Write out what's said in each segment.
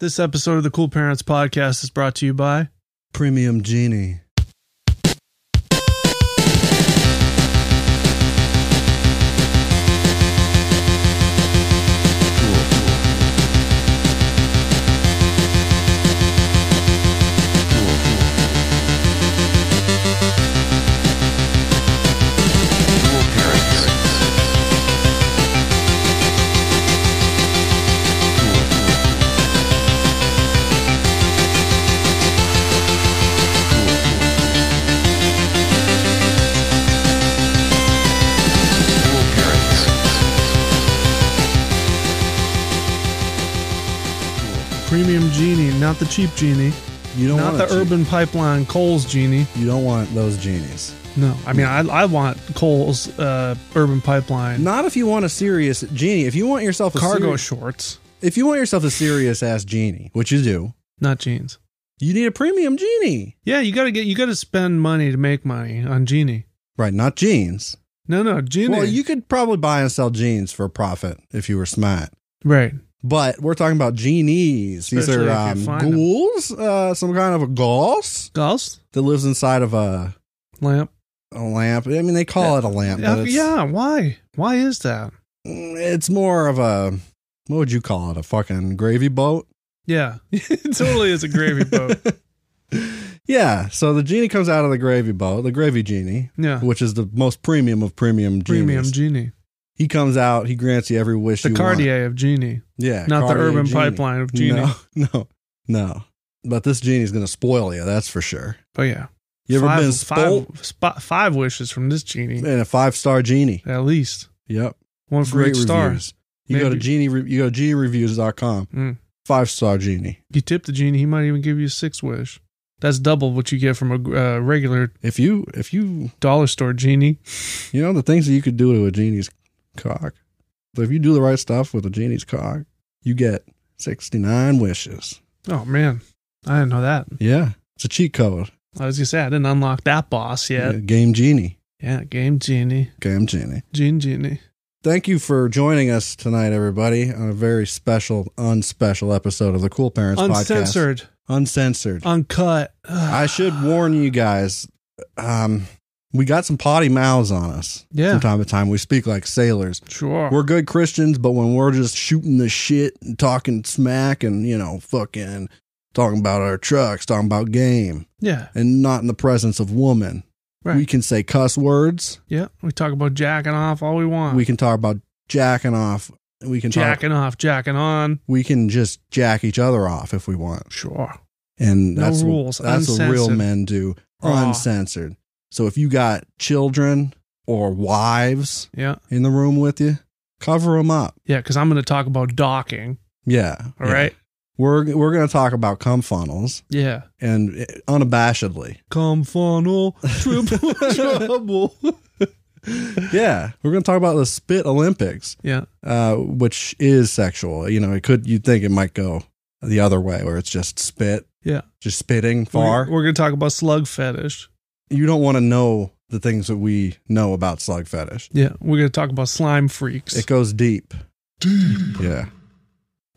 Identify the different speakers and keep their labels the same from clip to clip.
Speaker 1: This episode of the Cool Parents Podcast is brought to you by
Speaker 2: Premium Genie.
Speaker 1: Premium Genie, not the cheap genie,
Speaker 2: You don't
Speaker 1: not
Speaker 2: want
Speaker 1: the
Speaker 2: a genie.
Speaker 1: Urban Pipeline Coles Genie.
Speaker 2: You don't want those genies.
Speaker 1: No, I mean I, I want Coles uh, Urban Pipeline
Speaker 2: Not if you want a serious genie. If you want yourself a
Speaker 1: cargo
Speaker 2: seri-
Speaker 1: shorts,
Speaker 2: if you want yourself a serious ass genie, which you do,
Speaker 1: not jeans.
Speaker 2: you need a premium genie.
Speaker 1: Yeah, you gotta get you gotta spend money to make money on Genie.
Speaker 2: Right, not jeans.
Speaker 1: No, no Genie.
Speaker 2: Well, you could probably buy and sell jeans for a profit if you were smart.
Speaker 1: right?
Speaker 2: But we're talking about genies.
Speaker 1: Especially
Speaker 2: These are
Speaker 1: if you
Speaker 2: um,
Speaker 1: find 'em.
Speaker 2: ghouls, uh, some kind of a gauss
Speaker 1: Gauss
Speaker 2: that lives inside of a,
Speaker 1: lamp.
Speaker 2: a lamp. I mean, they call it a lamp,
Speaker 1: Yeah,
Speaker 2: but it's, mm,
Speaker 1: yeah, why? Why is that?
Speaker 2: it's more of a what would you call it? A fucking gravy boat.
Speaker 1: Yeah, it totally is a gravy boat.
Speaker 2: Yeah, so the genie comes out of the gravy boat, the gravy genie,
Speaker 1: Yeah,
Speaker 2: which is the most premium of premium genies.
Speaker 1: premium Genie,
Speaker 2: He comes out, he grants you every wish
Speaker 1: the
Speaker 2: you want.
Speaker 1: Cartier of Genie,
Speaker 2: Yeah,
Speaker 1: not the
Speaker 2: Cartier
Speaker 1: Urban
Speaker 2: genie.
Speaker 1: Pipeline of Genie.
Speaker 2: No, no, no. But this genie's going to spoil you, that's for sure.
Speaker 1: Oh yeah.
Speaker 2: You ever
Speaker 1: five,
Speaker 2: been spoiled?
Speaker 1: Five, spot, five wishes from this genie,
Speaker 2: And a five star genie.
Speaker 1: at least
Speaker 2: Yep.
Speaker 1: one for
Speaker 2: Great
Speaker 1: each
Speaker 2: reviews.
Speaker 1: star.
Speaker 2: You go to
Speaker 1: Maybe-
Speaker 2: genie, re- you go to genieReviews.com.
Speaker 1: Mm.
Speaker 2: Five star genie.
Speaker 1: You tip the genie, he might even give you a six wish. That's double what you get from a uh, regular
Speaker 2: If you, if you,
Speaker 1: dollar store genie.
Speaker 2: you know the things that you could do to a genie's cock. If you do the right stuff with a genie's cock, you get sixty nine wishes.
Speaker 1: Oh man, I didn't know that.
Speaker 2: Yeah, it's a cheat code.
Speaker 1: I was gonna say I didn't unlock that boss yet. Yeah,
Speaker 2: Game Genie.
Speaker 1: game genie,
Speaker 2: Game Genie.
Speaker 1: gene genie.
Speaker 2: Thank you for joining us tonight, everybody, on a very special, unspecial episode of the Cool Parents
Speaker 1: Uncensored,
Speaker 2: Podcast. Uncensored.
Speaker 1: uncut.
Speaker 2: I should warn you guys. Um, we got some potty mouths on us
Speaker 1: Yeah.
Speaker 2: from time to time. We speak like sailors.
Speaker 1: sure.
Speaker 2: We're good Christians, but when we're just shooting the shit and talking smack and, you know, fucking talking about our trucks, talking about game,
Speaker 1: yeah,
Speaker 2: and not in the presence of woman,
Speaker 1: right.
Speaker 2: we can say cuss words.
Speaker 1: yeah, we talk about jacking off all we want.
Speaker 2: We can talk about jacking off. We can talk,
Speaker 1: jacking off, jacking on.
Speaker 2: we can just jack each other off if we want.
Speaker 1: Sure.
Speaker 2: And
Speaker 1: No
Speaker 2: that's what-
Speaker 1: rules,
Speaker 2: that's what real
Speaker 1: uncensored.
Speaker 2: men do.
Speaker 1: Aw.
Speaker 2: Uncensored. So if you got children or wives
Speaker 1: Yeah.
Speaker 2: in the room with you, cover them up.
Speaker 1: Yeah, because I'm going to talk about docking.
Speaker 2: Yeah.
Speaker 1: All
Speaker 2: yeah.
Speaker 1: right.
Speaker 2: We're we're going to talk about cum funnels
Speaker 1: Yeah.
Speaker 2: and uh, unabashedly.
Speaker 1: Come funnel, triple trouble.
Speaker 2: Yeah, we're going to talk about the spit Olympics,
Speaker 1: Yeah.
Speaker 2: uh, which is sexual. You know, it could you'd think it might go the other way where it's just spit,
Speaker 1: Yeah.
Speaker 2: just spitting far.
Speaker 1: We're, we're going to talk about slug fetish.
Speaker 2: you don't want to know the things that we know about slug fetish.
Speaker 1: Yeah. We're going to talk about slime freaks.
Speaker 2: It goes deep. Deep. Yeah.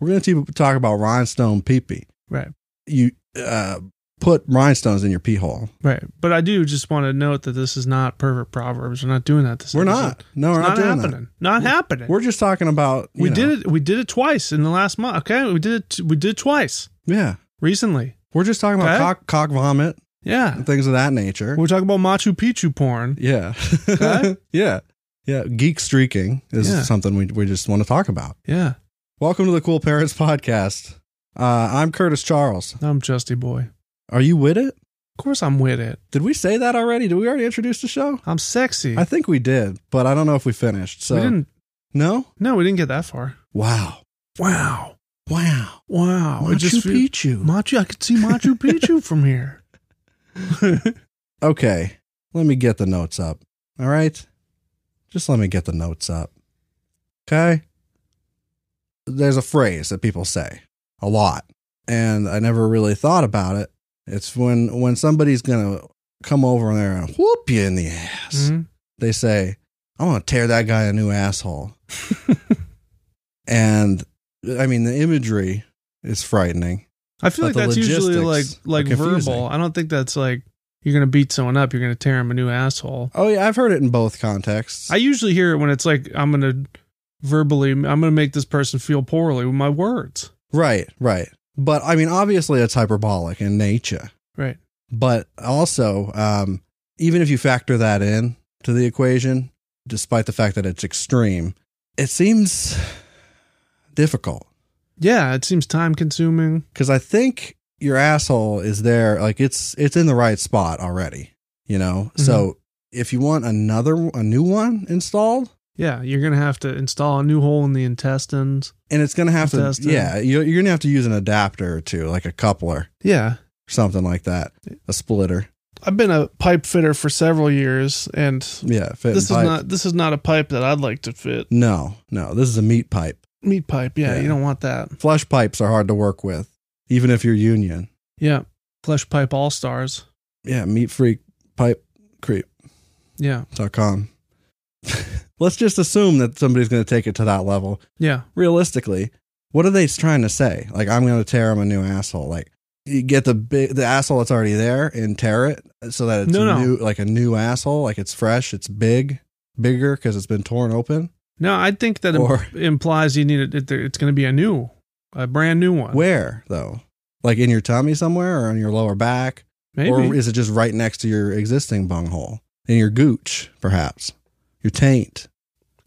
Speaker 2: We're going to talk about rhinestone peepee.
Speaker 1: right.
Speaker 2: You uh, put rhinestones in your pee hole.
Speaker 1: Right. But I do just want to note that this is not pervert proverbs. We're not doing that. This
Speaker 2: we're
Speaker 1: episode.
Speaker 2: not. No,
Speaker 1: It's
Speaker 2: we're not,
Speaker 1: not,
Speaker 2: doing
Speaker 1: happening. Not happening.
Speaker 2: that. We're just talking about. you
Speaker 1: we did
Speaker 2: know,
Speaker 1: it. We did it twice in the last month. Okay. We did it. We did it twice
Speaker 2: Yeah.
Speaker 1: recently.
Speaker 2: We're just talking about
Speaker 1: Okay.
Speaker 2: cock, cock vomit
Speaker 1: Yeah.
Speaker 2: and things of that nature.
Speaker 1: We're talking about Machu Picchu porn.
Speaker 2: Yeah.
Speaker 1: Okay.
Speaker 2: yeah. Yeah. Geek streaking is
Speaker 1: Yeah.
Speaker 2: something we, we just want to talk about.
Speaker 1: Yeah.
Speaker 2: Welcome to the Cool Parents Podcast. Uh, I'm Curtis Charles.
Speaker 1: I'm Justy Boy.
Speaker 2: Are you with it?
Speaker 1: Of course I'm with it.
Speaker 2: Did we say that already? Did we already introduce the show?
Speaker 1: I'm sexy.
Speaker 2: I think we did, but I don't know if we finished. So
Speaker 1: we didn't.
Speaker 2: no?
Speaker 1: No, we didn't get that far.
Speaker 2: Wow.
Speaker 1: Wow.
Speaker 2: Wow.
Speaker 1: Wow. it
Speaker 2: Machu
Speaker 1: just feel-
Speaker 2: Picchu.
Speaker 1: Machu, I could see Machu Picchu from here.
Speaker 2: okay, let me get the notes up. All right? Just let me get the notes up. Okay? There's a phrase that people say a lot, and I never really thought about it. It's when when somebody's going to come over there and whoop you in the ass.
Speaker 1: Mhm.
Speaker 2: They say, "I want to tear that guy a new asshole." and I mean, the imagery is frightening.
Speaker 1: I feel
Speaker 2: But
Speaker 1: like
Speaker 2: the
Speaker 1: that's usually like
Speaker 2: logistics
Speaker 1: like
Speaker 2: are confusing.
Speaker 1: verbal. I don't think that's like you're gonna beat someone up. You're gonna tear him a new asshole.
Speaker 2: Oh yeah, I've heard it in both contexts.
Speaker 1: I usually hear it when it's like I'm gonna verbally I'm gonna make this person feel poorly with my words.
Speaker 2: Right, right. But I mean, obviously, it's hyperbolic in nature.
Speaker 1: Right.
Speaker 2: But also, um, even if you factor that in to the equation, despite the fact that it's extreme, it seems difficult
Speaker 1: Yeah, it seems time consuming.
Speaker 2: because I think your asshole is there, like it's it's in the right spot already. You know, so if you want another a new one installed,
Speaker 1: Yeah, you're gonna have to install a new hole in the intestines.
Speaker 2: and it's gonna have to,
Speaker 1: Intestine.
Speaker 2: yeah, you're, you're gonna have to use an adapter or two, like a coupler,
Speaker 1: Yeah.
Speaker 2: something like that, a splitter.
Speaker 1: I've been a pipe fitter for several years and
Speaker 2: Yeah, fit
Speaker 1: this is
Speaker 2: and pipe.
Speaker 1: not this is not a pipe that I'd like to fit.
Speaker 2: No, no, this is a meat pipe.
Speaker 1: Meat pipe, yeah,
Speaker 2: Yeah.
Speaker 1: you don't want that.
Speaker 2: Flush pipes are hard to work with, even if you're union.
Speaker 1: Yeah. Flesh pipe all stars.
Speaker 2: Yeah, meatfreakpipecreep.com.
Speaker 1: Yeah.
Speaker 2: Let's just assume that somebody's going to take it to that level.
Speaker 1: Yeah.
Speaker 2: Realistically, what are they trying to say? Like, I'm going to tear him a new asshole. Like, you get the big the asshole that's already there and tear it so that it's
Speaker 1: No, no.
Speaker 2: new, like a new asshole, like it's fresh, it's big, bigger because it's been torn open.
Speaker 1: No, I think that im-
Speaker 2: Or-
Speaker 1: implies you need it. it it's going to be a new, a brand new one.
Speaker 2: Where though? Like in your tummy somewhere or on your lower back?
Speaker 1: Maybe.
Speaker 2: Or is it just right next to your existing bunghole? In your gooch, perhaps? Your taint.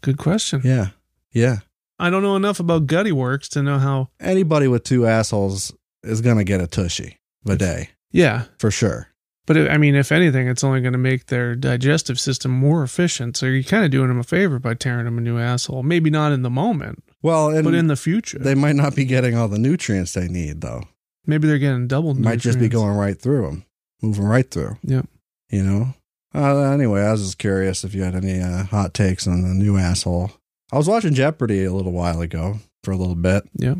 Speaker 1: Good question.
Speaker 2: Yeah. Yeah.
Speaker 1: I don't know enough about gutty works to know how.
Speaker 2: Anybody with two assholes is going to get a tushy bidet,
Speaker 1: Yeah.
Speaker 2: for sure.
Speaker 1: But it, I mean, if anything, it's only going to make their digestive system more efficient. So you're kind of doing them a favor by tearing them a new asshole. Maybe not in the moment,
Speaker 2: Well, and
Speaker 1: but in the future.
Speaker 2: they might not be getting all the nutrients they need, though.
Speaker 1: Maybe they're getting double.
Speaker 2: Might just be
Speaker 1: nutrients.
Speaker 2: going right through them, moving right through.
Speaker 1: Yep.
Speaker 2: You know? Uh, anyway, I was just curious if you had any uh, hot takes on the new asshole. I was watching Jeopardy a little while ago for a little bit.
Speaker 1: Yeah.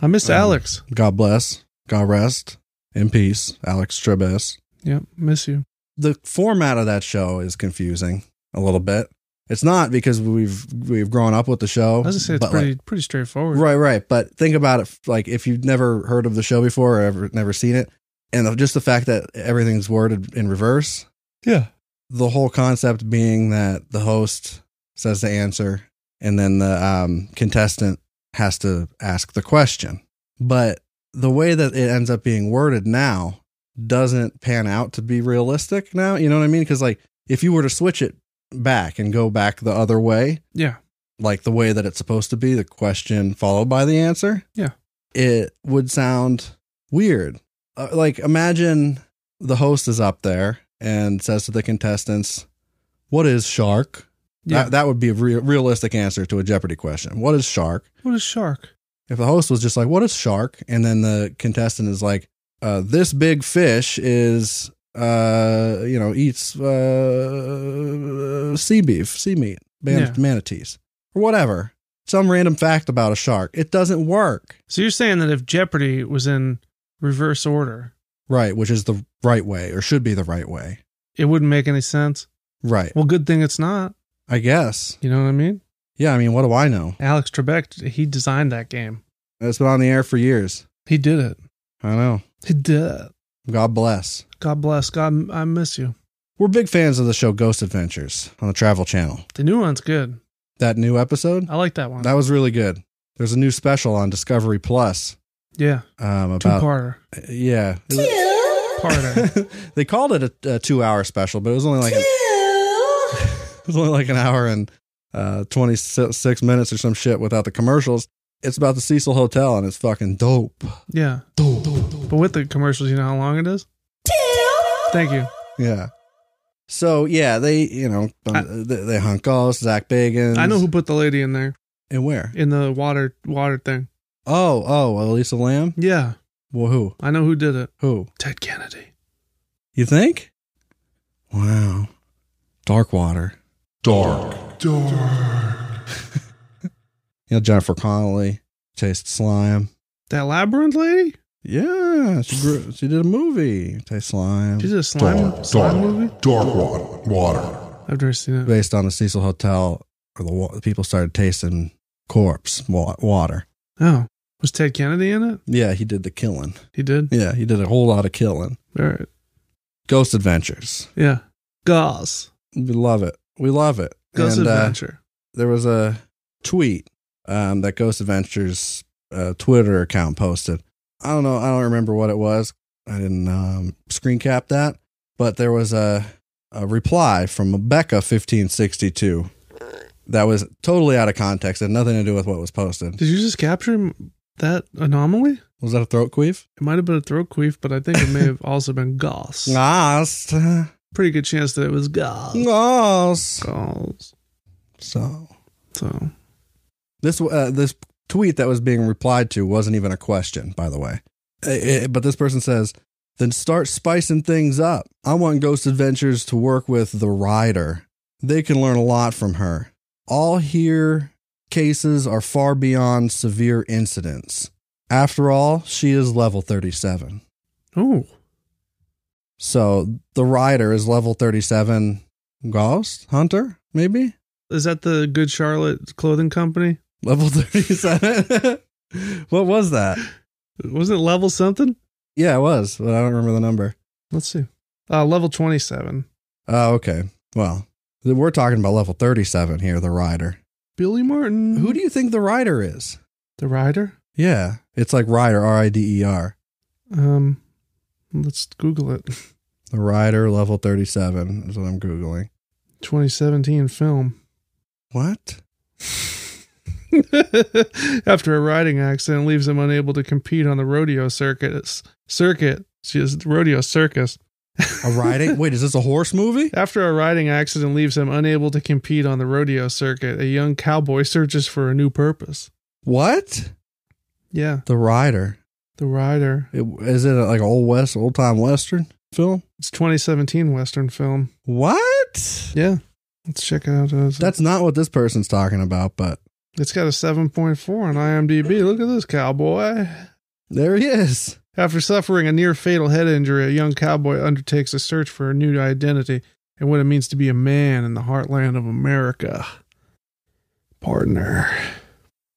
Speaker 1: I miss
Speaker 2: Um,
Speaker 1: Alex.
Speaker 2: God bless. God rest in peace, Alex Trebes.
Speaker 1: Yeah. Miss you.
Speaker 2: the format of that show is confusing a little bit. It's not because we've we've grown up with the
Speaker 1: I was
Speaker 2: show.
Speaker 1: going to say it's
Speaker 2: but,
Speaker 1: pretty,
Speaker 2: like-
Speaker 1: pretty straightforward.
Speaker 2: right, right. But think about it like if you've never heard of the show before or ever never seen it, and the- just the fact that everything's worded in reverse,
Speaker 1: Yeah.
Speaker 2: the whole concept being that the host says the answer and then the um, contestant has to ask the question. But the way that it ends up being worded now doesn't pan out to be realistic now. You know what I mean? Because, like, if you were to switch it back and go back the other way,
Speaker 1: Yeah.
Speaker 2: like the way that it's supposed to be, the question followed by the answer.
Speaker 1: Yeah.
Speaker 2: It would sound weird. Uh, like imagine the host is up there and says to the contestants, "What is shark?"
Speaker 1: Yeah.
Speaker 2: That, that would be a re- realistic answer to a Jeopardy question. What is shark?
Speaker 1: what is shark?
Speaker 2: If the host was just like, "What is shark?" and then the contestant is like, uh, "This big fish is uh, you know eats uh, sea beef, sea meat, man-
Speaker 1: Yeah.
Speaker 2: manatees, or whatever." Some random fact about a shark. It doesn't work.
Speaker 1: So you're saying that if Jeopardy was in reverse order,
Speaker 2: Right, which is the right way or should be the right way.
Speaker 1: it wouldn't make any sense.
Speaker 2: Right.
Speaker 1: Well, good thing it's not.
Speaker 2: I guess.
Speaker 1: You know what I mean?
Speaker 2: Yeah, I mean, what do I know?
Speaker 1: Alex Trebek, he designed that game.
Speaker 2: It's been on the air for years.
Speaker 1: He did it.
Speaker 2: I know.
Speaker 1: He did. It.
Speaker 2: God bless.
Speaker 1: God bless. God, I miss you.
Speaker 2: We're big fans of the show Ghost Adventures on the Travel Channel.
Speaker 1: The new one's good.
Speaker 2: That new episode,
Speaker 1: I like that one.
Speaker 2: that was really good. There's a new special on Discovery Plus
Speaker 1: yeah,
Speaker 2: um,
Speaker 1: two
Speaker 2: about
Speaker 1: parter.
Speaker 2: yeah.
Speaker 1: Parter.
Speaker 2: they called it a, a two-hour special, but it was only like an, it was only like an hour and uh, twenty-six minutes or some shit without the commercials. It's about the Cecil Hotel and it's fucking dope.
Speaker 1: yeah. But with the commercials, you know how long it is. Thank you.
Speaker 2: Yeah. So yeah, they you know uh,
Speaker 1: I-
Speaker 2: they, they hunt ghosts, Zach Bagans.
Speaker 1: I know who put the lady in there
Speaker 2: and where.
Speaker 1: in the water water thing.
Speaker 2: Oh, oh, Elisa Lamb?
Speaker 1: Yeah,
Speaker 2: Well, who?
Speaker 1: I know who did it.
Speaker 2: Who?
Speaker 1: Ted Kennedy.
Speaker 2: You think? Wow. Dark water.
Speaker 3: Dark.
Speaker 2: You know, Jennifer Connelly tastes slime.
Speaker 1: That labyrinth lady?
Speaker 2: Yeah, she grew, she did a movie. Tastes slime.
Speaker 1: She's a slime,
Speaker 3: dark,
Speaker 1: slime
Speaker 3: dark,
Speaker 1: movie?
Speaker 3: Dark water. Water.
Speaker 1: I've never seen it.
Speaker 2: based on the Cecil Hotel, or the wa- people started tasting corpse wa- water.
Speaker 1: Oh, was Ted Kennedy in it?
Speaker 2: Yeah, he did the killing.
Speaker 1: He did?
Speaker 2: Yeah, he did a whole lot of killing.
Speaker 1: All right.
Speaker 2: Ghost Adventures.
Speaker 1: Yeah. Goss.
Speaker 2: We love it. We love it.
Speaker 1: Goss
Speaker 2: And, uh,
Speaker 1: Adventure.
Speaker 2: there was a tweet um, that Ghost Adventures uh, Twitter account posted. I don't know. I don't remember what it was. I didn't um, screen cap that, but there was a, a reply from Becca fifteen sixty two that was totally out of context and nothing to do with what was posted.
Speaker 1: Did you just capture m- that anomaly?
Speaker 2: Was that a throat queef?
Speaker 1: It might have been a throat queef, but I think it may have also been Goss.
Speaker 2: Lost.
Speaker 1: Pretty good chance that it was Goss.
Speaker 2: Lost.
Speaker 1: Goss.
Speaker 2: So
Speaker 1: So,
Speaker 2: this uh, this tweet that was being replied to wasn't even a question, by the way. Eh, eh, but this person says, "Then start spicing things up. I want Ghost Adventures to work with the Rider. They can learn a lot from her. All here cases are far beyond severe incidents. After all, she is level thirty-seven.
Speaker 1: oh,
Speaker 2: So the Rider is level thirty-seven. Ghost Hunter, maybe."
Speaker 1: is that the Good Charlotte clothing company?
Speaker 2: Level 37. what was that?
Speaker 1: Wasn't it level something?
Speaker 2: Yeah, it was, but I don't remember the number.
Speaker 1: Let's see. Uh, level 27.
Speaker 2: Oh, okay. Well, th- we're talking about level 37 here, the rider.
Speaker 1: Billy Martin.
Speaker 2: Who do you think the rider is?
Speaker 1: The rider?
Speaker 2: Yeah, it's like rider, R I D E R.
Speaker 1: Um, let's Google it.
Speaker 2: The rider, level 37 is what I'm Googling.
Speaker 1: 2017 film.
Speaker 2: What?
Speaker 1: After a riding accident leaves him unable to compete on the rodeo circus. Circuit. She is rodeo circus.
Speaker 2: A riding? Wait, is this a horse movie?
Speaker 1: After a riding accident leaves him unable to compete on the rodeo circuit, a young cowboy searches for a new purpose.
Speaker 2: What?
Speaker 1: Yeah,
Speaker 2: The rider.
Speaker 1: the rider.
Speaker 2: It, is it like an old west, old time western film?
Speaker 1: It's 2017 western film.
Speaker 2: What?
Speaker 1: Yeah, let's check it out. Uh,
Speaker 2: That's not what this person's talking about, but
Speaker 1: it's got a 7.4 on IMDb. Look at this cowboy.
Speaker 2: there he is.
Speaker 1: After suffering a near fatal head injury, a young cowboy undertakes a search for a new identity and what it means to be a man in the heartland of America. Partner.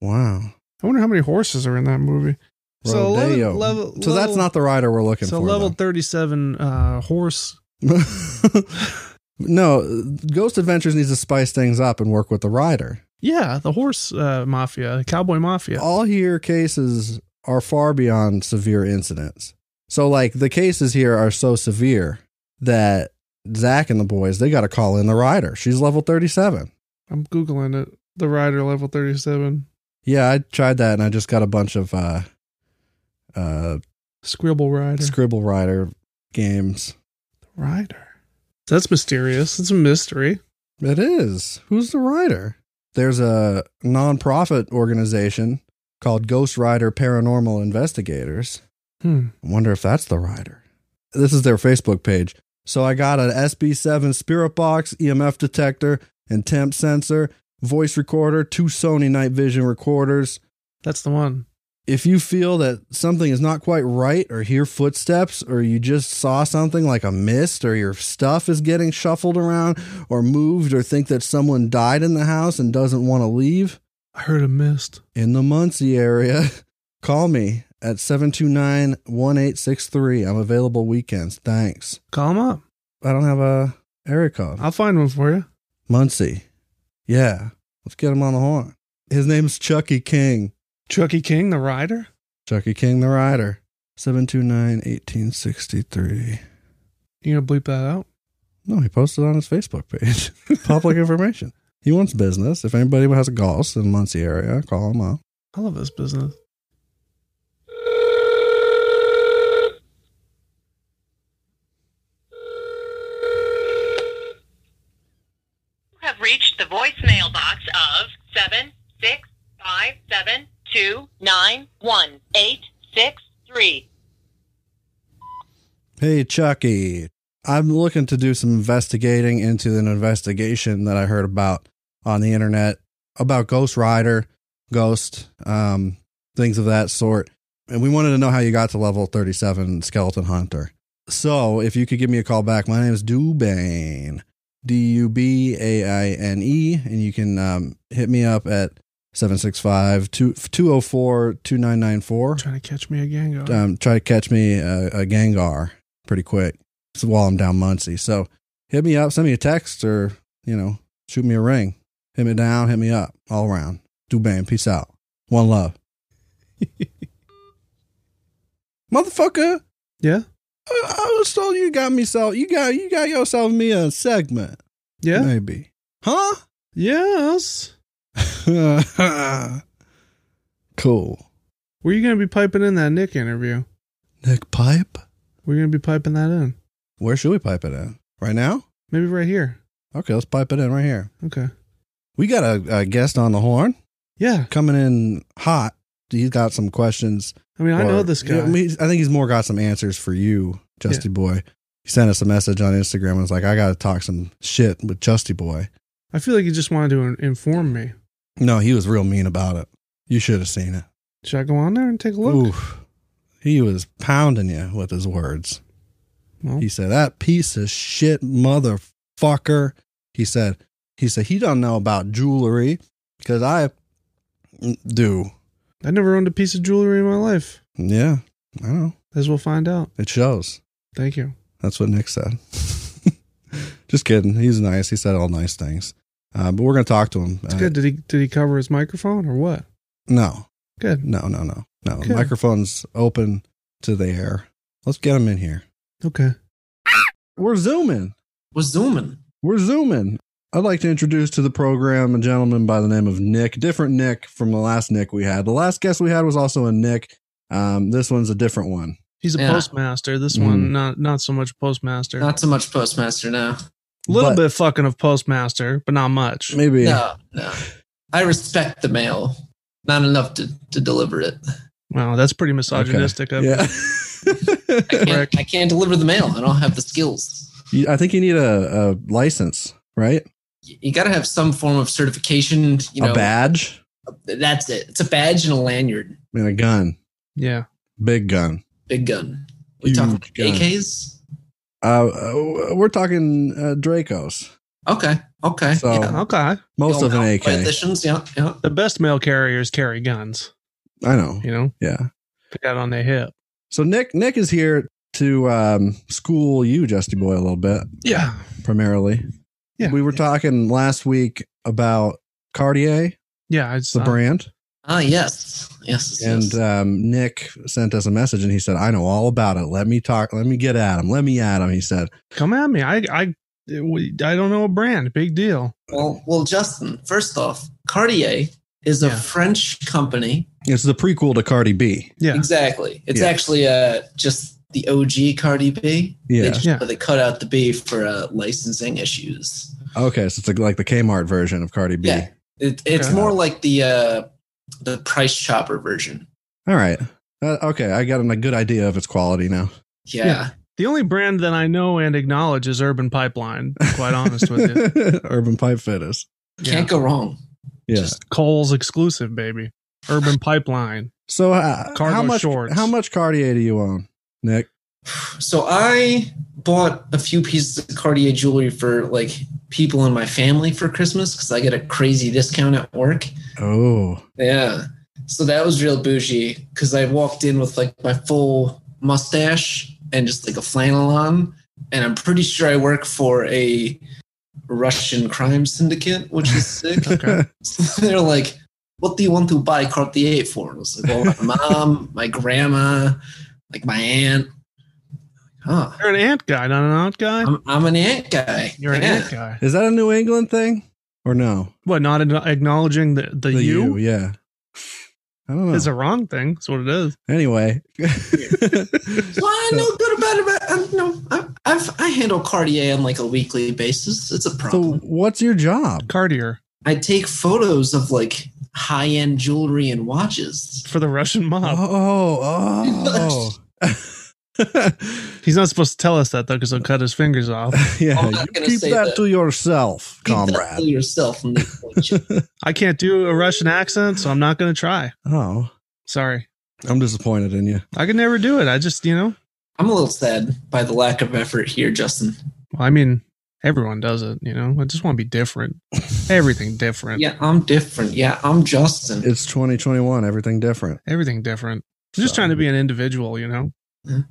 Speaker 2: Wow.
Speaker 1: I wonder how many horses are in that movie. So
Speaker 2: Rodeo.
Speaker 1: level, level,
Speaker 2: so that's not the rider we're looking
Speaker 1: so
Speaker 2: for.
Speaker 1: level
Speaker 2: though.
Speaker 1: thirty-seven uh, horse.
Speaker 2: no, Ghost Adventures needs to spice things up and work with the rider.
Speaker 1: Yeah, the horse uh, mafia, cowboy mafia.
Speaker 2: All here cases are far beyond severe incidents. So, like, the cases here are so severe that Zach and the boys, they got to call in the rider. She's level 37.
Speaker 1: I'm googling it. The rider level thirty-seven.
Speaker 2: Yeah, I tried that and I just got a bunch of uh, uh,
Speaker 1: Scribble rider.
Speaker 2: Scribble Rider games.
Speaker 1: rider. That's mysterious. It's a mystery.
Speaker 2: It is. Who's the writer? There's a nonprofit organization called Ghost Rider Paranormal Investigators.
Speaker 1: Hmm.
Speaker 2: I wonder if that's the writer. This is their Facebook page. So I got an SB7 spirit box, EMF detector, and temp sensor, voice recorder, two Sony night vision recorders.
Speaker 1: That's the one.
Speaker 2: If you feel that something is not quite right or hear footsteps or you just saw something like a mist or your stuff is getting shuffled around or moved or think that someone died in the house and doesn't want to leave
Speaker 1: I heard a mist.
Speaker 2: in the Muncie area, call me at 729-1863. I'm available weekends. Thanks.
Speaker 1: Call him up.
Speaker 2: I don't have a area code.
Speaker 1: I'll find one for you.
Speaker 2: Muncie. Yeah. Let's get him on the horn. His name's Chucky King.
Speaker 1: Chucky King, the rider.
Speaker 2: Chucky King the Rider. 729-1863.
Speaker 1: You gonna bleep that out?
Speaker 2: No, he posted on his Facebook page. Public information. He wants business. If anybody has a Gauss in the Muncie area, call him up.
Speaker 1: I love this business.
Speaker 4: You have reached the voicemail box of 7657291.
Speaker 2: Hey, Chucky. I'm looking to do some investigating into an investigation that I heard about on the internet about Ghost Rider, Ghost, um, things of that sort. And we wanted to know how you got to level 37 Skeleton Hunter. So if you could give me a call back, my name is Dubane, D U B A I N E, and you can um, hit me up at 765 204 2994
Speaker 1: Trying to catch me a Gengar.
Speaker 2: um, try to catch me a, a Gengar pretty quick so while I'm down Muncie. So hit me up, send me a text, or you know, shoot me a ring. Hit me down, hit me up, all around. Do bam, peace out, one love, motherfucker.
Speaker 1: Yeah.
Speaker 2: I, I was told you got me so you got you got yourself me a segment,
Speaker 1: Yeah.
Speaker 2: maybe, huh?
Speaker 1: Yes.
Speaker 2: cool.
Speaker 1: Were you going to be piping in that Nick interview?
Speaker 2: Nick pipe.
Speaker 1: We're going to be piping that in.
Speaker 2: Where should we pipe it in? Right now?
Speaker 1: Maybe right here.
Speaker 2: Okay, let's pipe it in right here.
Speaker 1: Okay.
Speaker 2: We got a, a guest on the horn
Speaker 1: Yeah.
Speaker 2: coming in hot. He's got some questions.
Speaker 1: I mean, I know
Speaker 2: Or-
Speaker 1: this guy.
Speaker 2: Yeah, I, mean, I think he's more got some answers for you, Justy Boy. He sent us a message on Instagram and was like, I got to talk some shit with Justy Boy.
Speaker 1: I feel like he just wanted to in- inform me.
Speaker 2: No, he was real mean about it. You should have seen it.
Speaker 1: Should I go on there and take a look?
Speaker 2: Oof. He was pounding you with his words.
Speaker 1: Well,
Speaker 2: He said, That piece of shit motherfucker. He said, He said, he don't know about jewelry because I do.
Speaker 1: I never owned a piece of jewelry in my life.
Speaker 2: Yeah, I know.
Speaker 1: As we'll find out.
Speaker 2: It shows.
Speaker 1: Thank you.
Speaker 2: That's what Nick said. Just kidding. He's nice. He said all nice things. Uh, but we're going to talk to him.
Speaker 1: It's
Speaker 2: Uh,
Speaker 1: good. Did he did he cover his microphone or what?
Speaker 2: No,
Speaker 1: Good.
Speaker 2: no, no, no, no.
Speaker 1: Good.
Speaker 2: The microphone's open to the air. Let's get him in here.
Speaker 1: Okay.
Speaker 2: We're zooming.
Speaker 5: was zooming.
Speaker 2: We're zooming. I'd like to introduce to the program a gentleman by the name of Nick, different Nick from the last Nick we had. The last guest we had was also a Nick. Um, this one's a different one.
Speaker 1: He's a
Speaker 5: Yeah.
Speaker 1: postmaster. This
Speaker 2: Mm.
Speaker 1: one not not so much postmaster. A
Speaker 5: Not so much Postmaster now.
Speaker 1: little
Speaker 2: But
Speaker 1: bit fucking of postmaster, but not much.
Speaker 2: Maybe.
Speaker 5: No, no. I respect the mail. Not enough to, to deliver it.
Speaker 1: Wow, that's pretty
Speaker 2: Okay.
Speaker 1: misogynistic. of you.
Speaker 2: Yeah.
Speaker 5: I can't, I can't deliver the mail. I don't have the skills.
Speaker 2: You- I think you need a, a license, right?
Speaker 5: You, got to have some form of certification. You know,
Speaker 2: a badge.
Speaker 5: that's it. It's a badge and a lanyard.
Speaker 2: and a gun,
Speaker 1: Yeah.
Speaker 2: big gun.
Speaker 5: Big gun. We
Speaker 2: Huge
Speaker 5: talking about
Speaker 2: gun.
Speaker 5: AKs?
Speaker 2: Uh, uh, we're talking uh, Dracos,
Speaker 5: Okay. Okay.
Speaker 2: So-
Speaker 5: yeah.
Speaker 2: Oh.
Speaker 1: Okay.
Speaker 2: most of an
Speaker 5: Going out,
Speaker 2: AK.
Speaker 5: Renditions. Yeah. Yeah.
Speaker 1: The best mail carriers carry guns.
Speaker 2: I know.
Speaker 1: You know,
Speaker 2: Yeah.
Speaker 1: they got on their hip.
Speaker 2: So Nick, Nick is here to um, school you, Justy Boy, a little bit
Speaker 1: Yeah.
Speaker 2: primarily.
Speaker 1: Yeah.
Speaker 2: We were talking last week about Cartier,
Speaker 1: Yeah. I
Speaker 2: it's
Speaker 1: just, uh,
Speaker 2: the brand,
Speaker 5: Ah, yes. Yes. yes.
Speaker 2: and um, Nick sent us a message, and he said, "I know all about it. Let me talk. Let me get at him. Let me at him." He said,
Speaker 1: come at me. I I I don't know a brand. Big deal.
Speaker 5: well, well, Justin, first off, Cartier is a
Speaker 1: Yeah.
Speaker 5: French company
Speaker 2: "It's the prequel to Cardi B."
Speaker 1: Yeah.
Speaker 5: Exactly. It's
Speaker 2: Yeah.
Speaker 5: actually uh, just the OG Cardi B.
Speaker 2: Yeah.
Speaker 5: They, just,
Speaker 1: Yeah.
Speaker 5: they cut out the B for uh, licensing issues.
Speaker 2: Okay, so it's like, like the Kmart version of Cardi B.
Speaker 5: Yeah. It, it's
Speaker 1: Okay.
Speaker 5: more like the uh, the Price Chopper version.
Speaker 2: All right. Uh, okay, I got a good idea of its quality now.
Speaker 5: Yeah.
Speaker 1: Yeah. The only brand that I know and acknowledge is Urban Pipeline. to be Quite honest with you.
Speaker 2: Urban Pipe Fitters.
Speaker 1: Yeah.
Speaker 5: Can't go wrong.
Speaker 2: Yeah.
Speaker 1: Just Cole's exclusive, baby. Urban Pipeline.
Speaker 2: so uh,
Speaker 1: Cargo
Speaker 2: how much
Speaker 1: shorts.
Speaker 2: how much Cartier do you own, Nick?
Speaker 5: So I bought a few pieces of Cartier jewelry for like people in my family for Christmas because I get a crazy discount at work.
Speaker 2: Oh,
Speaker 5: Yeah. So that was real bougie because I walked in with like my full mustache and just like a flannel on. And I'm pretty sure I work for a Russian crime syndicate, which is sick.
Speaker 1: Okay.
Speaker 5: So they're like, what do you want to buy Cartier for? And I was like, well, my mom, my grandma, like my aunt. Huh.
Speaker 1: You're an ant guy, not an aunt guy.
Speaker 5: I'm, I'm an aunt guy.
Speaker 1: You're an
Speaker 5: Yeah.
Speaker 1: ant guy.
Speaker 2: is that a New England thing or no?
Speaker 1: What? Not an- acknowledging the the, you,
Speaker 2: yeah. I don't know.
Speaker 1: is a wrong thing. That's what it is.
Speaker 2: anyway,
Speaker 5: Well, I know good about it. But I, no, I, I've, I handle Cartier on like a weekly basis. It's a
Speaker 2: so
Speaker 5: problem.
Speaker 2: what's your job?
Speaker 1: Cartier
Speaker 5: I take photos of like high end jewelry and watches.
Speaker 1: for the Russian mob.
Speaker 2: Oh, oh.
Speaker 1: He's not supposed to tell us that though, because he'll cut his fingers off.
Speaker 2: yeah,
Speaker 5: I'm
Speaker 2: you
Speaker 5: not gonna
Speaker 2: keep
Speaker 5: say
Speaker 2: that,
Speaker 5: that.
Speaker 2: to yourself,
Speaker 5: Keep that
Speaker 2: comrade.
Speaker 5: to yourself, Nick Wojcik.
Speaker 1: I can't do a Russian accent, so I'm not going to try.
Speaker 2: Oh,
Speaker 1: Sorry,
Speaker 2: I'm disappointed in you.
Speaker 1: I could never do it. I just, you know,
Speaker 5: I'm a little sad by the lack of effort here, Justin.
Speaker 1: I mean, everyone does it. You know, I just want to be different. Everything different.
Speaker 5: Yeah, I'm different. Yeah, I'm Justin.
Speaker 2: It's 2021. Everything different,
Speaker 1: Everything different. I'm just
Speaker 2: So-
Speaker 1: trying to be an individual. You know,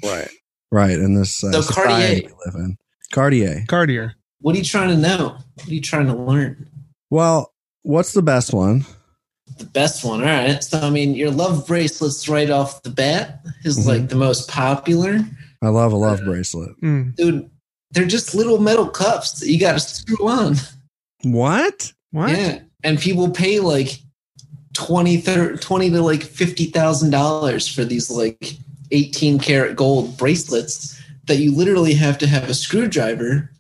Speaker 2: right? Right. In this uh,
Speaker 5: So
Speaker 2: society
Speaker 5: Cartier.
Speaker 2: we live in, Cartier.
Speaker 1: Cartier.
Speaker 5: What are you trying to know? What are you trying to learn?
Speaker 2: Well, what's the best one?
Speaker 5: The best one. All right. So, I mean, your love bracelets right off the bat is
Speaker 2: Mhm.
Speaker 5: like the most popular.
Speaker 2: I love a
Speaker 5: Uh,
Speaker 2: love bracelet.
Speaker 1: Mm.
Speaker 5: Dude, they're just little metal cups that you got to screw on.
Speaker 2: What?
Speaker 1: What?
Speaker 5: Yeah. And people pay like 20, 30, 20 to like $50,000 for these like 18 karat gold bracelets that you literally have to have a screwdriver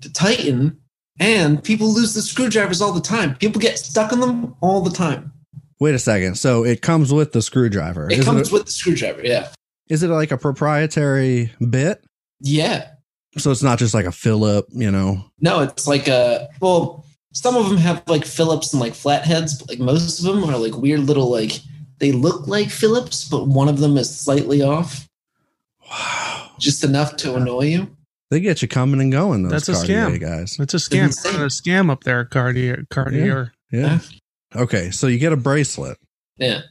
Speaker 5: to tighten. And people lose the screwdrivers all the time. People get stuck in them all the time.
Speaker 2: Wait a second. So it comes with the screwdriver.
Speaker 5: It
Speaker 2: Is
Speaker 5: comes
Speaker 2: it,
Speaker 5: with the screwdriver. Yeah.
Speaker 2: is it like a proprietary bit?
Speaker 5: Yeah.
Speaker 2: So it's not just like a Philip, you know.
Speaker 5: No, it's like a well. Some of them have like Phillips and like flatheads, but like most of them are like weird little like they look like Phillips, but one of them is slightly off,
Speaker 2: Wow.
Speaker 5: just enough to annoy you.
Speaker 2: They get you coming and going. Those
Speaker 1: That's a
Speaker 2: Cartier
Speaker 1: scam.
Speaker 2: guys.
Speaker 1: It's a scam.
Speaker 5: Insane.
Speaker 1: It's a scam up there, Cartier. Cartier.
Speaker 2: Yeah. Okay, so you get a bracelet
Speaker 5: Yeah,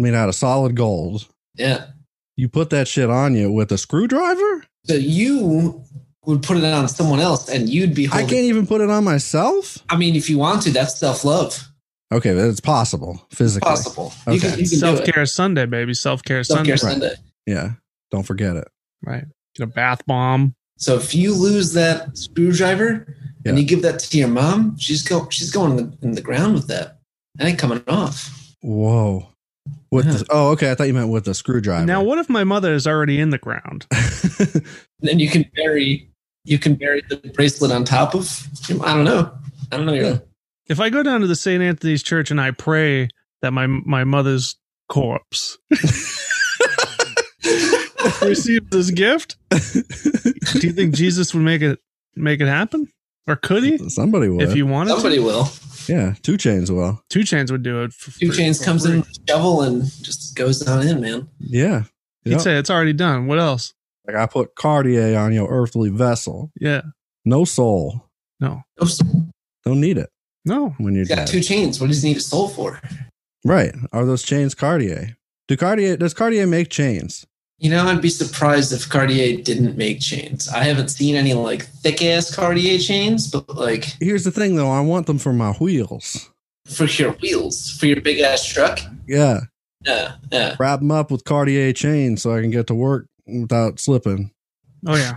Speaker 2: made out of solid gold.
Speaker 5: yeah.
Speaker 2: You put that shit on you with a screwdriver.
Speaker 5: So you would put it on someone else, and you'd be.
Speaker 2: I
Speaker 5: Holding, I
Speaker 2: can't even put it on myself.
Speaker 5: mean, if you want to, that's self love.
Speaker 2: Okay, but it's possible physically.
Speaker 5: Possible. You
Speaker 2: Okay.
Speaker 5: can, you can
Speaker 1: Self
Speaker 5: do it.
Speaker 1: care Sunday, baby. Self care
Speaker 5: Self
Speaker 1: Sunday.
Speaker 5: care
Speaker 2: Right.
Speaker 5: Sunday.
Speaker 2: Yeah, don't forget it.
Speaker 1: Right. Get a bath bomb.
Speaker 5: So if you lose that screwdriver and
Speaker 2: Yeah.
Speaker 5: you give that to your mom, she's go she's going in the, in the ground with that. That ain't coming off.
Speaker 2: Whoa. With the, oh, okay. I thought you meant with a screwdriver.
Speaker 1: Now, what if my mother is already in the ground?
Speaker 5: then you can bury you can bury the bracelet on top of i don't know i don't know your
Speaker 1: If I go down to the St. Anthony's Church and I pray that my my mother's corpse receives this gift, do you think Jesus would make it make it happen, or could he?
Speaker 2: Somebody will.
Speaker 1: If you wanted, to?
Speaker 5: somebody will
Speaker 2: yeah, two chains will.
Speaker 1: Two Chains would do it. For,
Speaker 5: two
Speaker 1: for-
Speaker 5: chains
Speaker 1: for
Speaker 5: comes
Speaker 1: free.
Speaker 5: in with a shovel and just goes on in man
Speaker 2: Yeah.
Speaker 1: He'd
Speaker 2: Yep.
Speaker 1: say it's already done. What else?
Speaker 2: like I put Cartier on your earthly vessel.
Speaker 1: Yeah,
Speaker 2: No soul.
Speaker 1: no,
Speaker 5: No soul.
Speaker 2: Don't need it
Speaker 1: no.
Speaker 2: when you're
Speaker 5: he's got
Speaker 2: dead.
Speaker 5: two chains what does he need a soul for
Speaker 2: right. Are those chains Cartier? Do Cartier does Cartier make chains?
Speaker 5: you know i'd be surprised if cartier didn't make chains i haven't seen any like thick ass cartier chains but like
Speaker 2: Here's the thing though, I want them for my wheels.
Speaker 5: for your wheels for your big ass truck
Speaker 2: Yeah.
Speaker 5: yeah yeah
Speaker 2: Wrap them up with Cartier chains so I can get to work without slipping.
Speaker 1: Oh yeah,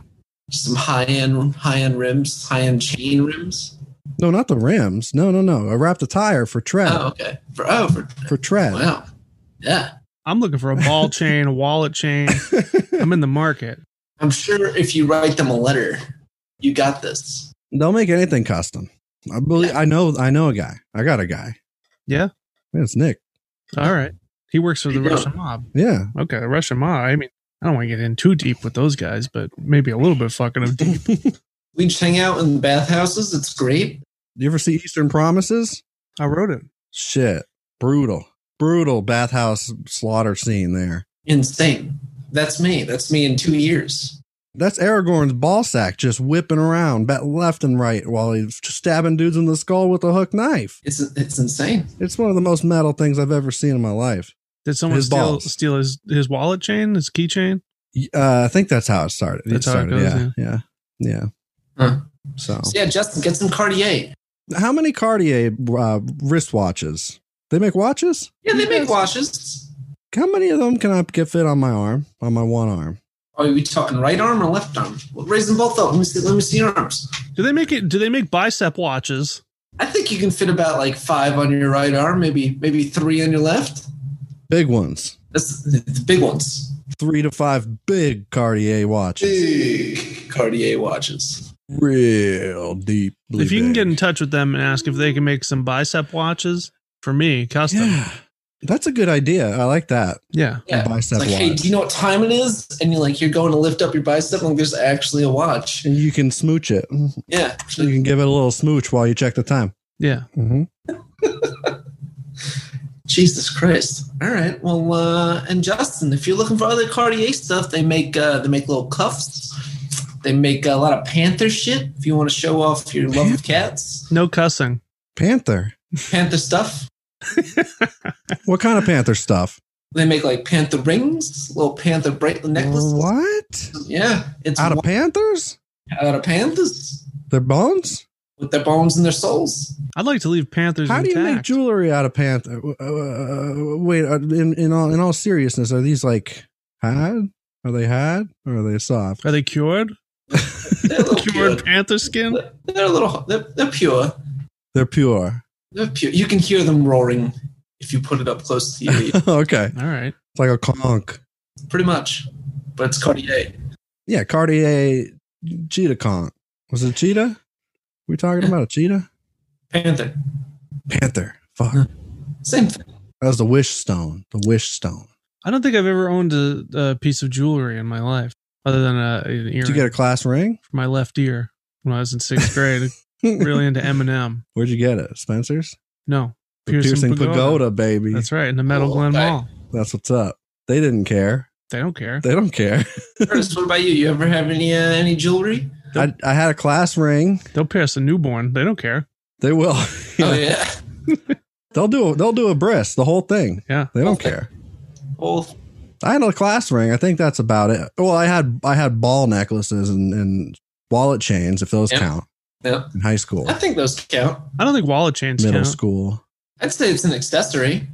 Speaker 5: some high end high end rims high end chain rims
Speaker 2: No, not the rims. No, no, no. I wrap the tire for tread.
Speaker 5: oh okay for oh for
Speaker 2: For tread.
Speaker 5: wow yeah
Speaker 1: I'm looking for a ball chain, a wallet chain. I'm in the market.
Speaker 5: I'm sure if you write them a letter, you got this.
Speaker 2: They'll make anything custom. I believe I know I know a guy. I got a guy.
Speaker 1: Yeah?
Speaker 2: Yeah, it's Nick.
Speaker 1: All right, he works for the
Speaker 5: Yeah.
Speaker 1: Russian mob.
Speaker 2: Yeah.
Speaker 1: Okay, the Russian mob. I mean, I don't want to get in too deep with those guys, but maybe a little bit fucking of deep.
Speaker 5: We just hang out in the bathhouses. It's great.
Speaker 2: Do you ever see Eastern Promises?
Speaker 1: I wrote it.
Speaker 2: Shit. Brutal. Brutal bathhouse slaughter scene there.
Speaker 5: Insane. That's me. That's me in two years.
Speaker 2: That's Aragorn's ball sack just whipping around ba- left and right while he's stabbing dudes in the skull with a hook knife.
Speaker 5: It's it's insane.
Speaker 2: It's one of the most metal things I've ever seen in my life.
Speaker 1: Did someone
Speaker 2: His
Speaker 1: steal
Speaker 2: balls.
Speaker 1: steal his his wallet chain, his keychain?
Speaker 2: Y- Uh, I think that's how it started.
Speaker 1: That's how it
Speaker 2: started,
Speaker 1: goes,
Speaker 2: yeah. Yeah. Yeah.
Speaker 5: Huh.
Speaker 2: So,
Speaker 5: So yeah, Justin, get some Cartier.
Speaker 2: how many Cartier uh, wristwatches? They make watches?
Speaker 5: Yeah, they make watches.
Speaker 2: How many of them can I get fit on my arm, on my one arm?
Speaker 5: Are we talking right arm or left arm? Well, raise them both up. Let me see. Let me see your arms.
Speaker 1: Do they make it? Do they make bicep watches?
Speaker 5: I think you can fit about like five on your right arm, maybe maybe three on your left.
Speaker 2: Big ones.
Speaker 5: That's the big ones.
Speaker 2: Three to five big Cartier watches.
Speaker 5: Big Cartier watches.
Speaker 2: Real deep.
Speaker 1: if you can get in touch with them and ask if they can make some bicep watches for me, custom.
Speaker 2: Yeah. That's a good idea. I like that.
Speaker 1: Yeah.
Speaker 5: Yeah. It's
Speaker 2: Bicep
Speaker 5: like, hey,
Speaker 2: watch.
Speaker 5: do you know what time it is? And you're like, you're going to lift up your bicep, and there's actually a watch.
Speaker 2: And you can smooch it. You
Speaker 5: Yeah.
Speaker 2: can give it a little smooch while you check the time.
Speaker 1: Yeah.
Speaker 2: Mm-hmm.
Speaker 5: Jesus Christ. All right. Well, uh, and Justin, if you're looking for other Cartier stuff, they make uh, they make little cuffs. They make a lot of Panther shit. If you want to show off your love of cats,
Speaker 1: No cussing.
Speaker 2: Panther.
Speaker 5: Panther stuff.
Speaker 2: What kind of Panther stuff?
Speaker 5: They make like Panther rings, little Panther bracelet necklaces.
Speaker 2: What?
Speaker 5: Yeah, it's
Speaker 2: Out
Speaker 5: out
Speaker 2: of panthers?
Speaker 5: out of panthers
Speaker 2: Their bones?
Speaker 5: with their bones and their souls.
Speaker 1: I'd like to leave Panthers
Speaker 2: How do you make
Speaker 1: intact.
Speaker 2: jewelry out of panther? Uh, uh, wait, uh, in, in all in all seriousness, are these like hard? Are they hard or are they soft?
Speaker 1: Are they cured?
Speaker 5: They're a little pure.
Speaker 1: Cured panther skin?
Speaker 5: They're a little. They're, they're pure.
Speaker 2: They're pure.
Speaker 5: They're pure. You can hear them roaring if you put it up close to you,
Speaker 2: okay,
Speaker 1: All right.
Speaker 2: it's like a conch.
Speaker 5: pretty much. But it's Cartier.
Speaker 2: Yeah, Cartier cheetah conch. Was it cheetah? We talking about a cheetah?
Speaker 5: Panther.
Speaker 2: Panther. Fuck. That
Speaker 5: Same thing.
Speaker 2: was the wish stone. The wish stone.
Speaker 1: I don't think I've ever owned a, a piece of jewelry in my life other than a, an earring
Speaker 2: Did you get a class ring?
Speaker 1: for my left ear when I was in sixth grade. really into Eminem.
Speaker 2: Where'd you get it? Spencer's?
Speaker 1: No.
Speaker 2: The piercing, pagoda. baby.
Speaker 1: That's right. In the Metal
Speaker 5: Cool.
Speaker 1: Glen
Speaker 5: Okay.
Speaker 1: Mall.
Speaker 2: That's what's up. They didn't care.
Speaker 1: They don't care.
Speaker 2: They don't care.
Speaker 5: Curtis, what about you? You ever have any uh, any jewelry?
Speaker 2: I, I had a class ring.
Speaker 1: They'll pierce a newborn. They don't care.
Speaker 2: They will.
Speaker 5: Oh yeah.
Speaker 2: They'll do. They'll do a bris. The whole thing.
Speaker 1: Yeah.
Speaker 2: They don't
Speaker 5: Okay.
Speaker 2: care.
Speaker 5: Well,
Speaker 2: I had a class ring. I think that's about it. Well, I had I had ball necklaces and, and wallet chains, if those
Speaker 5: Yeah.
Speaker 2: count,
Speaker 5: yeah.
Speaker 2: in high school,
Speaker 5: I think those count.
Speaker 1: I don't think wallet chains
Speaker 2: middle
Speaker 1: count.
Speaker 2: school.
Speaker 5: I'd say it's an accessory.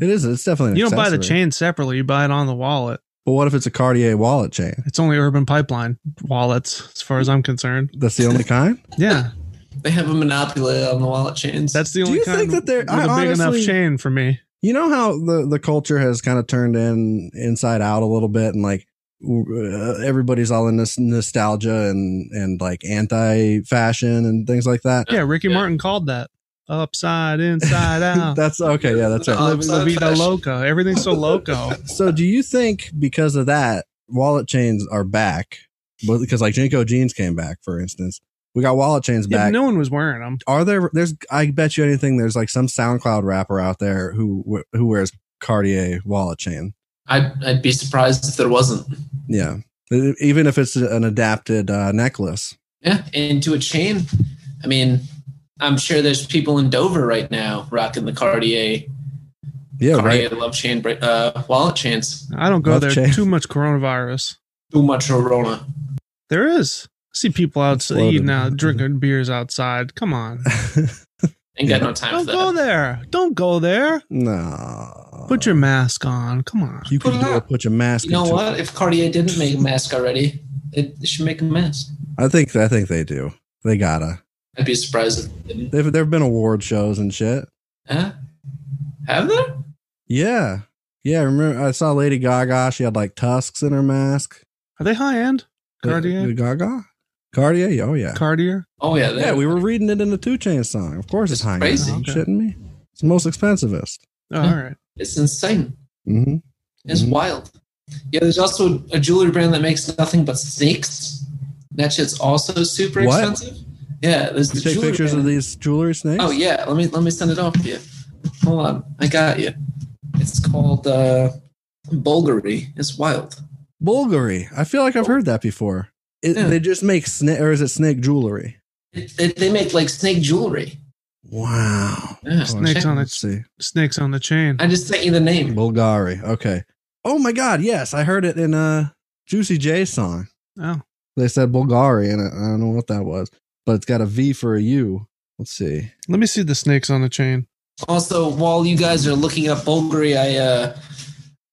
Speaker 2: It is. It's definitely. An
Speaker 1: You don't buy the
Speaker 2: accessory.
Speaker 1: chain separately. You buy it on the wallet.
Speaker 2: But what if it's a Cartier wallet chain?
Speaker 1: It's only Urban Pipeline wallets, as far as I'm concerned.
Speaker 2: That's the only kind.
Speaker 1: Yeah,
Speaker 5: They have a monopoly on the wallet chains.
Speaker 1: that's the
Speaker 2: Do
Speaker 1: only
Speaker 2: you
Speaker 1: kind
Speaker 2: think that they're-
Speaker 1: with
Speaker 2: I
Speaker 1: a big enough
Speaker 2: honestly-
Speaker 1: chain for me.
Speaker 2: You know how the the culture has kind of turned in inside out a little bit, and like uh, everybody's all in this nostalgia and and like anti fashion and things like that.
Speaker 1: Yeah, Ricky
Speaker 5: Yeah.
Speaker 1: Martin called that upside inside out.
Speaker 2: that's okay. Yeah, that's right.
Speaker 5: Uh,
Speaker 1: La, la
Speaker 5: Upside
Speaker 1: vida
Speaker 5: fashion.
Speaker 1: loca. Everything's so loco.
Speaker 2: So, do you think because of that, wallet chains are back? Well, Because like Jinko jeans came back, for instance, we got wallet chains
Speaker 1: Yeah, but
Speaker 2: back.
Speaker 1: no one was wearing them.
Speaker 2: Are there? There's. I bet you anything. There's like some SoundCloud rapper out there who who wears Cartier wallet chain.
Speaker 5: I'd, I'd be surprised if there wasn't.
Speaker 2: Yeah, E, even if it's an adapted uh, necklace.
Speaker 5: Yeah, into a chain. I mean, I'm sure there's people in Dover right now rocking the Cartier,
Speaker 2: Yeah,
Speaker 5: Cartier
Speaker 2: Oh, right.
Speaker 5: love chain bra- uh, wallet chains.
Speaker 1: I don't go
Speaker 2: Love
Speaker 1: there.
Speaker 2: chain.
Speaker 1: Too much coronavirus.
Speaker 5: Too much Rona.
Speaker 1: There is. I see people outside
Speaker 2: Exploded.
Speaker 1: eating out, drinking beers outside. Come on.
Speaker 5: Ain't got no time
Speaker 1: Don't
Speaker 5: for
Speaker 1: go
Speaker 5: that.
Speaker 1: there. Don't go there.
Speaker 2: no.
Speaker 1: Put your mask on. Come on.
Speaker 2: You
Speaker 5: Put
Speaker 2: can
Speaker 5: it
Speaker 2: do it.
Speaker 5: up.
Speaker 2: Put your mask.
Speaker 5: You know
Speaker 2: into it.
Speaker 5: what? If Cartier didn't make a mask already, it, they should make a mask.
Speaker 2: I think. I think they do. They gotta.
Speaker 5: I'd be surprised if they didn't.
Speaker 2: They've. There've been award shows and shit.
Speaker 5: Huh? Have there?
Speaker 2: Yeah. Yeah, I remember I saw Lady Gaga, she had like tusks in her mask.
Speaker 1: Are they high end?
Speaker 2: Lady
Speaker 1: Cartier?
Speaker 2: Gaga? Cartier? Yeah, Oh yeah.
Speaker 1: Cartier?
Speaker 5: Oh yeah,
Speaker 2: yeah,
Speaker 5: there.
Speaker 2: we were reading it in the two chain song. Of course it's,
Speaker 5: It's
Speaker 2: high.
Speaker 5: crazy.
Speaker 2: end. You
Speaker 1: Okay.
Speaker 2: shitting me? It's the most expensivest.
Speaker 1: Oh, all right.
Speaker 5: it's insane.
Speaker 2: Mm-hmm.
Speaker 5: It's
Speaker 2: Mhm.
Speaker 5: wild. Yeah, there's also a jewelry brand that makes nothing but snakes. That shit's also super
Speaker 2: What?
Speaker 5: expensive. Yeah, there's
Speaker 2: You
Speaker 5: the
Speaker 2: take
Speaker 5: jewelry
Speaker 2: pictures
Speaker 5: brand.
Speaker 2: of these jewelry snakes?
Speaker 5: Oh yeah, let me let me send it off to you. Hold on, I got you. It's called uh, Bulgari. It's wild.
Speaker 2: Bulgari. I feel like I've heard that before. It,
Speaker 5: Yeah.
Speaker 2: They just make snake or is it snake jewelry?
Speaker 5: It, it, they make like snake jewelry.
Speaker 2: Wow.
Speaker 5: Yeah,
Speaker 1: Snakes
Speaker 5: check-
Speaker 1: on a
Speaker 2: Let's see.
Speaker 1: snakes on the chain.
Speaker 5: I just sent you the name.
Speaker 2: Bulgari. Okay. Oh my god, yes, I heard it in a Juicy J song.
Speaker 1: Oh,
Speaker 2: They said Bulgari, and I I don't know what that was, but it's got a V for a U. Let's see.
Speaker 1: let me see the snakes on the chain.
Speaker 5: Also, while you guys are looking up Bulgari, I uh,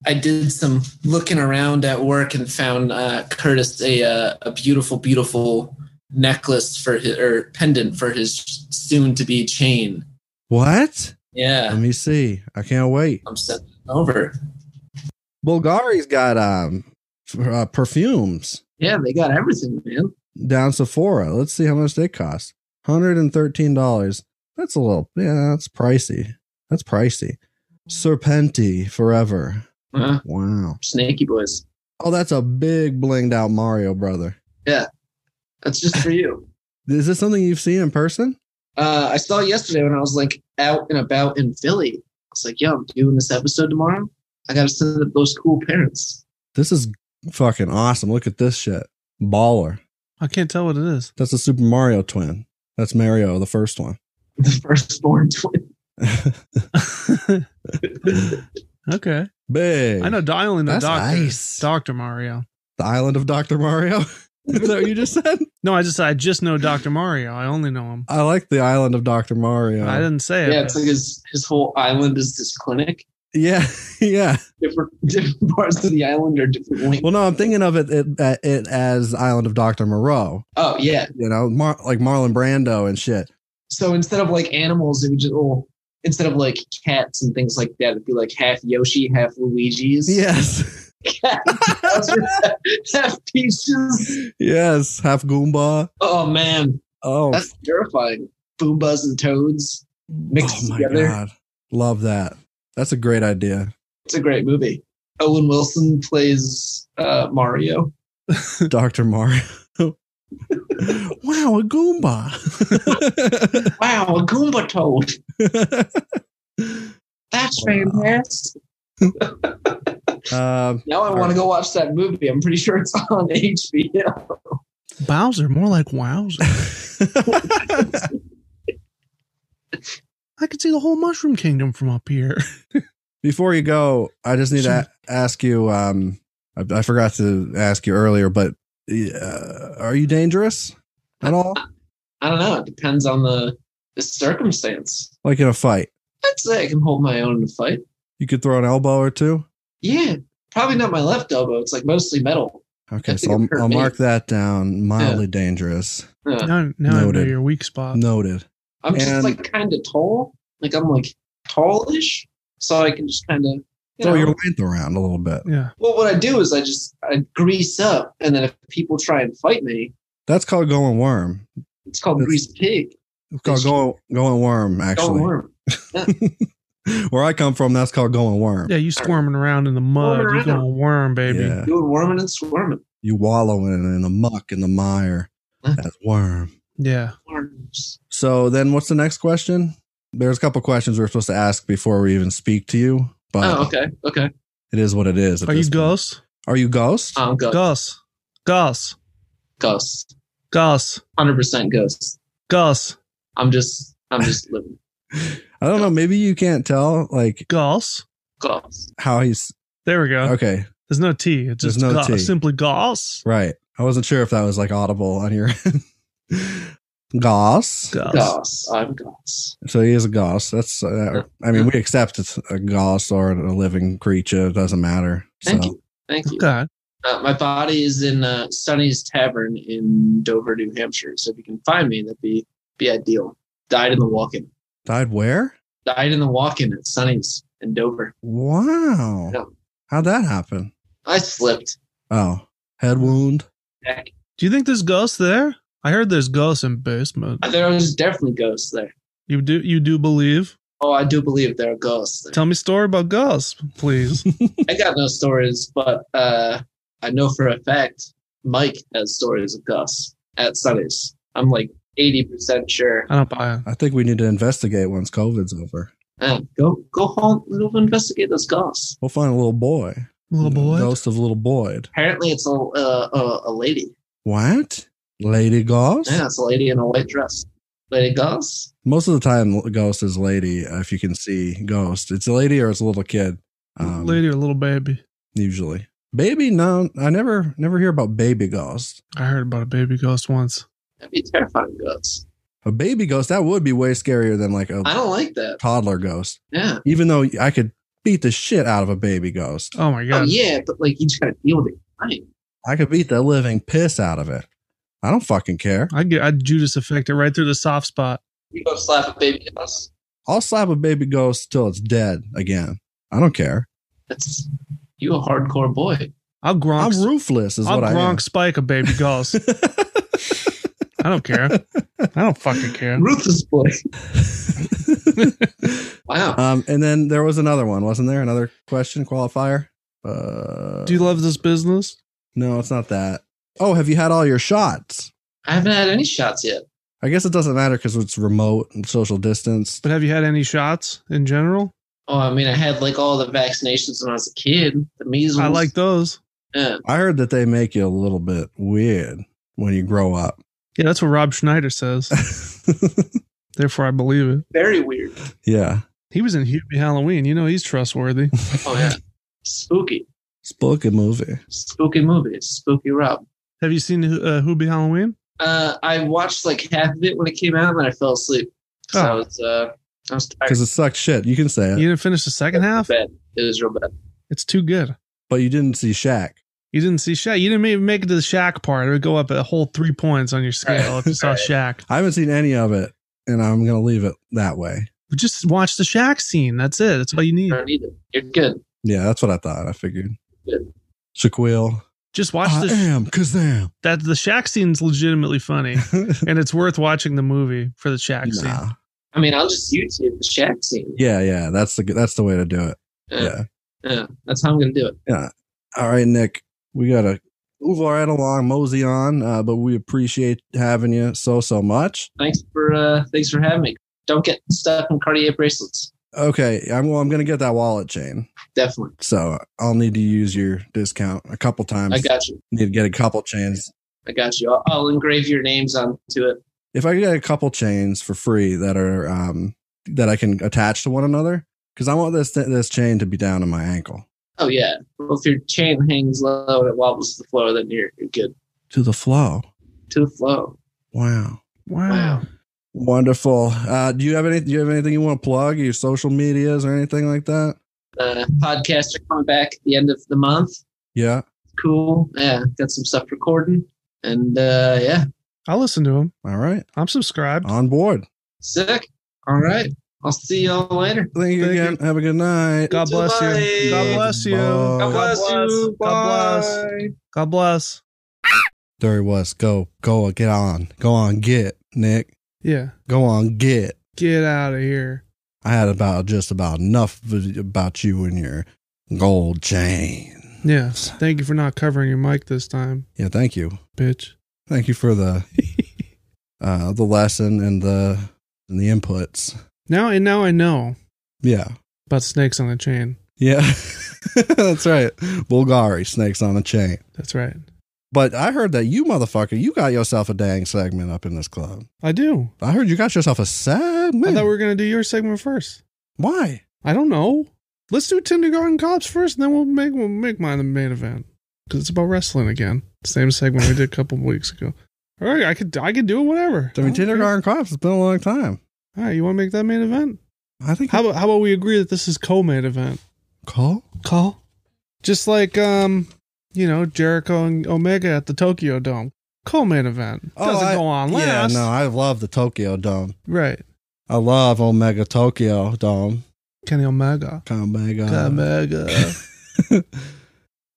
Speaker 5: I did some looking around at work and found uh, Curtis a uh, a beautiful, beautiful necklace for his or pendant for his soon to be chain.
Speaker 2: What? Let
Speaker 5: Yeah,
Speaker 2: me see. I can't wait.
Speaker 5: I'm sending it over.
Speaker 2: Bulgari's got um f- uh, perfumes
Speaker 5: Yeah, they got everything, man.
Speaker 2: down Sephora. Let's see how much they cost. Hundred and thirteen dollars. That's a little. Yeah, that's pricey. That's pricey. Serpenti forever.
Speaker 5: Uh,
Speaker 2: Wow.
Speaker 5: snaky boys.
Speaker 2: Oh, that's a big blinged out Mario, brother.
Speaker 5: That's just for you.
Speaker 2: Is this something you've seen in person?
Speaker 5: Uh, I saw it yesterday when I was like out and about in Philly. I was like, yo, I'm doing this episode tomorrow. I got to send up those cool parents.
Speaker 2: This is fucking awesome. Look at this shit. Baller.
Speaker 1: I can't tell what it is.
Speaker 2: That's a Super Mario twin. That's Mario, the first one.
Speaker 5: The firstborn twin.
Speaker 1: okay.
Speaker 2: big.
Speaker 1: I know I only know
Speaker 2: That's
Speaker 1: Doctor
Speaker 2: nice.
Speaker 1: Doctor Mario.
Speaker 2: The island of Dr. Mario. is that what you just said?
Speaker 1: No, I just I just know Doctor Mario. I only know him.
Speaker 2: I like the island of Dr. Mario.
Speaker 1: I didn't say
Speaker 5: Yeah,
Speaker 1: it.
Speaker 5: it's like his, his whole island is this clinic.
Speaker 2: yeah. Yeah.
Speaker 5: Different, different parts of the island are different wings.
Speaker 2: Well, no, I'm thinking of it, it, uh, it as the island of Dr. Moreau,
Speaker 5: Oh, yeah.
Speaker 2: you know, Mar- like Marlon Brando and shit.
Speaker 5: So instead of like animals, it would just, well, instead of like cats and things like that, it'd be like half Yoshi, half Luigi's.
Speaker 2: Yes.
Speaker 5: half peaches.
Speaker 2: Yes. Half Goomba.
Speaker 5: Oh, man.
Speaker 2: Oh,
Speaker 5: That's terrifying. Boombas and toads. mixed together.
Speaker 2: oh Love that. That's a great idea.
Speaker 5: It's a great movie. Owen Wilson plays uh, Mario.
Speaker 2: Dr. Mario. wow, a Goomba.
Speaker 5: Wow, a Goomba toad. That's
Speaker 2: Wow.
Speaker 5: fantastic.
Speaker 2: um,
Speaker 5: Now I want to go watch that movie. I'm pretty sure it's on HBO.
Speaker 1: Bowser, more like Wowzer. I could see the whole Mushroom Kingdom from up here.
Speaker 2: before you go, I just need to a- ask you. Um, I, I forgot to ask you earlier, but uh, are you dangerous at all?
Speaker 5: I don't know. It depends on the, the circumstance.
Speaker 2: Like in a fight,
Speaker 5: I'd say I can hold my own in a fight.
Speaker 2: you could throw an elbow or two.
Speaker 5: Yeah, probably not my left elbow. It's like mostly metal.
Speaker 2: Okay,
Speaker 5: I
Speaker 2: so
Speaker 5: think it
Speaker 2: I'll,
Speaker 5: hurt
Speaker 2: I'll
Speaker 5: me.
Speaker 2: mark that down. Mildly dangerous.
Speaker 5: Uh,
Speaker 1: Now, now I know
Speaker 2: Noted.
Speaker 1: your weak spot.
Speaker 2: Noted.
Speaker 5: I'm just
Speaker 2: And-
Speaker 5: like kind of tall. Like I'm like tallish, so I can just kind of. You
Speaker 2: Throw
Speaker 5: know.
Speaker 2: your length around a little bit.
Speaker 1: Yeah.
Speaker 5: well, what I do is I just I grease up, and then if people try and fight me,
Speaker 2: That's called going worm.
Speaker 5: it's called
Speaker 2: That's-
Speaker 5: grease pig.
Speaker 2: It's called going going worm.
Speaker 5: Don't
Speaker 2: Actually,
Speaker 5: worm.
Speaker 2: where I come from, that's called going worm.
Speaker 1: Yeah, you squirming around in the mud.
Speaker 5: Squirming
Speaker 1: You going worm, baby.
Speaker 2: Yeah.
Speaker 5: Doing worming and squirming.
Speaker 2: You wallowing in the muck in the mire. That's worm.
Speaker 1: yeah.
Speaker 5: Worms.
Speaker 2: So then what's the next question? There's a couple questions we are supposed to ask before we even speak to you, but
Speaker 5: Oh, okay, okay.
Speaker 2: it is what it is. at
Speaker 1: Are you
Speaker 2: this point.
Speaker 1: Gus?
Speaker 2: Are you ghost?
Speaker 5: I'm Oh, ghost.
Speaker 1: Gus. Gus.
Speaker 5: Gus.
Speaker 1: Gus.
Speaker 5: Hundred percent ghost.
Speaker 1: Gus.
Speaker 5: I'm just. I'm just living.
Speaker 2: I don't know. Maybe you can't tell like
Speaker 1: Gus.
Speaker 5: Ghost.
Speaker 2: how he's
Speaker 1: There we go.
Speaker 2: okay.
Speaker 1: There's no T. It's
Speaker 2: There's
Speaker 1: just
Speaker 2: no
Speaker 1: Gus.
Speaker 2: T.
Speaker 1: Simply Gus.
Speaker 2: Right. I wasn't sure if that was like audible on your end. Goss.
Speaker 1: Gus.
Speaker 5: Ghost. I'm ghost.
Speaker 2: So he is a goss. That's, uh, I mean, we accept it's a goss or a living creature. It doesn't matter.
Speaker 5: Thank
Speaker 2: So
Speaker 5: you. Thank you.
Speaker 1: Okay.
Speaker 5: Uh, my body is in uh, Sonny's Tavern in Dover, New Hampshire. So if you can find me, that'd be be ideal. Died in the walk-in.
Speaker 2: died where?
Speaker 5: Died in the walk-in at Sonny's in Dover.
Speaker 2: Wow.
Speaker 5: Yeah.
Speaker 2: How'd that happen?
Speaker 5: I slipped.
Speaker 2: Oh, head wound.
Speaker 5: Heck,
Speaker 1: Do you think there's Gus there? I heard there's Gus in basement.
Speaker 5: There was definitely ghosts there.
Speaker 1: You do you do believe?
Speaker 5: Oh, I do believe there are ghosts there.
Speaker 1: Tell me a story about Gus, please.
Speaker 5: I got no stories, but uh, I know for a fact Mike has stories of ghosts at Sonny's. I'm like 80% sure.
Speaker 1: I don't buy it.
Speaker 2: I think we need to investigate once COVID's over.
Speaker 5: Uh, go go home. Go investigate those ghosts.
Speaker 2: We'll find a little boy. Mm,
Speaker 1: Little boy.
Speaker 2: Ghost of little Boyd.
Speaker 5: Apparently, it's a, uh, a, a lady.
Speaker 2: What? Lady Ghost?
Speaker 5: Yeah, it's a lady in a white dress. Lady Gauss?
Speaker 2: Most of the time, Ghost is lady. uh, If you can see Ghost, it's a lady or it's a little kid. Um,
Speaker 1: Lady or little baby.
Speaker 2: Usually. Baby? No, I never never hear about baby ghost.
Speaker 1: I heard about a baby ghost once.
Speaker 5: That'd be terrifying, Gauss.
Speaker 2: A baby ghost, that would be way scarier than like a
Speaker 5: I don't like that.
Speaker 2: toddler ghost.
Speaker 5: Yeah.
Speaker 2: Even though I could beat the shit out of a baby ghost,
Speaker 1: Oh my
Speaker 5: Oh,
Speaker 1: god.
Speaker 5: yeah, but like you just gotta deal with it. Right.
Speaker 2: I could beat the living piss out of it. I don't fucking care.
Speaker 1: I get I Judas effect it right through the soft spot.
Speaker 5: You go slap a baby Gauss.
Speaker 2: I'll slap a baby ghost till it's dead again. I don't care.
Speaker 5: That's you a hardcore boy.
Speaker 1: I'll gronk
Speaker 2: I'm roofless, is
Speaker 1: I'll
Speaker 2: what I
Speaker 1: gronk spike a baby ghost.
Speaker 2: am.
Speaker 1: I don't care. I don't fucking care.
Speaker 5: Ruthless boy. Wow.
Speaker 2: Um, and then there was another one, wasn't there? Another question qualifier. Uh,
Speaker 1: Do you love this business?
Speaker 2: no, it's not that. Oh, have you had all your shots?
Speaker 5: I haven't had any shots yet.
Speaker 2: I guess it doesn't matter because it's remote and social distance.
Speaker 1: But have you had any shots in general?
Speaker 5: Oh, I mean, I had like all the vaccinations when I was a kid. The measles.
Speaker 1: I like those.
Speaker 5: Yeah.
Speaker 2: I heard that they make you a little bit weird when you grow up.
Speaker 1: Yeah, that's what Rob Schneider says. Therefore, I believe it.
Speaker 5: Very weird.
Speaker 2: yeah,
Speaker 1: He was in Hubie Halloween. You know he's trustworthy.
Speaker 5: Oh yeah. Spooky.
Speaker 2: spooky movie.
Speaker 5: Spooky movie. Spooky Rob.
Speaker 1: have you seen uh, Hubie Halloween?
Speaker 5: Uh, I watched like half of it when it came out, and then I fell asleep. 'Cause I
Speaker 1: Oh.
Speaker 5: was uh, I was tired.
Speaker 2: Because it sucked shit. You can say it,
Speaker 1: You didn't finish the second half.
Speaker 5: Bad. It was real bad.
Speaker 1: It's too good.
Speaker 2: but you didn't see Shaq.
Speaker 1: You didn't see Shaq. You didn't even make it to the Shaq part. It would go up a whole three points on your scale if you saw
Speaker 5: Alright.
Speaker 1: Shaq.
Speaker 2: I haven't seen any of it, and I'm gonna leave it that way.
Speaker 1: Just watch the Shaq scene. That's it. That's all you
Speaker 5: I
Speaker 1: need.
Speaker 5: don't need it. You're good.
Speaker 2: Yeah, that's what I thought. I figured.
Speaker 5: Good.
Speaker 2: Shaquille.
Speaker 1: Just watch
Speaker 2: I
Speaker 1: the
Speaker 2: am Kazam.
Speaker 1: that the Shaq scene's legitimately funny, and it's worth watching the movie for the Shaq scene.
Speaker 2: Nah.
Speaker 5: I mean, I'll just YouTube the Shaq scene.
Speaker 2: Yeah, yeah. That's the that's the way to do it.
Speaker 5: Uh,
Speaker 2: Yeah.
Speaker 5: yeah, that's how I'm gonna do it.
Speaker 2: All right, Nick. We gotta move right along, mosey on. Uh, but we appreciate having you so so much.
Speaker 5: Thanks for uh, thanks for having me. Don't get stuck in Cartier bracelets.
Speaker 2: Okay. I'm well. I'm gonna get that wallet chain.
Speaker 5: Definitely.
Speaker 2: So I'll need to use your discount a couple times.
Speaker 5: I got you.
Speaker 2: need to get a couple chains.
Speaker 5: I got you. I'll, I'll engrave your names onto it.
Speaker 2: If I could get a couple chains for free that are um that I can attach to one another, because I want this this chain to be down to my ankle.
Speaker 5: Oh yeah. Well, if your chain hangs low and it wobbles to the floor, then you're, you're good.
Speaker 2: To the flow.
Speaker 5: To the flow.
Speaker 2: Wow.
Speaker 1: Wow.
Speaker 2: Wonderful. Uh, do you have any? Do you have anything you want to plug? Your social medias or anything like that?
Speaker 5: Uh, podcasts are coming back at the end of the month.
Speaker 2: Yeah,
Speaker 5: Cool. Yeah, got some stuff recording, and uh, yeah,
Speaker 1: I'll listen to him.
Speaker 2: all right,
Speaker 1: I'm subscribed.
Speaker 2: on board.
Speaker 5: sick. All right. I'll see y'all later.
Speaker 2: Thank you
Speaker 1: Thank
Speaker 2: again. Have a good night.
Speaker 1: God bless you. God bless you.
Speaker 2: God
Speaker 1: God bless. God bless. God bless.
Speaker 2: Dirty West, go, go, get on, go on, get Nick,
Speaker 1: Yeah.
Speaker 2: go on, get.
Speaker 1: Get out of here.
Speaker 2: I had about just about enough v- about you and your gold chain.
Speaker 1: Yeah. Thank you for not covering your mic this time,
Speaker 2: Yeah, thank you,
Speaker 1: bitch.
Speaker 2: thank you for the uh, the lesson and the and the inputs.
Speaker 1: Now and now I know
Speaker 2: Yeah.
Speaker 1: about snakes on a chain.
Speaker 2: Yeah, that's right. Bulgari snakes on a chain.
Speaker 1: That's right.
Speaker 2: But I heard that you motherfucker, you got yourself a dang segment up in this club.
Speaker 1: I do.
Speaker 2: I heard you got yourself a
Speaker 1: I
Speaker 2: segment.
Speaker 1: thought we were gonna do your segment first.
Speaker 2: Why?
Speaker 1: I don't know. Let's do Kindergarten Cops first, and then we'll make we'll make mine the main event because it's about wrestling again. Same segment we did a couple weeks ago. All right, I could I could do it whatever.
Speaker 2: I mean,
Speaker 1: don't care.
Speaker 2: kindergarten cops. It's been a long time.
Speaker 1: All right, you want to make that main event?
Speaker 2: I think.
Speaker 1: How about how about we agree that this is co-main event?
Speaker 2: call?
Speaker 1: Call, just like um, you know Jericho and Omega at the Tokyo Dome, co-main event doesn't
Speaker 2: Oh, I-
Speaker 1: go on
Speaker 2: Yeah,
Speaker 1: last.
Speaker 2: no, I love the Tokyo Dome.
Speaker 1: right?
Speaker 2: I love Omega Tokyo Dome.
Speaker 1: Kenny Omega,
Speaker 2: Omega.
Speaker 1: Omega.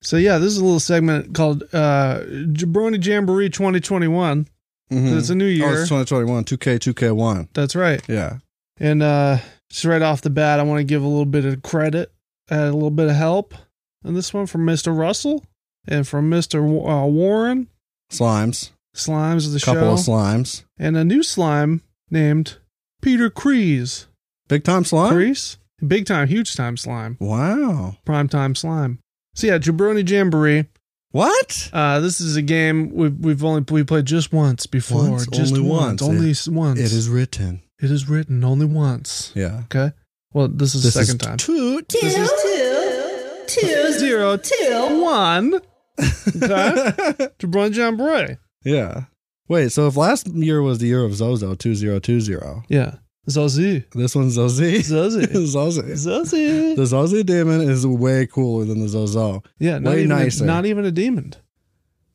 Speaker 1: so yeah, this is a little segment called uh Jabroni Jamboree 2021.
Speaker 2: Mhm.
Speaker 1: 'Cause It's a new
Speaker 2: Oh,
Speaker 1: year.
Speaker 2: it's 2021. 2K, 2K1.
Speaker 1: That's right.
Speaker 2: Yeah.
Speaker 1: And uh just right off the bat, I want to give a little bit of credit and a little bit of help. And this one from Mr. Russell and from Mr. W- uh, Warren.
Speaker 2: Slimes.
Speaker 1: Slimes of the
Speaker 2: Couple
Speaker 1: show.
Speaker 2: of slimes.
Speaker 1: and a new slime named Peter Kreese.
Speaker 2: Big time slime?
Speaker 1: Kreese? Big time, huge time slime.
Speaker 2: Wow.
Speaker 1: Prime time slime. So yeah, Jabroni Jamboree.
Speaker 2: What?
Speaker 1: Uh, this is a game we've we've only we played just once before,
Speaker 2: Once,
Speaker 1: just
Speaker 2: only once.
Speaker 1: only
Speaker 2: It-
Speaker 1: s- once.
Speaker 2: It is written.
Speaker 1: it is written only once.
Speaker 2: Yeah.
Speaker 1: Okay. Well, this is the second time.
Speaker 2: Two.
Speaker 6: Two,
Speaker 2: This is
Speaker 6: two, two,
Speaker 1: Zero,
Speaker 6: two.
Speaker 1: one. To Brun John Bray.
Speaker 2: yeah. Wait. So if last year was the year of Zozo two zero two zero,
Speaker 1: Yeah. Zazu.
Speaker 2: this one's Zozy.
Speaker 1: Zazu.
Speaker 2: Zozy.
Speaker 1: Zazu.
Speaker 2: The Zozy demon is way cooler than the Zozo.
Speaker 1: Yeah, not
Speaker 2: Way
Speaker 1: even,
Speaker 2: nicer.
Speaker 1: A, not even a demon.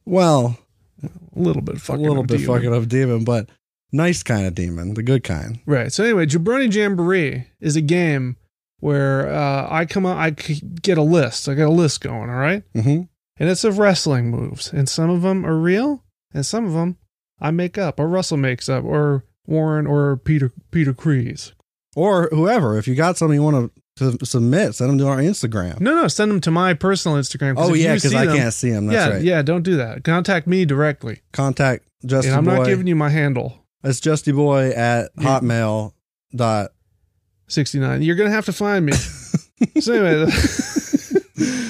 Speaker 2: Well,
Speaker 1: A little bit
Speaker 2: a
Speaker 1: fucking.
Speaker 2: little
Speaker 1: of
Speaker 2: bit
Speaker 1: demon.
Speaker 2: fucking of demon, but nice kind of demon, the good kind.
Speaker 1: Right. So anyway, Jabroni Jamboree is a game where uh, I come out, I c- get a list. I got a list going. All right.
Speaker 2: Mm-hmm.
Speaker 1: and it's of wrestling moves, and some of them are real, and some of them I make up, or Russell makes up, or Warren, or Peter Peter Kreese.
Speaker 2: or whoever. If you got something you want to, to submit, send them to our Instagram.
Speaker 1: No, no, send them to my personal Instagram.
Speaker 2: oh
Speaker 1: if
Speaker 2: yeah,
Speaker 1: you
Speaker 2: because
Speaker 1: see
Speaker 2: I
Speaker 1: them-
Speaker 2: can't see them. That's
Speaker 1: yeah,
Speaker 2: right.
Speaker 1: yeah. Don't do that. Contact me directly,
Speaker 2: Contact Justy
Speaker 1: and I'm
Speaker 2: Boy.
Speaker 1: not giving you my handle.
Speaker 2: it's Justy Boy at Hotmail dot.
Speaker 1: 69. You're gonna have to find me. so anyway,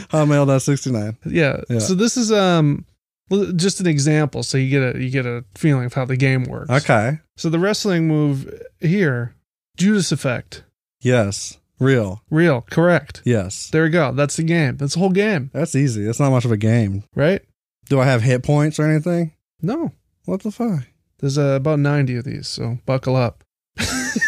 Speaker 2: Hotmail dot sixty nine.
Speaker 1: yeah.
Speaker 2: Yeah.
Speaker 1: So this is um l- just an example, so you get a you get a feeling of how the game works.
Speaker 2: Okay.
Speaker 1: So the wrestling move here, Judas effect,
Speaker 2: Yes. Real.
Speaker 1: real, correct.
Speaker 2: Yes.
Speaker 1: There we go. That's the game. That's the whole game,
Speaker 2: That's easy. That's not much of a game.
Speaker 1: right?
Speaker 2: Do I have hit points or anything?
Speaker 1: No,
Speaker 2: What the fuck?
Speaker 1: there's uh, about 90 of these, so buckle up.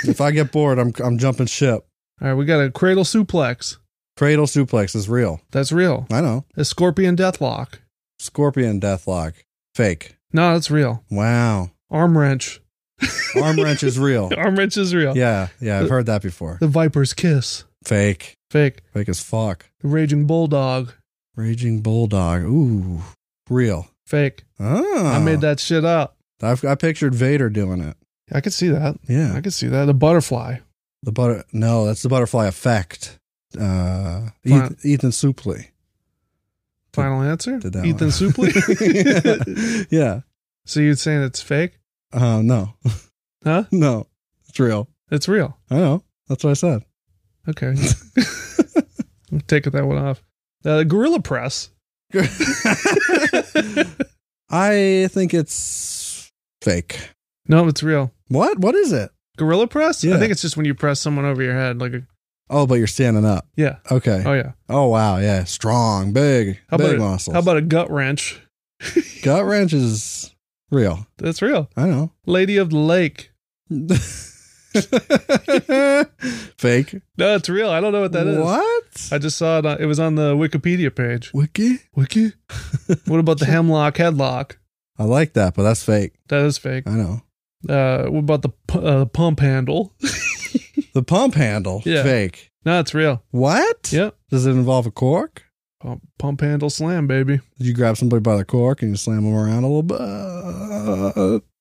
Speaker 2: if I get bored, I'm I'm jumping ship.
Speaker 1: All right, we got a cradle suplex.
Speaker 2: Cradle suplex is real.
Speaker 1: That's real.
Speaker 2: I know.
Speaker 1: A scorpion deathlock.
Speaker 2: Scorpion deathlock. Fake.
Speaker 1: No, that's real.
Speaker 2: Wow.
Speaker 1: Arm wrench.
Speaker 2: Arm wrench is real.
Speaker 1: Arm wrench is real.
Speaker 2: Yeah, yeah, I've heard that before.
Speaker 1: The viper's kiss.
Speaker 2: Fake.
Speaker 1: Fake.
Speaker 2: Fake as fuck.
Speaker 1: The raging bulldog.
Speaker 2: Raging bulldog. Ooh. Real.
Speaker 1: Fake.
Speaker 2: Oh.
Speaker 1: I made that shit up.
Speaker 2: I've, I pictured Vader doing it.
Speaker 1: I could see that. I
Speaker 2: Yeah.
Speaker 1: could see that. The butterfly.
Speaker 2: The butter No, that's the butterfly effect. Uh
Speaker 1: Fine.
Speaker 2: Ethan, Ethan Supley.
Speaker 1: Final answer.
Speaker 2: Did that
Speaker 1: Ethan
Speaker 2: one.
Speaker 1: Suplee.
Speaker 2: yeah.
Speaker 1: so you're saying it's fake?
Speaker 2: Uh no.
Speaker 1: Huh?
Speaker 2: No. It's real.
Speaker 1: It's real.
Speaker 2: I know. That's what I said.
Speaker 1: Okay. I'm taking that one off. Uh, gorilla press.
Speaker 2: I think it's fake.
Speaker 1: no, it's real.
Speaker 2: What? What is it?
Speaker 1: Gorilla press? I
Speaker 2: Yeah.
Speaker 1: think it's just when you press someone over your head, like a
Speaker 2: Oh, but you're standing up.
Speaker 1: yeah.
Speaker 2: Okay.
Speaker 1: Oh yeah.
Speaker 2: Oh wow, yeah, strong, big,
Speaker 1: How about
Speaker 2: big
Speaker 1: a-
Speaker 2: muscles.
Speaker 1: How about a gut wrench?
Speaker 2: gut wrench is real?
Speaker 1: That's real.
Speaker 2: I know.
Speaker 1: Lady of the Lake.
Speaker 2: Fake.
Speaker 1: No, it's real. I don't know what that is.
Speaker 2: What?
Speaker 1: I just saw it. On, it was on the Wikipedia page.
Speaker 2: Wiki. Wiki.
Speaker 1: What about the hemlock headlock?
Speaker 2: I like that, but that's fake.
Speaker 1: That is fake.
Speaker 2: I know.
Speaker 1: Uh, what about the pu- uh, pump handle?
Speaker 2: The pump handle.
Speaker 1: Yeah.
Speaker 2: Fake.
Speaker 1: No, it's real.
Speaker 2: What?
Speaker 1: Yep.
Speaker 2: Does it involve a cork?
Speaker 1: Pump, pump handle slam, baby.
Speaker 2: Did you grab somebody by the cork and you slam them around a little bit?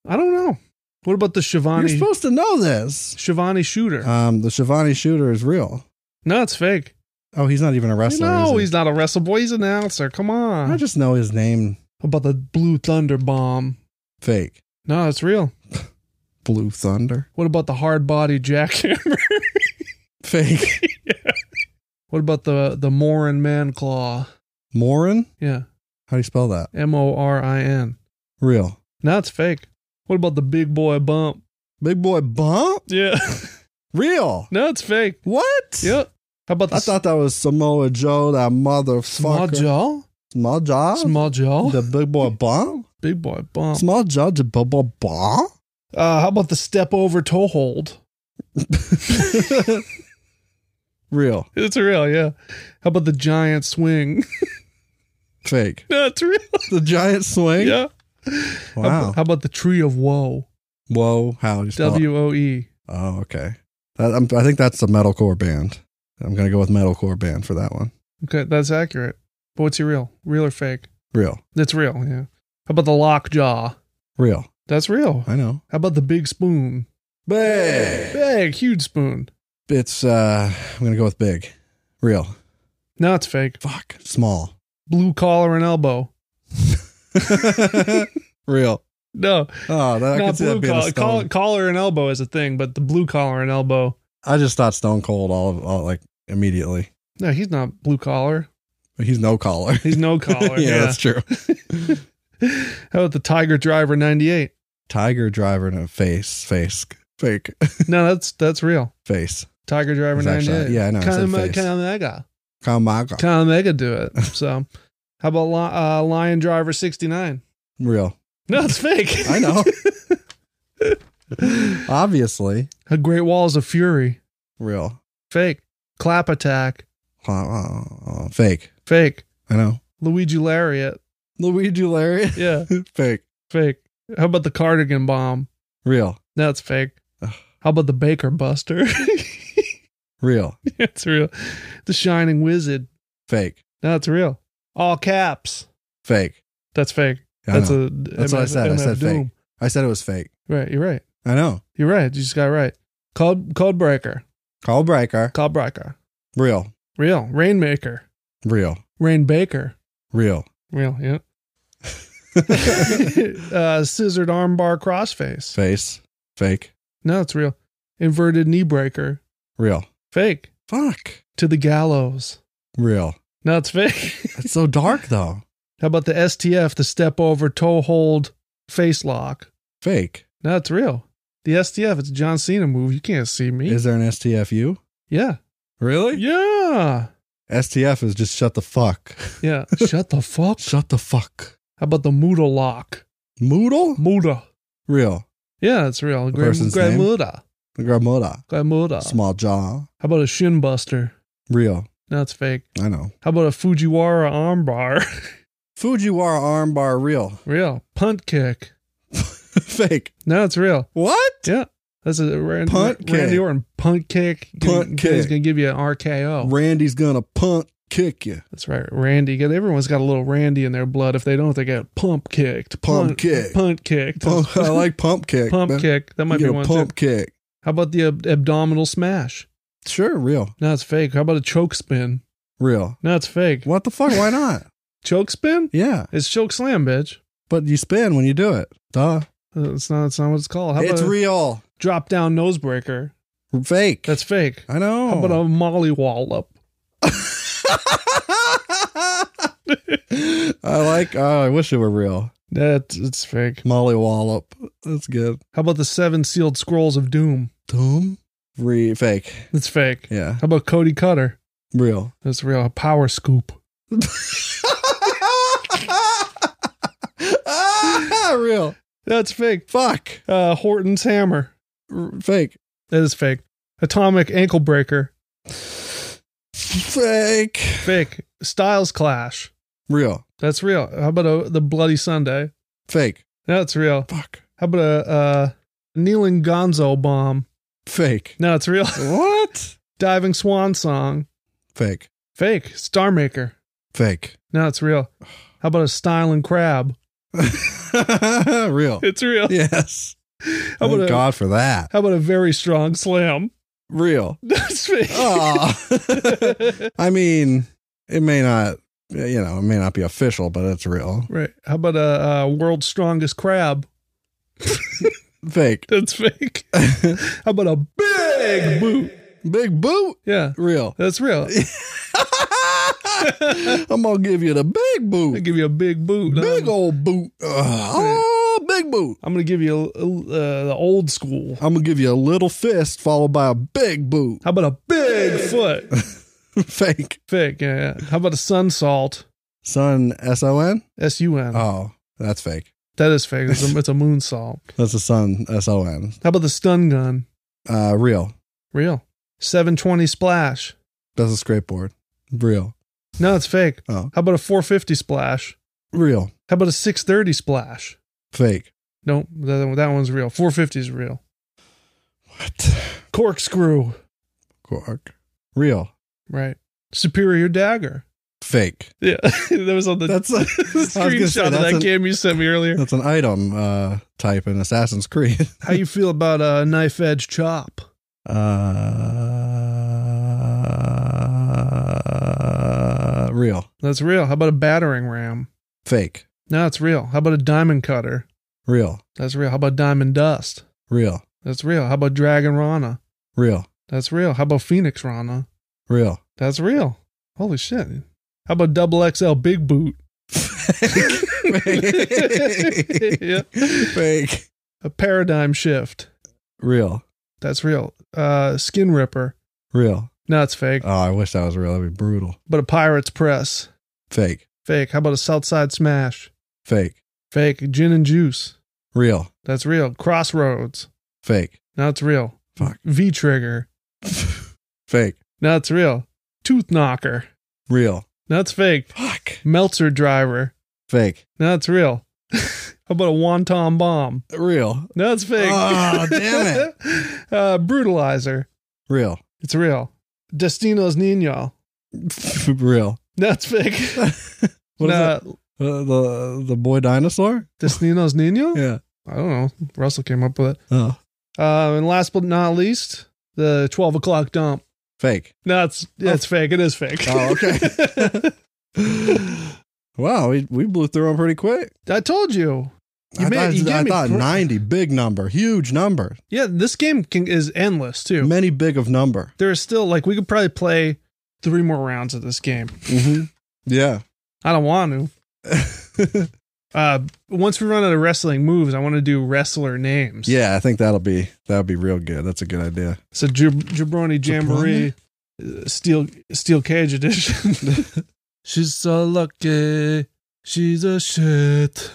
Speaker 1: I don't know. What about the
Speaker 2: You're
Speaker 1: Shivani
Speaker 2: supposed to know this.
Speaker 1: Shivani shooter?
Speaker 2: Um, the Shivani shooter is real.
Speaker 1: no, it's fake.
Speaker 2: Oh, he's not even a wrestler. is
Speaker 1: no,
Speaker 2: he?
Speaker 1: he's not a wrestle boy. He's an announcer. Come on.
Speaker 2: I just know his name.
Speaker 1: What about the blue thunder bomb?
Speaker 2: Fake.
Speaker 1: No, it's real.
Speaker 2: Blue Thunder.
Speaker 1: What about the hard body jackhammer?
Speaker 2: Fake.
Speaker 1: what about the the Morin man claw?
Speaker 2: Morin?
Speaker 1: Yeah,
Speaker 2: How do you spell that?
Speaker 1: M O R I N.
Speaker 2: Real.
Speaker 1: No, it's fake. What about the big boy bump?
Speaker 2: Big boy bump?
Speaker 1: Yeah,
Speaker 2: Real.
Speaker 1: no, it's fake.
Speaker 2: What?
Speaker 1: Yep. How about the
Speaker 2: I thought that was Samoa Joe, that
Speaker 1: small
Speaker 2: motherfucker.
Speaker 1: jaw?
Speaker 2: Small jaw?
Speaker 1: Small jaw?
Speaker 2: The big boy bump?
Speaker 1: big boy bump.
Speaker 2: Small jaw, the big boy bump?
Speaker 1: Uh, how about the step over toe hold?
Speaker 2: Real.
Speaker 1: It's real, yeah. How about the giant swing?
Speaker 2: Fake.
Speaker 1: no, it's real.
Speaker 2: The giant swing?
Speaker 1: Yeah. How about- How,
Speaker 2: Wow.
Speaker 1: about the tree of woe?
Speaker 2: Whoa. How do you spell it?
Speaker 1: W O E.
Speaker 2: Oh, okay. That, I'm, I think that's a metalcore band. I'm going to go with metalcore band for that one.
Speaker 1: Okay, that's accurate. But what's your real? Real or fake?
Speaker 2: Real.
Speaker 1: That's real, yeah. How about the lock jaw?
Speaker 2: Real.
Speaker 1: That's real.
Speaker 2: I know.
Speaker 1: How about the big spoon?
Speaker 2: Big.
Speaker 1: Big, huge spoon.
Speaker 2: It's uh I'm gonna go with big. Real.
Speaker 1: No, it's fake.
Speaker 2: Fuck. Small.
Speaker 1: Blue collar and elbow.
Speaker 2: Real.
Speaker 1: No,
Speaker 2: Oh, that, I
Speaker 1: not
Speaker 2: could see
Speaker 1: blue
Speaker 2: that being a
Speaker 1: collar.
Speaker 2: stone.
Speaker 1: Coll- collar and elbow is a thing, but the blue collar and elbow.
Speaker 2: I just thought Stone Cold all, of, all like immediately.
Speaker 1: No, he's not blue collar.
Speaker 2: But He's no collar.
Speaker 1: He's no collar.
Speaker 2: yeah, that's true.
Speaker 1: How about the Tiger Driver 98?
Speaker 2: Tiger driver and a face, face, fake,
Speaker 1: No, that's that's real.
Speaker 2: face.
Speaker 1: Tiger Driver
Speaker 2: It's actually-
Speaker 1: 98.
Speaker 2: yeah, I know, I said
Speaker 1: Kama-
Speaker 2: face.
Speaker 1: Kamega.
Speaker 2: Kamaga.
Speaker 1: Kamega do it. So, how about Li- uh, Lion Driver 69?
Speaker 2: Real.
Speaker 1: No, it's fake.
Speaker 2: I know. Obviously.
Speaker 1: A Great Walls of Fury.
Speaker 2: Real.
Speaker 1: Fake. Clap Attack.
Speaker 2: Uh, fake.
Speaker 1: Fake.
Speaker 2: I know.
Speaker 1: Luigi Lariat.
Speaker 2: Luigi Larry.
Speaker 1: Yeah,
Speaker 2: fake.
Speaker 1: fake. How about the Cardigan Bomb?
Speaker 2: Real.
Speaker 1: No, it's fake. How about the Baker Buster?
Speaker 2: Real.
Speaker 1: it's real. The Shining Wizard.
Speaker 2: Fake.
Speaker 1: No, it's real. All caps.
Speaker 2: Fake.
Speaker 1: That's fake.
Speaker 2: I
Speaker 1: That's
Speaker 2: know.
Speaker 1: a
Speaker 2: That's what I said. I said fake. I said it was fake.
Speaker 1: Right, you're right.
Speaker 2: I know.
Speaker 1: You're right. You just got it right. Code code breaker.
Speaker 2: Call Breaker.
Speaker 1: Code breaker.
Speaker 2: Real.
Speaker 1: Real. Rainmaker.
Speaker 2: Real.
Speaker 1: Rain baker.
Speaker 2: Real.
Speaker 1: Real, yeah. uh, scissored armbar crossface.
Speaker 2: Face. Fake.
Speaker 1: No, it's real. Inverted knee breaker.
Speaker 2: Real.
Speaker 1: Fake.
Speaker 2: Fuck.
Speaker 1: To the gallows.
Speaker 2: Real.
Speaker 1: No, it's fake.
Speaker 2: That's so dark though.
Speaker 1: How about the STF, the step over toe hold face lock?
Speaker 2: Fake.
Speaker 1: No, it's real. The STF, it's a John Cena move. You can't see me.
Speaker 2: Is there an STFU?
Speaker 1: yeah.
Speaker 2: Really?
Speaker 1: Yeah.
Speaker 2: STF is just shut the fuck.
Speaker 1: Yeah. Shut the fuck. How
Speaker 2: Shut the fuck.
Speaker 1: about the Muda lock?
Speaker 2: Moodle?
Speaker 1: Muda.
Speaker 2: Real.
Speaker 1: Yeah, it's real. Great,
Speaker 2: person's
Speaker 1: great
Speaker 2: name?
Speaker 1: Muda.
Speaker 2: Gramoda.
Speaker 1: Great Muda.
Speaker 2: Small jaw.
Speaker 1: How about a shin buster?
Speaker 2: Real.
Speaker 1: No, it's fake.
Speaker 2: I know.
Speaker 1: How about a Fujiwara armbar?
Speaker 2: Fujiwara armbar real.
Speaker 1: real. Punt kick.
Speaker 2: Fake.
Speaker 1: No, it's real.
Speaker 2: What?
Speaker 1: Yeah. That's a Randy,
Speaker 2: Punt kick.
Speaker 1: Randy Orton punt kick.
Speaker 2: Punt
Speaker 1: He's
Speaker 2: kick.
Speaker 1: going to give you an RKO.
Speaker 2: Randy's gonna punt kick you.
Speaker 1: That's right, Randy. 'Cause Everyone's got a little Randy in their blood. If they don't, they get pump kicked.
Speaker 2: Pump kick.
Speaker 1: Punt kicked.
Speaker 2: Pump, I like pump kick.
Speaker 1: pump
Speaker 2: man.
Speaker 1: kick. That might
Speaker 2: You
Speaker 1: be
Speaker 2: get a
Speaker 1: one.
Speaker 2: pump
Speaker 1: Pump.
Speaker 2: kick.
Speaker 1: How about the ab- abdominal smash?
Speaker 2: Sure, real.
Speaker 1: No, it's fake. How about a choke spin?
Speaker 2: Real.
Speaker 1: No, it's fake.
Speaker 2: What the fuck? Why not?
Speaker 1: Choke spin?
Speaker 2: yeah.
Speaker 1: It's choke slam, bitch.
Speaker 2: But you spin when you do it.
Speaker 1: Uh,
Speaker 2: Duh.
Speaker 1: It's not. It's not what it's called. How
Speaker 2: it's
Speaker 1: about
Speaker 2: real.
Speaker 1: a drop down nose breaker?
Speaker 2: Fake.
Speaker 1: That's fake.
Speaker 2: I know.
Speaker 1: How about a molly wallop?
Speaker 2: I like. Oh, I wish it were real.
Speaker 1: That it's fake.
Speaker 2: Molly Wallop. That's good.
Speaker 1: How about the seven sealed scrolls of doom?
Speaker 2: Doom. Re fake.
Speaker 1: It's fake.
Speaker 2: Yeah.
Speaker 1: How about Cody Cutter?
Speaker 2: Real.
Speaker 1: That's real. A power scoop.
Speaker 2: Ah, real.
Speaker 1: That's fake.
Speaker 2: Fuck.
Speaker 1: Uh, Horton's hammer.
Speaker 2: R- fake.
Speaker 1: That is fake. Atomic ankle breaker.
Speaker 2: Fake.
Speaker 1: Fake. Styles clash.
Speaker 2: Real.
Speaker 1: That's real. How about a, the bloody Sunday?
Speaker 2: Fake.
Speaker 1: That's real.
Speaker 2: Fuck.
Speaker 1: How about a uh, kneeling Gonzo bomb?
Speaker 2: Fake.
Speaker 1: No, it's real.
Speaker 2: What?
Speaker 1: Diving swan song.
Speaker 2: Fake.
Speaker 1: Fake. Star maker.
Speaker 2: Fake.
Speaker 1: No, it's real. How about a styling crab?
Speaker 2: real.
Speaker 1: It's real.
Speaker 2: Yes.
Speaker 1: How about
Speaker 2: Thank
Speaker 1: a-
Speaker 2: God for that.
Speaker 1: How about a very strong slam?
Speaker 2: Real.
Speaker 1: That's fake.
Speaker 2: Aw. I mean, it may not, you know, it may not be official, but it's real.
Speaker 1: right. How about a, uh world's strongest crab?
Speaker 2: Fake.
Speaker 1: That's fake. How about a big boot?
Speaker 2: Big boot.
Speaker 1: Yeah,
Speaker 2: Real.
Speaker 1: that's real.
Speaker 2: I'm gonna give you the big
Speaker 1: I
Speaker 2: boot.
Speaker 1: give you a big boot.
Speaker 2: Big
Speaker 1: Um,
Speaker 2: old boot. Ugh. Oh, big boot.
Speaker 1: I'm gonna give you a, a- uh, the old school.
Speaker 2: I'm gonna give you a little fist followed by a big boot.
Speaker 1: How about a big foot?
Speaker 2: Fake.
Speaker 1: Fake. Yeah. yeah. How about a sun salt?
Speaker 2: Sun S O N?
Speaker 1: S U N.
Speaker 2: Oh, that's fake.
Speaker 1: That is fake. It's a, it's a moon salt.
Speaker 2: That's a sun S O N.
Speaker 1: How about the stun gun?
Speaker 2: Uh real.
Speaker 1: Real. 720 splash.
Speaker 2: That's a skateboard. Real.
Speaker 1: No, it's fake.
Speaker 2: Oh.
Speaker 1: How about a 450 splash?
Speaker 2: Real.
Speaker 1: How about a 630 splash?
Speaker 2: Fake.
Speaker 1: No, that, that one's real. 450 is real.
Speaker 2: What?
Speaker 1: Corkscrew.
Speaker 2: Quark. Real.
Speaker 1: Right. Superior dagger.
Speaker 2: Fake.
Speaker 1: Yeah, that was on the,
Speaker 2: That's
Speaker 1: the
Speaker 2: a- I was gonna
Speaker 1: screenshot
Speaker 2: say,
Speaker 1: of
Speaker 2: that's
Speaker 1: that
Speaker 2: an-
Speaker 1: game you sent me earlier.
Speaker 2: That's an item uh type in Assassin's Creed.
Speaker 1: How you feel about a knife edge chop?
Speaker 2: Uh, real.
Speaker 1: That's real. How about a battering ram?
Speaker 2: Fake.
Speaker 1: No, it's real. How about a diamond cutter?
Speaker 2: Real.
Speaker 1: That's real. How about diamond dust?
Speaker 2: Real.
Speaker 1: That's real. How about dragon rana?
Speaker 2: Real.
Speaker 1: That's real. How about phoenix rana?
Speaker 2: Real.
Speaker 1: That's real. Holy shit. How about double XL big boot? Yeah.
Speaker 2: Fake.
Speaker 1: A paradigm shift.
Speaker 2: Real.
Speaker 1: That's real. Uh, skin ripper.
Speaker 2: Real.
Speaker 1: No, it's fake.
Speaker 2: Oh, I wish that was real. That'd be brutal.
Speaker 1: But a pirate's press.
Speaker 2: Fake.
Speaker 1: Fake. How about a Southside smash?
Speaker 2: Fake.
Speaker 1: Fake. Gin and juice.
Speaker 2: Real.
Speaker 1: That's real. Crossroads.
Speaker 2: Fake.
Speaker 1: Now it's real.
Speaker 2: Fuck.
Speaker 1: V trigger.
Speaker 2: Fake.
Speaker 1: Now it's real. Tooth knocker.
Speaker 2: Real.
Speaker 1: Now it's fake.
Speaker 2: Fuck.
Speaker 1: Meltzer driver.
Speaker 2: Fake.
Speaker 1: Now it's real. How about a wonton bomb?
Speaker 2: Real.
Speaker 1: Now it's fake.
Speaker 2: Aw, Oh, damn
Speaker 1: it. Uh, brutalizer.
Speaker 2: Real.
Speaker 1: It's real. Destino's Nino.
Speaker 2: real.
Speaker 1: Now it's fake.
Speaker 2: What is
Speaker 1: Nah,
Speaker 2: that? Uh, the the boy dinosaur?
Speaker 1: Destino's Nino?
Speaker 2: Yeah.
Speaker 1: I don't know. Russell came up with it.
Speaker 2: Oh,
Speaker 1: Uh, and last but not least, the 12 o'clock dump.
Speaker 2: fake.
Speaker 1: No, it's, it's fake. It is fake.
Speaker 2: Oh, okay. wow, we, we blew through them pretty quick.
Speaker 1: I told you. You
Speaker 2: I
Speaker 1: made-
Speaker 2: thought,
Speaker 1: you gave
Speaker 2: I
Speaker 1: me
Speaker 2: thought
Speaker 1: per-
Speaker 2: 90, big number, huge number,
Speaker 1: Yeah, this game can, is endless, too.
Speaker 2: many big of number.
Speaker 1: There is still, like, we could probably play three more rounds of this game.
Speaker 2: Mm-hmm. Yeah.
Speaker 1: I don't want to. Uh, once we run out of wrestling moves, I want to do wrestler names.
Speaker 2: yeah, I think that'll be that'll be real good. That's a good idea.
Speaker 1: So Jab- Jabroni Jamboree, uh, steel steel cage edition. She's so lucky. She's a shit.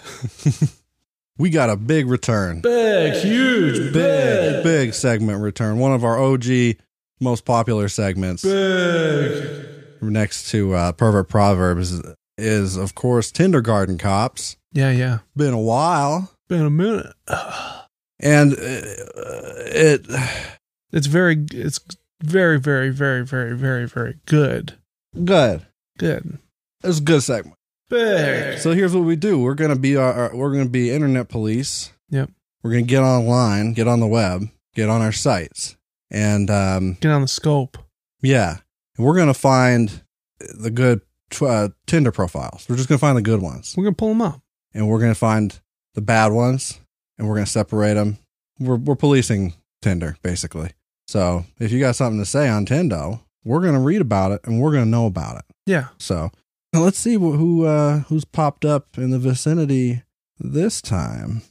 Speaker 2: We got a big return.
Speaker 1: Big, huge,
Speaker 2: big, big segment return. One of our OG most popular segments. Next to uh, Pervert Proverbs is, is, of course, Kindergarten Cops.
Speaker 1: Yeah, yeah.
Speaker 2: Been a while.
Speaker 1: Been a minute.
Speaker 2: And uh, it,
Speaker 1: It's very, it's very, very, very, very, very, very good.
Speaker 2: good.
Speaker 1: Good.
Speaker 2: It's a good segment.
Speaker 1: Big.
Speaker 2: So here's what we do. We're gonna be our, our- we're gonna be internet police.
Speaker 1: Yep.
Speaker 2: We're gonna get online, get on the web, get on our sites, and um,
Speaker 1: Get on the scope.
Speaker 2: Yeah. And we're going to find the good tw- uh, Tinder profiles. We're just going to find the good ones.
Speaker 1: We're gonna pull them up.
Speaker 2: And we're going to find the bad ones and we're going to separate them. We're, we're policing Tinder, basically. So if you got something to say on Tindo, we're going to read about it and we're going to know about it.
Speaker 1: Yeah.
Speaker 2: So now let's see wh- who uh, who's popped up in the vicinity this time.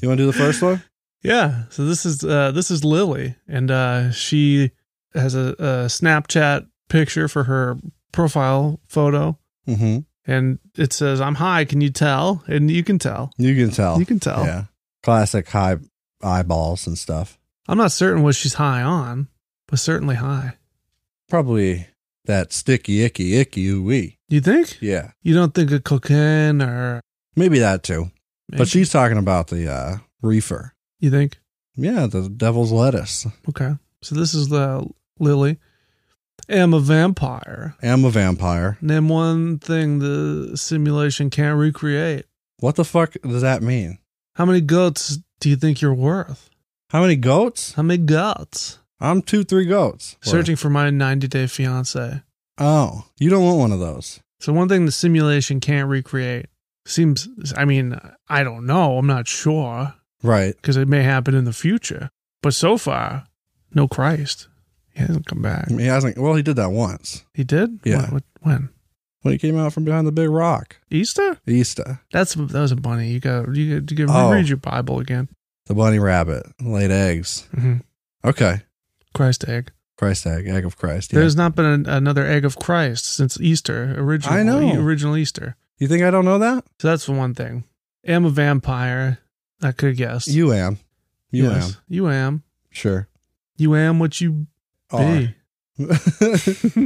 Speaker 2: You want to do the first one?
Speaker 1: Yeah. So this is uh, this is Lily, and uh, she has a, a Snapchat picture for her profile photo,
Speaker 2: Mm-hmm.
Speaker 1: and it says, "I'm high. Can you tell?" And you can tell.
Speaker 2: You can tell.
Speaker 1: You can tell.
Speaker 2: Yeah. Classic high eyeballs and stuff.
Speaker 1: I'm not certain what she's high on, but certainly high.
Speaker 2: probably that sticky icky icky ooey.
Speaker 1: You think?
Speaker 2: Yeah,
Speaker 1: You don't think of cocaine or?
Speaker 2: maybe that too.
Speaker 1: maybe-
Speaker 2: But she's talking about the uh, reefer.
Speaker 1: You think?
Speaker 2: Yeah, the devil's lettuce.
Speaker 1: Okay. So this is the Lily. Am a vampire.
Speaker 2: I'm a vampire.
Speaker 1: Name one thing the simulation can't recreate.
Speaker 2: What the fuck does that mean?
Speaker 1: How many goats do you think you're worth?
Speaker 2: How many goats?
Speaker 1: How many goats?
Speaker 2: I'm two, three goats.
Speaker 1: Searching for my 90 day fiance.
Speaker 2: Oh, you don't want one of those.
Speaker 1: So, one thing the simulation can't recreate seems, I mean, I don't know. I'm not sure
Speaker 2: Right.
Speaker 1: because it may happen in the future. But so far, no Christ. He hasn't come back.
Speaker 2: He hasn't. Well, he did that once
Speaker 1: He did?
Speaker 2: Yeah.
Speaker 1: When? when?
Speaker 2: when he came out from behind the big rock.
Speaker 1: Easter?
Speaker 2: Easter,
Speaker 1: That's that was a bunny. You got you got to
Speaker 2: Oh.
Speaker 1: read your Bible again.
Speaker 2: the bunny rabbit laid eggs.
Speaker 1: hmm
Speaker 2: Okay,
Speaker 1: Christ egg.
Speaker 2: Christ egg, egg of Christ. Yeah.
Speaker 1: There's not been an another egg of Christ since Easter. Original.
Speaker 2: I know.
Speaker 1: Original Easter.
Speaker 2: you think I don't know that?
Speaker 1: So that's the one thing. Am a vampire. I could guess.
Speaker 2: You am. You
Speaker 1: Yes.
Speaker 2: am.
Speaker 1: You am.
Speaker 2: Sure.
Speaker 1: You am what you
Speaker 2: Are.
Speaker 1: be.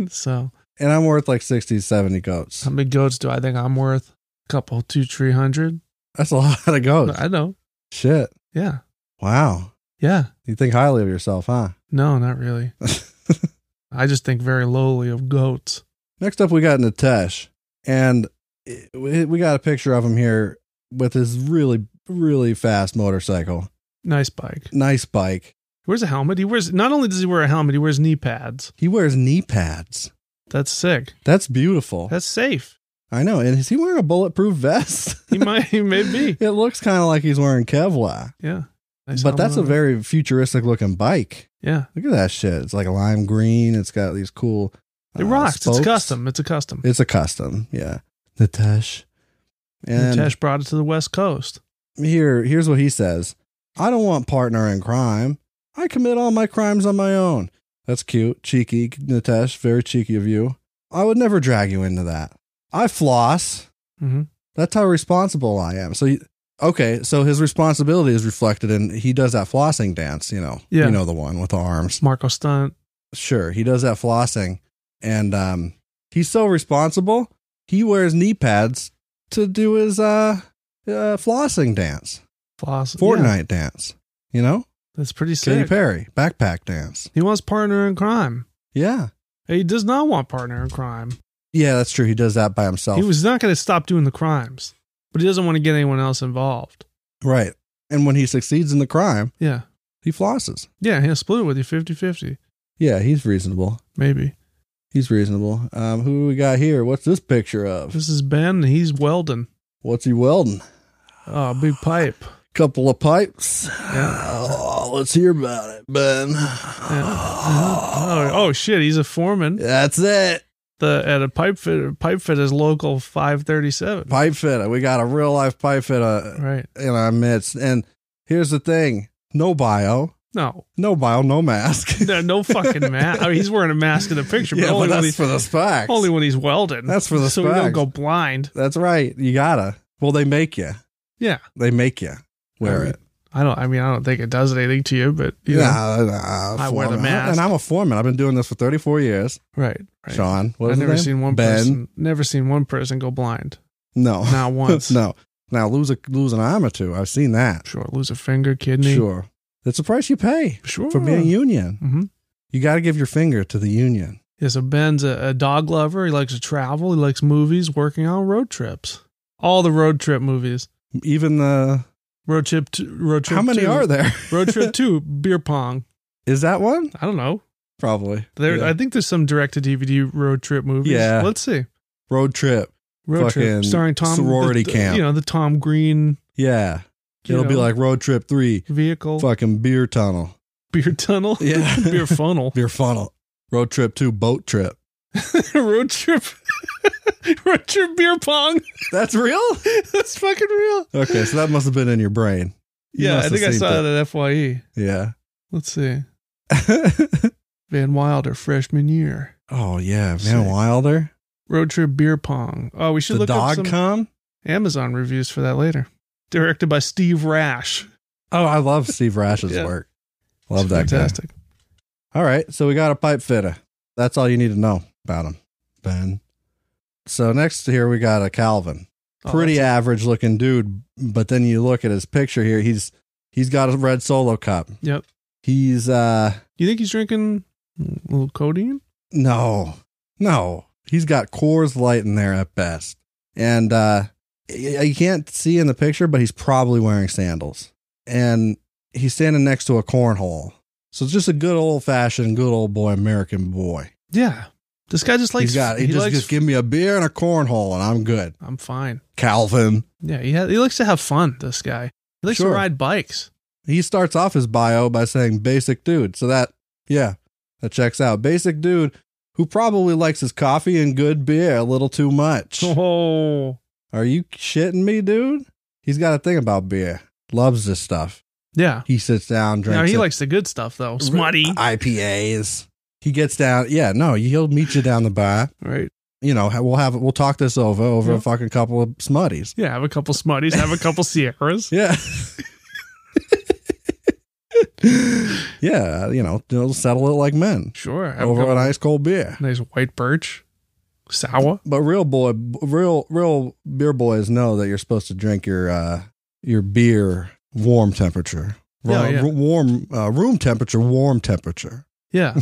Speaker 1: so
Speaker 2: and I'm worth like 60, 70 goats.
Speaker 1: how many goats do I think I'm worth? couple, two, three hundred.
Speaker 2: That's a lot of goats.
Speaker 1: I know.
Speaker 2: Shit.
Speaker 1: Yeah.
Speaker 2: Wow.
Speaker 1: Yeah.
Speaker 2: You think highly of yourself, huh?
Speaker 1: No, not really. I just think very lowly of goats.
Speaker 2: Next up, we got Nitesh. And it- we we got a picture of him here with his really, really fast motorcycle.
Speaker 1: Nice bike.
Speaker 2: Nice bike.
Speaker 1: He wears a helmet. He wears not only does he wear a helmet, he wears knee pads.
Speaker 2: He wears knee pads.
Speaker 1: That's sick.
Speaker 2: That's beautiful.
Speaker 1: That's safe.
Speaker 2: I know. And is he wearing a bulletproof vest?
Speaker 1: He might he may be.
Speaker 2: it looks kind of like he's wearing Kevlar.
Speaker 1: Yeah. Nice
Speaker 2: but that's
Speaker 1: helmet
Speaker 2: a
Speaker 1: on.
Speaker 2: very futuristic looking bike.
Speaker 1: Yeah.
Speaker 2: Look at that shit. It's like a lime green. It's got these cool.
Speaker 1: It
Speaker 2: uh,
Speaker 1: rocks.
Speaker 2: spokes.
Speaker 1: It's custom. It's a custom.
Speaker 2: It's a custom. Yeah. Nitesh. And
Speaker 1: Nitesh brought it to the West Coast.
Speaker 2: here, here's what he says. I don't want partner in crime. I commit all my crimes on my own. That's cute. Cheeky, Nitesh. Very cheeky of you. I would never drag you into that. I floss.
Speaker 1: Mm-hmm.
Speaker 2: That's how responsible I am. So, he, okay. So his responsibility is reflected in he does that flossing dance, you know.
Speaker 1: Yeah.
Speaker 2: You know, the one with the arms.
Speaker 1: Marco Stunt.
Speaker 2: sure he does that flossing and um he's so responsible he wears knee pads to do his uh, uh flossing dance
Speaker 1: Floss. Yeah,
Speaker 2: fortnite dance you know
Speaker 1: that's pretty
Speaker 2: Katy
Speaker 1: sick.
Speaker 2: perry backpack dance
Speaker 1: He wants partner in crime.
Speaker 2: yeah
Speaker 1: He does not want partner in crime.
Speaker 2: Yeah, that's true. He does that by himself.
Speaker 1: He was not going to stop doing the crimes, but he doesn't want to get anyone else involved.
Speaker 2: right. And when he succeeds in the crime,
Speaker 1: Yeah.
Speaker 2: he flosses.
Speaker 1: Yeah. He'll split it with you 50 50,
Speaker 2: Yeah, he's reasonable.
Speaker 1: maybe.
Speaker 2: He's reasonable. Um, who we got here? What's this picture of?
Speaker 1: This is Ben. He's welding
Speaker 2: What's he welding?
Speaker 1: a big pipe.
Speaker 2: Couple of pipes.
Speaker 1: Yeah.
Speaker 2: Oh, let's hear about it, Ben.
Speaker 1: Oh, oh shit. He's a foreman
Speaker 2: That's it.
Speaker 1: the, at a pipe fit. Pipe fit is local 537.
Speaker 2: Pipe fitter. We got a real life pipe fitter
Speaker 1: Right.
Speaker 2: in our midst. And here's the thing no bio,
Speaker 1: No,
Speaker 2: no bio, no mask.
Speaker 1: no, no fucking mask. I mean, he's wearing a mask in the picture, but
Speaker 2: yeah,
Speaker 1: only when
Speaker 2: but that's
Speaker 1: he's
Speaker 2: for the specs.
Speaker 1: only when he's welding.
Speaker 2: That's for the
Speaker 1: so he don't
Speaker 2: specs.
Speaker 1: go blind.
Speaker 2: That's right. You gotta. Well, they make you.
Speaker 1: Yeah,
Speaker 2: They make you wear
Speaker 1: I mean,
Speaker 2: it.
Speaker 1: I don't. I mean, I don't think it does anything to you, but you know.
Speaker 2: Nah, nah,
Speaker 1: I wear the
Speaker 2: foreman.
Speaker 1: mask.
Speaker 2: and I'm a foreman. I've been doing this for 34 years.
Speaker 1: right. right.
Speaker 2: Sean,
Speaker 1: I've
Speaker 2: what is his
Speaker 1: never
Speaker 2: name?
Speaker 1: seen one
Speaker 2: Ben.
Speaker 1: person. Never seen one person go blind.
Speaker 2: No,
Speaker 1: Not once.
Speaker 2: no. Now lose a lose an arm or two. I've seen that.
Speaker 1: Sure, lose a finger, kidney.
Speaker 2: Sure, that's the price you pay
Speaker 1: sure.
Speaker 2: for being union.
Speaker 1: Mm-hmm.
Speaker 2: You got to give your finger to the union.
Speaker 1: Yeah. So Ben's a, a dog lover. He likes to travel. He likes movies. Working on road trips. All the road trip movies.
Speaker 2: Even the
Speaker 1: Road trip. To, road trip.
Speaker 2: how many
Speaker 1: two.
Speaker 2: are there?
Speaker 1: road trip two. Beer pong.
Speaker 2: Is that one?
Speaker 1: I don't know.
Speaker 2: Probably.
Speaker 1: There,
Speaker 2: Yeah.
Speaker 1: I think there's some direct to DVD road trip movies.
Speaker 2: Yeah.
Speaker 1: let's see.
Speaker 2: Road trip.
Speaker 1: Road trip
Speaker 2: Fucking
Speaker 1: starring Tom
Speaker 2: sorority
Speaker 1: the- the-
Speaker 2: camp.
Speaker 1: You know the Tom Green
Speaker 2: Yeah,
Speaker 1: You
Speaker 2: it'll be
Speaker 1: know. Oh.
Speaker 2: like road trip three.
Speaker 1: vehicle,
Speaker 2: Fucking beer tunnel.
Speaker 1: beer tunnel,
Speaker 2: Yeah.
Speaker 1: beer funnel,
Speaker 2: Beer funnel. Road trip two. Boat trip.
Speaker 1: road trip, road trip beer pong.
Speaker 2: That's real.
Speaker 1: That's fucking real.
Speaker 2: Okay, so that must have been in your brain. You
Speaker 1: Yeah,
Speaker 2: must
Speaker 1: I
Speaker 2: have
Speaker 1: think I
Speaker 2: seen
Speaker 1: saw that. at Fye.
Speaker 2: Yeah.
Speaker 1: Let's see. Van Wilder freshman year
Speaker 2: oh yeah,
Speaker 1: Sick.
Speaker 2: Van Wilder.
Speaker 1: road trip beer pong. Oh, we should
Speaker 2: The
Speaker 1: look up
Speaker 2: dog
Speaker 1: some
Speaker 2: come.
Speaker 1: Amazon reviews for that later. Directed by Steve Rash.
Speaker 2: Oh, I love Steve Rash's
Speaker 1: Yeah.
Speaker 2: work. Love
Speaker 1: It's
Speaker 2: that
Speaker 1: Fantastic.
Speaker 2: guy. All right, so we got a pipe fitter. That's all you need to know about him, Ben. So next here we got a Calvin,
Speaker 1: Oh,
Speaker 2: pretty
Speaker 1: that's-
Speaker 2: average looking dude. But then you look at his picture here. He's he's got a red solo cup.
Speaker 1: Yep.
Speaker 2: He's uh
Speaker 1: You think he's drinking a little codeine?
Speaker 2: no no. He's got Coors Light in there at best, and uh y- you can't see in the picture, but he's probably wearing sandals. And he's standing next to a cornhole. So it's just a good old fashioned, good old boy American boy.
Speaker 1: Yeah. This guy just likes.
Speaker 2: he's got he,
Speaker 1: he
Speaker 2: just,
Speaker 1: likes.
Speaker 2: just give me a beer and a cornhole and I'm good.
Speaker 1: I'm fine.
Speaker 2: Calvin.
Speaker 1: Yeah, he ha- he likes to have fun. This guy. He likes
Speaker 2: Sure.
Speaker 1: to ride bikes.
Speaker 2: He starts off his bio by saying basic dude. So that yeah, that checks out. Basic dude who probably likes his coffee and good beer a little too much.
Speaker 1: Oh,
Speaker 2: Are you shitting me, dude? He's got a thing about beer. Loves this stuff.
Speaker 1: yeah.
Speaker 2: He sits down, drinks.
Speaker 1: Now he
Speaker 2: it.
Speaker 1: likes the good stuff though. Smutty,
Speaker 2: IPAs. He gets down. Yeah, no, he'll meet you down the bar.
Speaker 1: right?
Speaker 2: You know, we'll have we'll talk this over over
Speaker 1: Yeah.
Speaker 2: a fucking couple of smutties.
Speaker 1: Yeah, have a couple smutties, have a couple Sierras.
Speaker 2: Yeah. yeah, you know, they'll settle it like men
Speaker 1: Sure, have a
Speaker 2: over
Speaker 1: couple-
Speaker 2: an ice cold beer.
Speaker 1: nice white birch, sour.
Speaker 2: But real boy, real real beer boys know that you're supposed to drink your uh, your beer warm temperature,
Speaker 1: Yeah,
Speaker 2: Ro-
Speaker 1: Oh, yeah.
Speaker 2: ro- warm uh, room temperature, warm temperature.
Speaker 1: Yeah,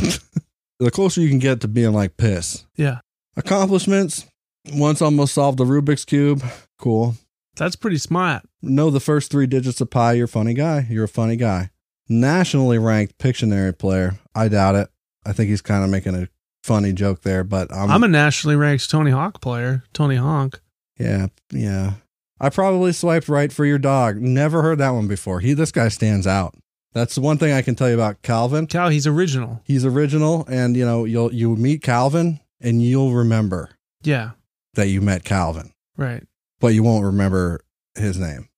Speaker 2: The closer you can get to being like piss.
Speaker 1: yeah.
Speaker 2: Accomplishments: once almost solved the Rubik's cube. Cool.
Speaker 1: That's pretty smart.
Speaker 2: Know the first three digits of pi. You're a funny guy. You're a funny guy. Nationally ranked Pictionary player. I doubt it. I think he's kind of making a funny joke there, but I'm,
Speaker 1: I'm, a nationally ranked Tony Hawk player. Tony Honk.
Speaker 2: Yeah, yeah. I probably swiped right for your dog. Never heard that one before. He this guy stands out. That's the one thing I can tell you about Calvin.
Speaker 1: Cow. He's original.
Speaker 2: He's original and you know, you'll you meet Calvin and you'll remember
Speaker 1: Yeah.
Speaker 2: that you met Calvin,
Speaker 1: Right.
Speaker 2: but you won't remember his name.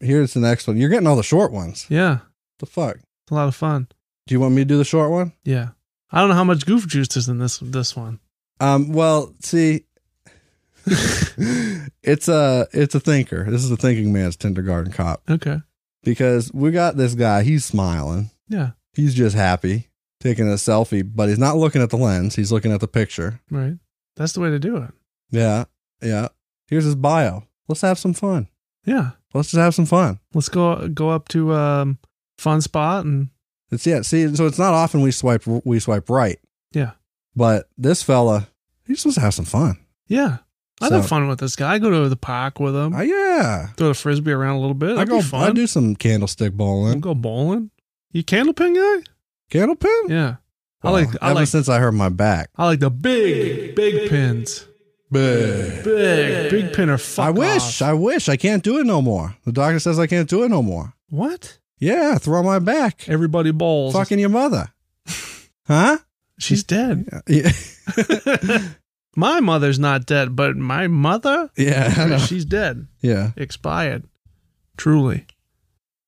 Speaker 2: Here's the next one. You're getting all the short ones.
Speaker 1: Yeah.
Speaker 2: The fuck?
Speaker 1: It's a lot of fun.
Speaker 2: Do you want me to do the short one?
Speaker 1: Yeah. I don't know how much goof juice is in this this one.
Speaker 2: Um, well, see, it's a it's a thinker. This is a thinking man's kindergarten cop
Speaker 1: Okay.
Speaker 2: because we got this guy. He's smiling.
Speaker 1: Yeah.
Speaker 2: He's just happy taking a selfie, but he's not looking at the lens. He's looking at the picture.
Speaker 1: Right. That's the way to do it.
Speaker 2: Yeah. Yeah. Here's his bio. Let's have some fun.
Speaker 1: Yeah.
Speaker 2: Let's just have some fun.
Speaker 1: Let's go go up to um fun spot and
Speaker 2: It's yeah. See, so it's not often we swipe we swipe right.
Speaker 1: Yeah.
Speaker 2: But this fella, You're supposed to have some fun.
Speaker 1: Yeah. I'd have
Speaker 2: So-
Speaker 1: fun with this guy. I go to the park with him.
Speaker 2: Oh yeah.
Speaker 1: throw the frisbee around a little bit.
Speaker 2: I
Speaker 1: That'd
Speaker 2: go.
Speaker 1: be fun.
Speaker 2: I do some candlestick
Speaker 1: We'll
Speaker 2: bowling.
Speaker 1: go bowling. You candlepin guy?
Speaker 2: Candle pin.
Speaker 1: Yeah.
Speaker 2: Well,
Speaker 1: I like I
Speaker 2: ever
Speaker 1: like
Speaker 2: since I hurt my back.
Speaker 1: I like the big big pins.
Speaker 3: Big.
Speaker 1: Big big pin or fuck
Speaker 2: I wish.
Speaker 1: off.
Speaker 2: I wish. I can't do it no more. The doctor says I can't do it no more.
Speaker 1: what?
Speaker 2: Yeah, throw my back.
Speaker 1: Everybody bowls.
Speaker 2: Fucking your mother. Huh?
Speaker 1: She's dead.
Speaker 2: Yeah.
Speaker 1: my mother's not dead, but my mother
Speaker 2: Yeah. I know.
Speaker 1: she's dead.
Speaker 2: Yeah.
Speaker 1: Expired. Truly.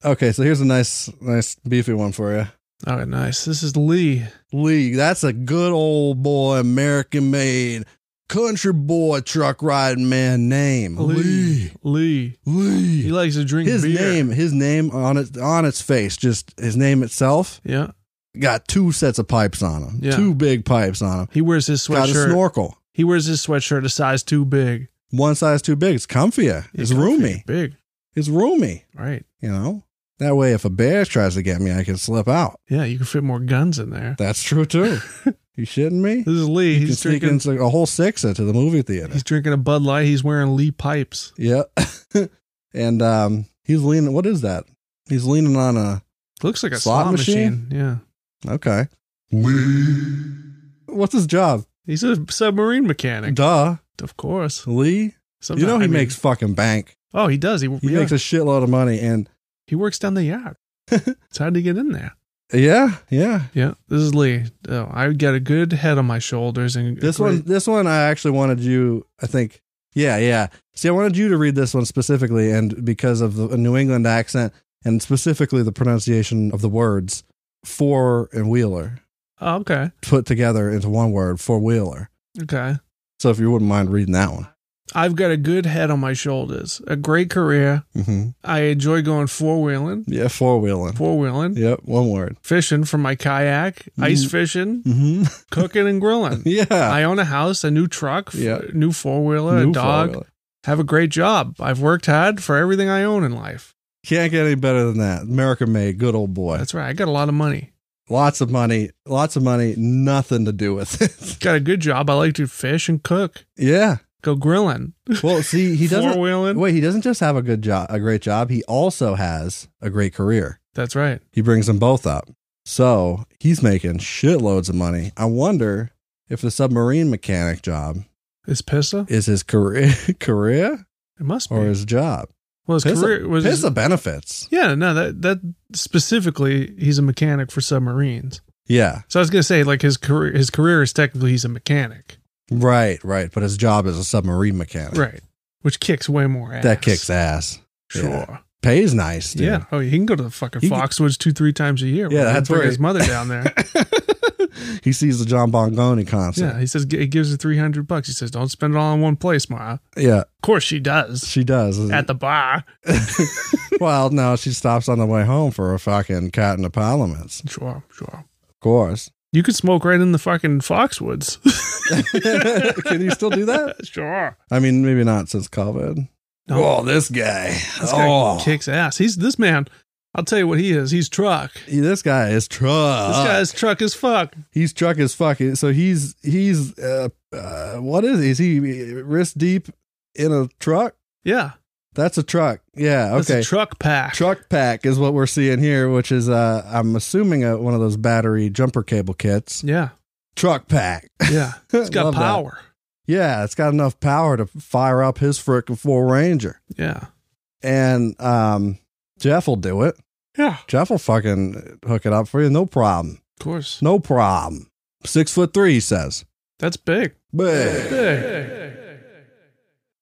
Speaker 2: Okay, so here's a nice, nice beefy one for you.
Speaker 1: All right, nice. This is Lee.
Speaker 2: Lee, that's a good old boy, American made, country boy, truck riding man name.
Speaker 1: Lee. Lee. He
Speaker 2: Lee.
Speaker 1: likes to drink
Speaker 2: His
Speaker 1: beer.
Speaker 2: name, his name on it on its face, just his name itself,
Speaker 1: Yeah.
Speaker 2: got two sets of pipes on him.
Speaker 1: Yeah.
Speaker 2: Two big pipes on him.
Speaker 1: He wears his
Speaker 2: Got a
Speaker 1: sweatshirt.
Speaker 2: snorkel.
Speaker 1: he wears his sweatshirt a size too big.
Speaker 2: One size too big. It's comfier. It's
Speaker 1: comfy,
Speaker 2: roomy.
Speaker 1: Big.
Speaker 2: It's roomy.
Speaker 1: Right.
Speaker 2: You know? That way if a bear tries to get me, I can slip out.
Speaker 1: Yeah, you can fit more guns in there.
Speaker 2: That's true too. you shitting me?
Speaker 1: This is Lee.
Speaker 2: You can
Speaker 1: he's
Speaker 2: sneak
Speaker 1: drinking.
Speaker 2: into a whole sixer to the movie theater.
Speaker 1: He's drinking a Bud Light. He's wearing Lee pipes.
Speaker 2: Yeah. and um he's leaning what is that? He's leaning on a
Speaker 1: Looks like a slot,
Speaker 2: Slot
Speaker 1: machine.
Speaker 2: machine?
Speaker 1: Yeah,
Speaker 2: okay.
Speaker 3: Lee.
Speaker 2: What's his job?
Speaker 1: he's a submarine mechanic,
Speaker 2: Duh.
Speaker 1: of course.
Speaker 2: Lee.
Speaker 1: Sometimes-
Speaker 2: You know he
Speaker 1: I mean-
Speaker 2: makes fucking bank.
Speaker 1: Oh, he does. He
Speaker 2: He
Speaker 1: yeah.
Speaker 2: makes a shitload of money and
Speaker 1: he works down the yard. it's hard to get in there.
Speaker 2: yeah, yeah.
Speaker 1: Yeah, this is Lee. Oh, I got a good head on my shoulders, and a
Speaker 2: This
Speaker 1: great-
Speaker 2: one this one I actually wanted you I think yeah, yeah. See, I wanted you to read this one specifically and because of the New England accent and specifically the pronunciation of the words four and wheeler
Speaker 1: Oh, okay,
Speaker 2: put together into one word, four wheeler.
Speaker 1: okay.
Speaker 2: So if you wouldn't mind reading that one.
Speaker 1: I've got a good head on my shoulders. A great career.
Speaker 2: Mm-hmm.
Speaker 1: I enjoy going four wheeling,
Speaker 2: Yeah, four wheeling.
Speaker 1: four wheeling,
Speaker 2: Yep, one word.
Speaker 1: fishing from my kayak, ice
Speaker 2: Mm.
Speaker 1: fishing,
Speaker 2: Mm-hmm.
Speaker 1: cooking, and grilling.
Speaker 2: Yeah.
Speaker 1: I own a house, a new truck, f-
Speaker 2: Yeah.
Speaker 1: new four wheeler, a
Speaker 2: New
Speaker 1: dog.
Speaker 2: four-wheeler.
Speaker 1: Have a great job. I've worked hard for everything I own in life.
Speaker 2: Can't get any better than that. American made, good old boy.
Speaker 1: That's right. I got a lot of money.
Speaker 2: lots of money, lots of money, nothing to do with it.
Speaker 1: Got a good job. I like to fish and cook.
Speaker 2: yeah.
Speaker 1: Go grilling.
Speaker 2: Well, see, he
Speaker 1: Four
Speaker 2: doesn't.
Speaker 1: wheeling.
Speaker 2: Wait, he doesn't just have a good job, a great job. He also has a great career.
Speaker 1: That's right.
Speaker 2: He brings them both up. So he's making shitloads of money. I wonder if the submarine mechanic job
Speaker 1: Is Pissa?
Speaker 2: is his career, career
Speaker 1: It must be.
Speaker 2: or his job.
Speaker 1: well, his
Speaker 2: Pissa,
Speaker 1: career was.
Speaker 2: Pissa benefits.
Speaker 1: yeah, no, that that specifically, he's a mechanic for submarines.
Speaker 2: Yeah.
Speaker 1: So I was gonna say, like his career, his career is technically he's a mechanic,
Speaker 2: Right, right. But his job is a submarine mechanic.
Speaker 1: right? Which kicks way more ass.
Speaker 2: That kicks ass.
Speaker 1: Sure.
Speaker 2: Yeah. Pays nice, dude.
Speaker 1: Yeah. Oh, he can go to the fucking
Speaker 2: He can-
Speaker 1: Foxwoods two, three times a year.
Speaker 2: Yeah,
Speaker 1: right?
Speaker 2: that's
Speaker 1: Bring
Speaker 2: where
Speaker 1: his
Speaker 2: he-
Speaker 1: mother down there.
Speaker 2: he sees the John Bongoni concert.
Speaker 1: Yeah, he says he gives her three hundred bucks. He says, "Don't spend it all in one place, Ma." Of
Speaker 2: Yeah,
Speaker 1: course, she does
Speaker 2: she does.
Speaker 1: at the bar.
Speaker 2: well, no, she stops on the way home for a fucking cat in the parliaments,
Speaker 1: Sure, sure.
Speaker 2: of course.
Speaker 1: You could smoke right in the fucking Foxwoods.
Speaker 2: Can you still do that?
Speaker 1: sure.
Speaker 2: I mean, maybe not since COVID.
Speaker 1: No.
Speaker 2: Oh, this guy.
Speaker 1: This guy
Speaker 2: oh,
Speaker 1: kicks ass. He's this man. I'll tell you what he is. He's truck. This
Speaker 2: He- this guy is truck.
Speaker 1: guy's truck as fuck.
Speaker 2: he's truck as fuck. So he's he's uh, uh what is he? Is he wrist deep in a truck?
Speaker 1: Yeah.
Speaker 2: That's a truck. Yeah.
Speaker 1: That's
Speaker 2: Okay.
Speaker 1: a truck pack.
Speaker 2: truck pack is what we're seeing here, which is uh I'm assuming a, one of those battery jumper cable kits.
Speaker 1: Yeah.
Speaker 2: Truck pack.
Speaker 1: Yeah. It's got
Speaker 2: Love that.
Speaker 1: power.
Speaker 2: Yeah, it's got enough power to fire up his frickin' four ranger.
Speaker 1: Yeah.
Speaker 2: And um Jeff will do it.
Speaker 1: Yeah. Of
Speaker 2: Jeff will fucking hook it up for you. No problem.
Speaker 1: course.
Speaker 2: No problem. Six foot three, he says.
Speaker 1: That's big.
Speaker 2: Big.
Speaker 1: Big.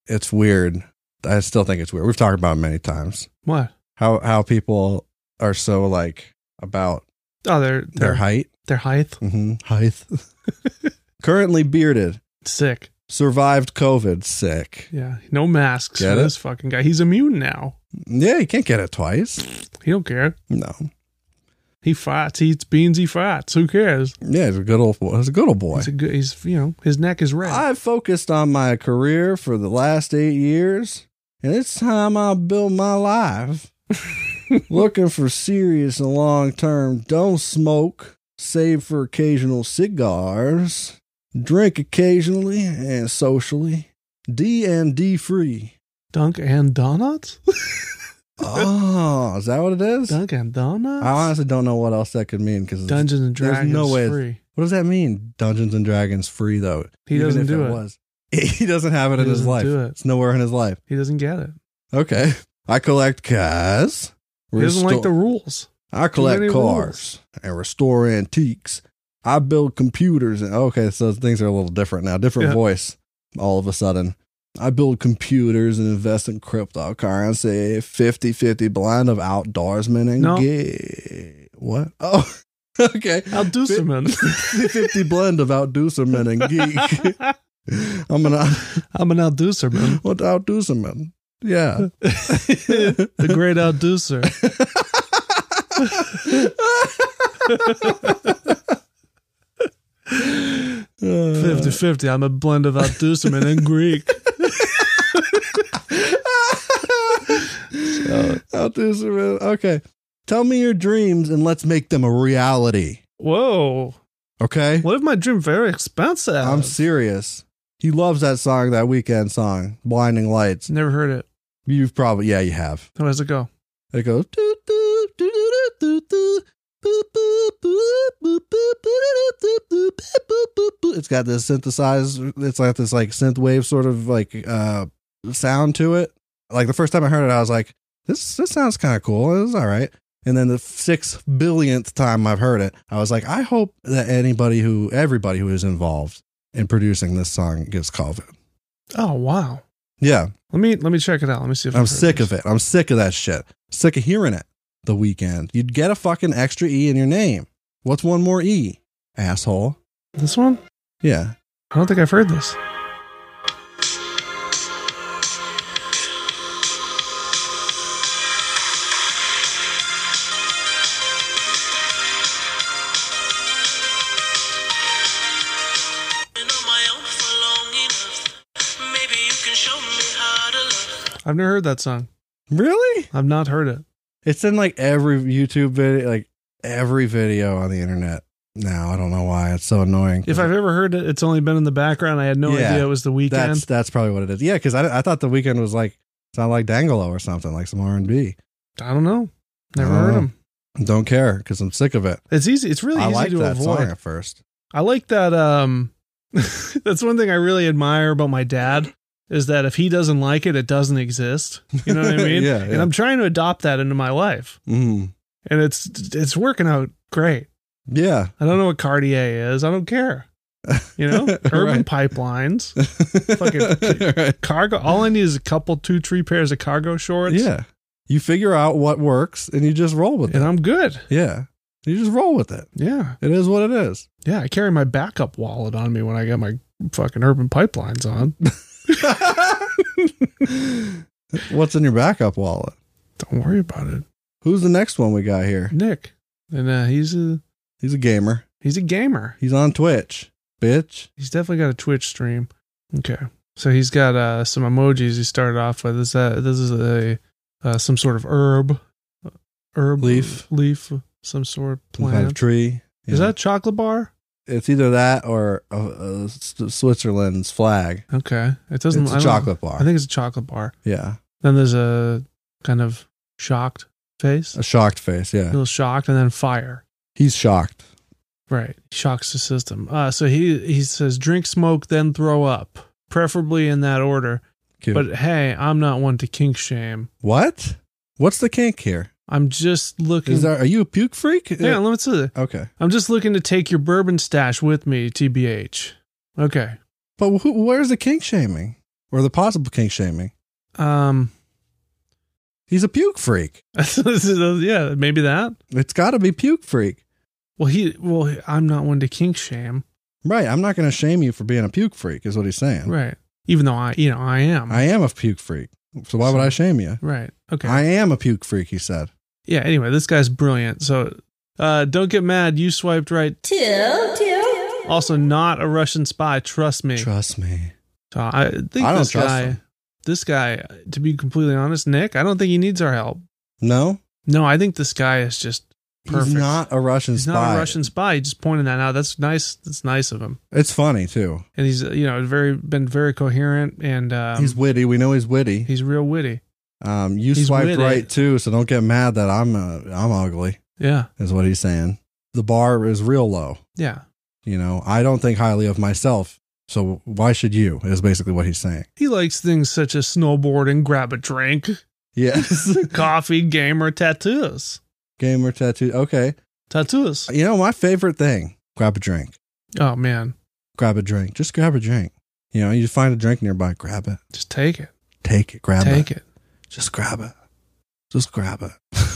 Speaker 2: It's weird. I still think it's weird. We've talked about it many times.
Speaker 1: What?
Speaker 2: How how people are so like about
Speaker 1: Oh, they're
Speaker 2: their
Speaker 1: they're
Speaker 2: height.
Speaker 1: their height.
Speaker 2: Mm-hmm. Height. Currently bearded,
Speaker 1: Sick.
Speaker 2: survived COVID, sick.
Speaker 1: Yeah, no masks
Speaker 2: Get
Speaker 1: for
Speaker 2: it?
Speaker 1: this fucking guy. He's immune now.
Speaker 2: Yeah, you can't get it twice.
Speaker 1: He don't care.
Speaker 2: No.
Speaker 1: He farts. He eats beans. He farts. Who cares?
Speaker 2: Yeah, he's a good old boy. He's a good old boy.
Speaker 1: He's a good. He's you know his neck is red.
Speaker 2: I've focused on my career for the last eight years, and it's time I build my life. Looking for serious and long term. Don't smoke, save for occasional cigars. drink occasionally and socially, D and D free.
Speaker 1: Dunk and donuts?
Speaker 2: Oh, is that what it is?
Speaker 1: Dunk and donuts?
Speaker 2: I honestly don't know what else that could mean because what
Speaker 1: Dungeons and
Speaker 2: there's
Speaker 1: Dragons
Speaker 2: no way-
Speaker 1: free.
Speaker 2: does that mean? Dungeons and Dragons free though.
Speaker 1: He doesn't do it.
Speaker 2: Was. He doesn't have it
Speaker 1: He
Speaker 2: in his
Speaker 1: doesn't
Speaker 2: life.
Speaker 1: do it.
Speaker 2: It's nowhere in his life.
Speaker 1: He doesn't get it.
Speaker 2: Okay, I collect cars.
Speaker 1: He doesn't like the
Speaker 2: restore-
Speaker 1: rules.
Speaker 2: I collect
Speaker 1: many
Speaker 2: cars and restore antiques. I build computers. And, okay, so things are a little different now. Different
Speaker 1: Yeah.
Speaker 2: voice all of a sudden. I build computers and invest in cryptocurrency. 50 50 blind of outdoorsmen and
Speaker 1: No.
Speaker 2: gay. What? Oh, okay.
Speaker 1: I'll do some.
Speaker 2: 50 blend of outdoorsmen and geek.
Speaker 1: I'm
Speaker 2: I'm an
Speaker 1: an outdooser, man.
Speaker 2: what outdoorsman? Yeah.
Speaker 1: the great outdooser.
Speaker 2: Uh,
Speaker 1: 50 50. I'm a blend of outdooserman and Greek.
Speaker 2: I'll do some real- Okay. Tell me your dreams and let's make them a reality.
Speaker 1: Whoa.
Speaker 2: Okay?
Speaker 1: What if my dream very expensive?
Speaker 2: I'm serious. He loves that song, that weekend song, Blinding Lights.
Speaker 1: Never heard it.
Speaker 2: You've probably, yeah, you have.
Speaker 1: How does it go?
Speaker 2: It goes. doo, doo, doo, doo, doo, doo, doo, boop, boop, boop, boop, boop, boop, boop, boop, boop, boop. It's got this synthesized, it's like this like synth wave sort of like uh sound to it. Like the first time I heard it, I was like, this this sounds kind of cool. It's all right. And then the six billionth time I've heard it, I was like, I hope that anybody who, everybody who is involved in producing this song gets COVID.
Speaker 1: Oh, wow.
Speaker 2: Yeah.
Speaker 1: Let me let me check it out. Let me see if
Speaker 2: I'm sick of it. I'm sick of that shit. Sick of hearing it. The weekend. You'd get a fucking extra E in your name. What's one more E? Asshole.
Speaker 1: This one?
Speaker 2: Yeah.
Speaker 1: I don't think I've heard this.
Speaker 7: Been on my own for long enough. Maybe you can show me how to love.
Speaker 1: I've never heard that song.
Speaker 2: Really?
Speaker 1: I've not heard it.
Speaker 2: It's in like every YouTube video, like every video on the internet now. I don't know why. It's so annoying.
Speaker 1: If I've ever heard it, it's only been in the background. I had no
Speaker 2: Yeah.
Speaker 1: idea it was the weekend.
Speaker 2: that's that's probably what it is. Yeah, because I, I thought the weekend was like sound like Dangelo or something, like some R and B.
Speaker 1: I don't know. Never
Speaker 2: I don't
Speaker 1: heard
Speaker 2: know.
Speaker 1: him.
Speaker 2: Don't care because I'm sick of it.
Speaker 1: It's easy. It's really
Speaker 2: Oh. I
Speaker 1: easy
Speaker 2: liked
Speaker 1: to
Speaker 2: that
Speaker 1: avoid.
Speaker 2: song at first.
Speaker 1: I like that. Um, that's one thing I really admire about my dad is that if he doesn't like it, it doesn't exist. You know what I mean?
Speaker 2: Yeah,
Speaker 1: And
Speaker 2: yeah.
Speaker 1: I'm trying to adopt that into my life,
Speaker 2: Mm.
Speaker 1: and it's it's working out great.
Speaker 2: Yeah.
Speaker 1: I don't know what Cartier is. I don't care. You know, urban
Speaker 2: Right.
Speaker 1: pipelines, Fucking-
Speaker 2: Right.
Speaker 1: cargo. All I need is a couple, two, three pairs of cargo shorts.
Speaker 2: Yeah. You figure out what works and you just roll with
Speaker 1: and
Speaker 2: it.
Speaker 1: I'm good.
Speaker 2: Yeah. You just roll with it.
Speaker 1: Yeah,
Speaker 2: It is what it is.
Speaker 1: yeah. I carry my backup wallet on me when I got my fucking urban pipelines on.
Speaker 2: What's in your backup wallet?
Speaker 1: Don't worry about it,
Speaker 2: Who's the next one we got here?
Speaker 1: Nick. And uh, he's a
Speaker 2: He's a gamer.
Speaker 1: he's a gamer.
Speaker 2: He's on Twitch. Bitch.
Speaker 1: He's definitely got a Twitch stream. Okay. So he's got uh, some emojis he started off with. Is that this is a uh, some sort of herb, uh, herb
Speaker 2: Leaf.
Speaker 1: leaf, some sort of
Speaker 2: Some kind of
Speaker 1: plant?
Speaker 2: tree.
Speaker 1: Is
Speaker 2: Yeah.
Speaker 1: that a chocolate bar?
Speaker 2: It's either that or uh, uh, S- Switzerland's flag.
Speaker 1: Okay, it doesn't.
Speaker 2: it's
Speaker 1: I
Speaker 2: a
Speaker 1: don't-
Speaker 2: chocolate bar.
Speaker 1: I think it's a chocolate bar.
Speaker 2: yeah.
Speaker 1: Then there's a kind of shocked face,
Speaker 2: A shocked face.
Speaker 1: a
Speaker 2: Yeah.
Speaker 1: little shocked, and then fire.
Speaker 2: He's shocked.
Speaker 1: Right, shocks the system. Uh, so he he says drink, smoke, then throw up, preferably in that order.
Speaker 2: Cute.
Speaker 1: But hey, I'm not one to kink shame.
Speaker 2: what? What's the kink here?
Speaker 1: I'm just looking.
Speaker 2: Is there, are you a puke freak?
Speaker 1: yeah, let me see.
Speaker 2: Okay.
Speaker 1: I'm just looking to take your bourbon stash with me, TBH. Okay.
Speaker 2: But who, where's the kink shaming or the possible kink shaming?
Speaker 1: Um.
Speaker 2: He's a puke freak.
Speaker 1: yeah, maybe that.
Speaker 2: It's got to be puke freak.
Speaker 1: Well, he. Well, I'm not one to kink shame,
Speaker 2: Right. I'm not going to shame you for being a puke freak, is what he's saying.
Speaker 1: right? Even though I, you know, I am.
Speaker 2: I am a puke freak. So why would I shame you?
Speaker 1: right. Okay.
Speaker 2: I am a puke freak, he said.
Speaker 1: yeah. Anyway, this guy's brilliant. So, uh, don't get mad. You swiped right.
Speaker 6: Two. Two.
Speaker 1: Also, not a Russian spy. Trust me.
Speaker 2: Trust me.
Speaker 1: So I think
Speaker 2: I don't
Speaker 1: this
Speaker 2: trust
Speaker 1: guy.
Speaker 2: him.
Speaker 1: This guy, to be completely honest, Nick, I don't think he needs our help.
Speaker 2: No?
Speaker 1: No, I think this guy is just Perfect.
Speaker 2: He's not a Russian
Speaker 1: He's
Speaker 2: spy.
Speaker 1: not a Russian spy. He's just pointing that out. That's nice. That's nice of him.
Speaker 2: It's funny too.
Speaker 1: And he's uh, you know very been very coherent and um,
Speaker 2: he's
Speaker 1: he's
Speaker 2: witty. We know he's witty.
Speaker 1: he's real witty.
Speaker 2: Um, you
Speaker 1: he's
Speaker 2: swiped
Speaker 1: witty.
Speaker 2: right too, so don't get mad that I'm uh, I'm ugly.
Speaker 1: Yeah,
Speaker 2: Is what he's saying. The bar is real low.
Speaker 1: yeah.
Speaker 2: You know, I don't think highly of myself, so why should you? Is basically what he's saying.
Speaker 1: He likes things such as snowboarding, grab a drink,
Speaker 2: Yes.
Speaker 1: coffee, game, or tattoos.
Speaker 2: Gamer tattoo. Okay.
Speaker 1: Tattoos.
Speaker 2: You know, my favorite thing grab a drink.
Speaker 1: Oh man,
Speaker 2: Grab a drink. Just grab a drink. You know, you find a drink nearby, grab it.
Speaker 1: just take it.
Speaker 2: Take it. Grab
Speaker 1: take
Speaker 2: it.
Speaker 1: it.
Speaker 2: Just grab it. Just grab it.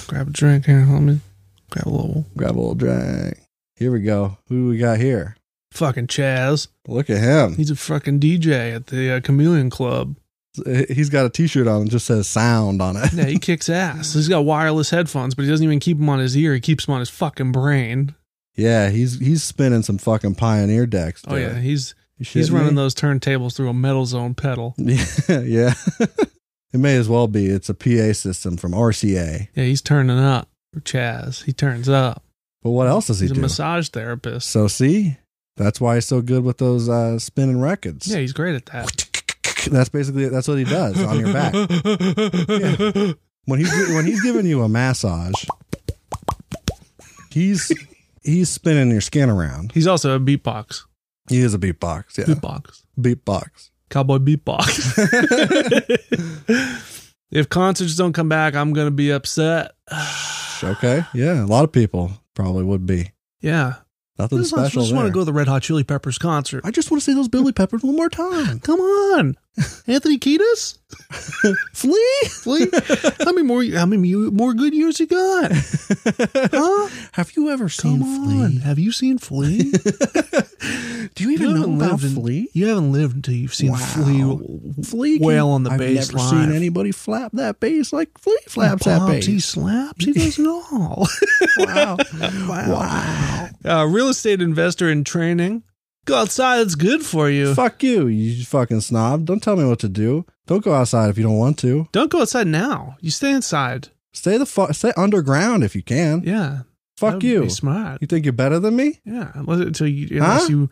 Speaker 1: Grab a drink here. Let me grab a little
Speaker 2: Grab a little drink. Here we go. Who do we got here?
Speaker 1: fucking Chaz.
Speaker 2: Look at him.
Speaker 1: He's a fucking DJ at the uh, Chameleon Club.
Speaker 2: He's got a t shirt on and just says sound on it.
Speaker 1: Yeah, he kicks ass. He's got wireless headphones, but he doesn't even keep them on his ear. He keeps them on his fucking brain.
Speaker 2: yeah, he's he's spinning some fucking pioneer decks.
Speaker 1: Oh yeah,
Speaker 2: dude.
Speaker 1: he's
Speaker 2: You
Speaker 1: he's
Speaker 2: shitting
Speaker 1: running
Speaker 2: me?
Speaker 1: those turntables through a metal zone pedal.
Speaker 2: Yeah, yeah. it may as well be. It's a PA system from RCA.
Speaker 1: Yeah, he's turning up for Chaz. He turns up.
Speaker 2: But what else does he
Speaker 1: He's a
Speaker 2: do?
Speaker 1: massage therapist.
Speaker 2: So see, that's why he's so good with those uh, spinning records.
Speaker 1: Yeah, he's great at that.
Speaker 2: That's basically that's what he does on your back Yeah. when he's when he's giving you a massage. He's he's spinning your skin around.
Speaker 1: He's also a beatbox.
Speaker 2: He is a beatbox, yeah,
Speaker 1: Beatbox.
Speaker 2: beatbox.
Speaker 1: Cowboy beatbox. if concerts don't come back, I'm gonna be upset.
Speaker 2: Okay, yeah, a lot of people probably would be
Speaker 1: Yeah.
Speaker 2: nothing
Speaker 1: This is- I
Speaker 2: special.
Speaker 1: just want to
Speaker 2: there.
Speaker 1: go to the Red Hot Chili Peppers concert.
Speaker 2: I just want to see those Billy Peppers one more time.
Speaker 1: Come on, Anthony Kiedis,
Speaker 2: Flea,
Speaker 1: Flea. how many more? How many you- more good years you got? Huh?
Speaker 2: have you ever
Speaker 1: Come
Speaker 2: seen
Speaker 1: on.
Speaker 2: Flea?
Speaker 1: Have you seen Flea?
Speaker 2: Do you even
Speaker 1: haven't
Speaker 2: know about
Speaker 1: lived in-
Speaker 2: Flea?
Speaker 1: You haven't lived until you've seen
Speaker 2: Wow.
Speaker 1: Flea.
Speaker 2: Flea can-
Speaker 1: Wail on the bass
Speaker 2: I've never
Speaker 1: live.
Speaker 2: seen anybody flap that bass like Flea flaps that
Speaker 1: Pops,
Speaker 2: bass.
Speaker 1: He slaps. He does it all.
Speaker 2: wow. wow.
Speaker 1: uh, real estate investor in training. Go outside. It's good for you.
Speaker 2: Fuck you, you fucking snob. Don't tell me what to do. Don't go outside if you don't want to.
Speaker 1: Don't go outside now. You stay inside.
Speaker 2: Stay the fuck stay underground if you can.
Speaker 1: Yeah. that would
Speaker 2: Fuck you.
Speaker 1: Be smart.
Speaker 2: You think you're better than me?
Speaker 1: Yeah. Unless, until you, unless
Speaker 2: Huh?
Speaker 1: you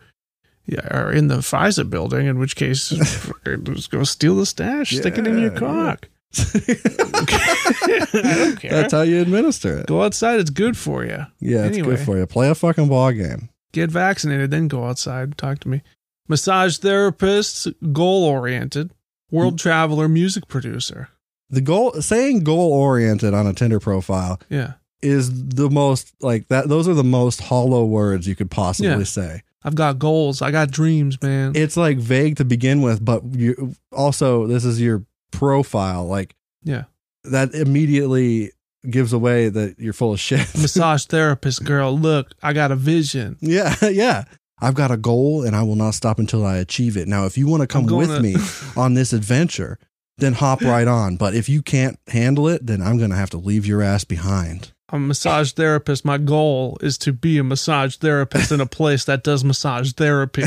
Speaker 1: yeah, are in the FISA building, in which case, fucker, just go steal the stash, stick it in your
Speaker 2: Yeah, yeah.
Speaker 1: cock. I don't care.
Speaker 2: That's how you administer it.
Speaker 1: Go outside. It's good for you.
Speaker 2: Yeah, it's
Speaker 1: Anyway.
Speaker 2: good for you. Play a fucking ball game.
Speaker 1: Get vaccinated, then go outside and talk to me. Massage therapist, goal oriented, world
Speaker 2: Mm.
Speaker 1: traveler, music producer.
Speaker 2: The goal saying goal oriented on a Tinder profile
Speaker 1: Yeah.
Speaker 2: is the most like that those are the most hollow words you could possibly
Speaker 1: Yeah.
Speaker 2: say.
Speaker 1: I've got goals. I got dreams, man.
Speaker 2: It's like vague to begin with, but you also this is your profile. Like
Speaker 1: yeah.
Speaker 2: that immediately gives away that you're full of shit.
Speaker 1: Massage therapist, girl, look, I got a vision.
Speaker 2: yeah, yeah. I've got a goal and I will not stop until I achieve it. Now, if you want to come
Speaker 1: I'm going
Speaker 2: with
Speaker 1: to-
Speaker 2: me on this adventure, then hop right on. But if you can't handle it, then I'm going to have to leave your ass behind.
Speaker 1: I'm a massage therapist. My goal is to be a massage therapist in a place that does massage therapy.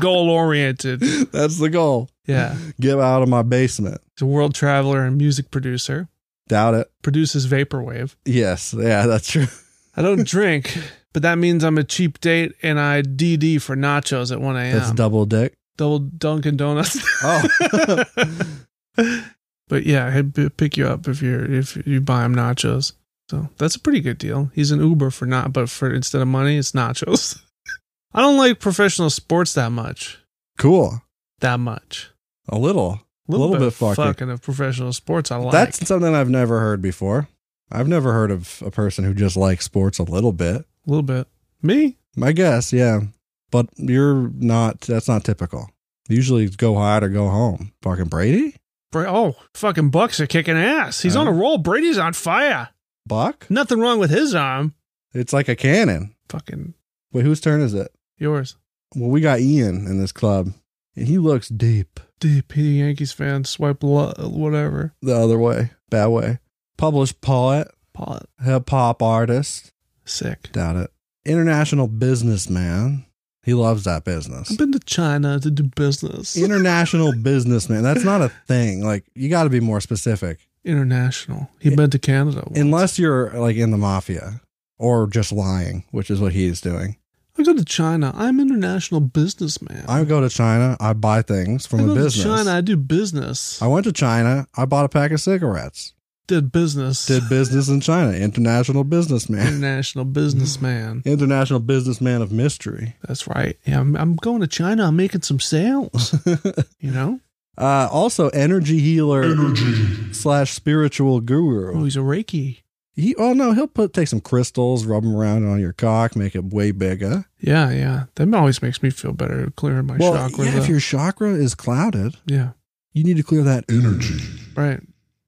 Speaker 1: goal oriented.
Speaker 2: That's the goal.
Speaker 1: Yeah.
Speaker 2: Get out of my basement.
Speaker 1: He's a world traveler and music producer.
Speaker 2: Doubt it.
Speaker 1: Produces Vaporwave.
Speaker 2: Yes. Yeah, that's true.
Speaker 1: I don't drink, but that means I'm a cheap date and I DD for nachos at 1 a.m.
Speaker 2: That's double dick.
Speaker 1: Double Dunkin' Donuts.
Speaker 2: Oh.
Speaker 1: but yeah, he'd p- pick you up if you're if you buy him nachos. So that's a pretty good deal. He's an Uber for not, but for instead of money, it's nachos. I don't like professional sports that much.
Speaker 2: Cool.
Speaker 1: That much.
Speaker 2: A little. Little bit fucky.
Speaker 1: fucking of professional sports. I like.
Speaker 2: That's something I've never heard before. I've never heard of a person who just likes sports a little bit.
Speaker 1: a little bit. Me?
Speaker 2: I guess, yeah. But you're not, that's not typical. Usually it's go hide or go home. Fucking Brady?
Speaker 1: Bra- oh, fucking Bucks are kicking ass. He's
Speaker 2: Huh?
Speaker 1: on a roll. Brady's on fire.
Speaker 2: Buck?
Speaker 1: Nothing wrong with his arm.
Speaker 2: It's like a cannon.
Speaker 1: Fucking
Speaker 2: Wait, whose turn is it?
Speaker 1: yours.
Speaker 2: Well, we got Ian in this club, and he looks deep
Speaker 1: DP Yankees fan. Swipe lo- whatever.
Speaker 2: the other way, bad way. Published poet,
Speaker 1: Pot.
Speaker 2: hip hop artist.
Speaker 1: Sick.
Speaker 2: Doubt it. International businessman. He loves that business.
Speaker 1: I've been to China to do business.
Speaker 2: International businessman. That's not a thing. Like, you got to be more specific.
Speaker 1: international. He'd been to Canada. once.
Speaker 2: Unless you're like in the mafia or just lying, which is what he is doing.
Speaker 1: I go to China. I'm an international businessman.
Speaker 2: I go to China, I buy things from
Speaker 1: I
Speaker 2: a
Speaker 1: go
Speaker 2: business.
Speaker 1: to China. I do business.
Speaker 2: I went to China, I bought a pack of cigarettes.
Speaker 1: did business.
Speaker 2: Did business in China, international businessman,
Speaker 1: international businessman.
Speaker 2: international businessman of mystery.
Speaker 1: That's right. Yeah, I'm, I'm going to China. I'm making some sales. you know.
Speaker 2: Uh, also, energy healer slash spiritual guru.
Speaker 1: Oh, he's a Reiki.
Speaker 2: He, oh no, he'll put take some crystals, rub them around on your cock, make it way bigger.
Speaker 1: Yeah, yeah. That always makes me feel better, clearing my
Speaker 2: well,
Speaker 1: chakras.
Speaker 2: yeah,
Speaker 1: up.
Speaker 2: if your chakra is clouded,
Speaker 1: yeah,
Speaker 2: you need to clear that
Speaker 3: energy,
Speaker 1: right.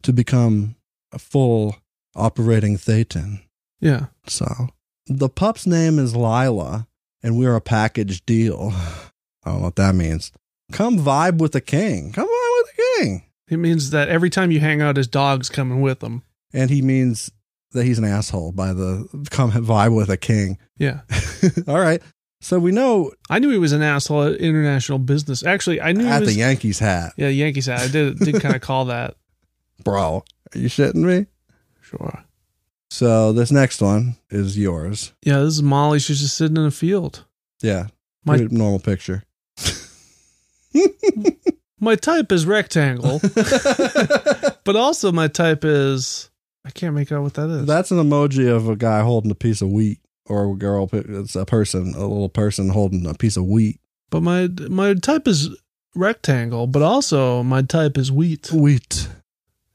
Speaker 2: to become a full operating thetan.
Speaker 1: Yeah.
Speaker 2: So the pup's name is Lila, and we're a package deal. I don't know what that means. Come vibe with the king. Come on with the king.
Speaker 1: It means that every time you hang out, his dog's coming with him.
Speaker 2: And he means that he's an asshole by the come vibe with a king.
Speaker 1: Yeah.
Speaker 2: All right. So we know
Speaker 1: I knew he was an asshole at international business. Actually, I knew he
Speaker 2: at
Speaker 1: was.
Speaker 2: the Yankees hat,
Speaker 1: yeah, Yankees hat. I did did kind of call that.
Speaker 2: bro. Are you shitting me?
Speaker 1: Sure.
Speaker 2: So this next one is yours.
Speaker 1: Yeah, this is Molly. She's just sitting in a field.
Speaker 2: Yeah.
Speaker 1: My-
Speaker 2: pretty normal picture.
Speaker 1: My type is rectangle, but also my type is I can't make out what that is.
Speaker 2: That's an emoji of a guy holding a piece of wheat or a girl. It's a person, a little person holding a piece of wheat.
Speaker 1: but my my type is rectangle, but also my type is wheat.
Speaker 2: Wheat.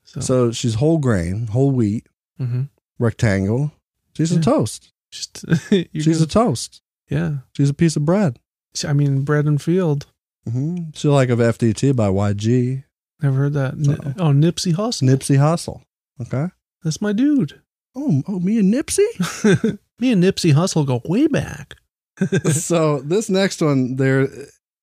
Speaker 1: So,
Speaker 2: So she's whole grain, whole wheat,
Speaker 1: hmm
Speaker 2: rectangle. She's a
Speaker 1: Yeah.
Speaker 2: toast.
Speaker 1: just
Speaker 2: she's a toast.
Speaker 1: yeah.
Speaker 2: She's a piece of bread.
Speaker 1: See, I mean, bread and field.
Speaker 2: Mm-hmm. She's like of FDT by YG.
Speaker 1: Never heard that. Ni-
Speaker 2: Uh-oh.
Speaker 1: oh, Nipsey Hussle.
Speaker 2: Nipsey Hustle. Okay.
Speaker 1: That's my dude.
Speaker 2: Oh, oh, me and Nipsey.
Speaker 1: Me and Nipsey Hussle go way back.
Speaker 2: so this next one there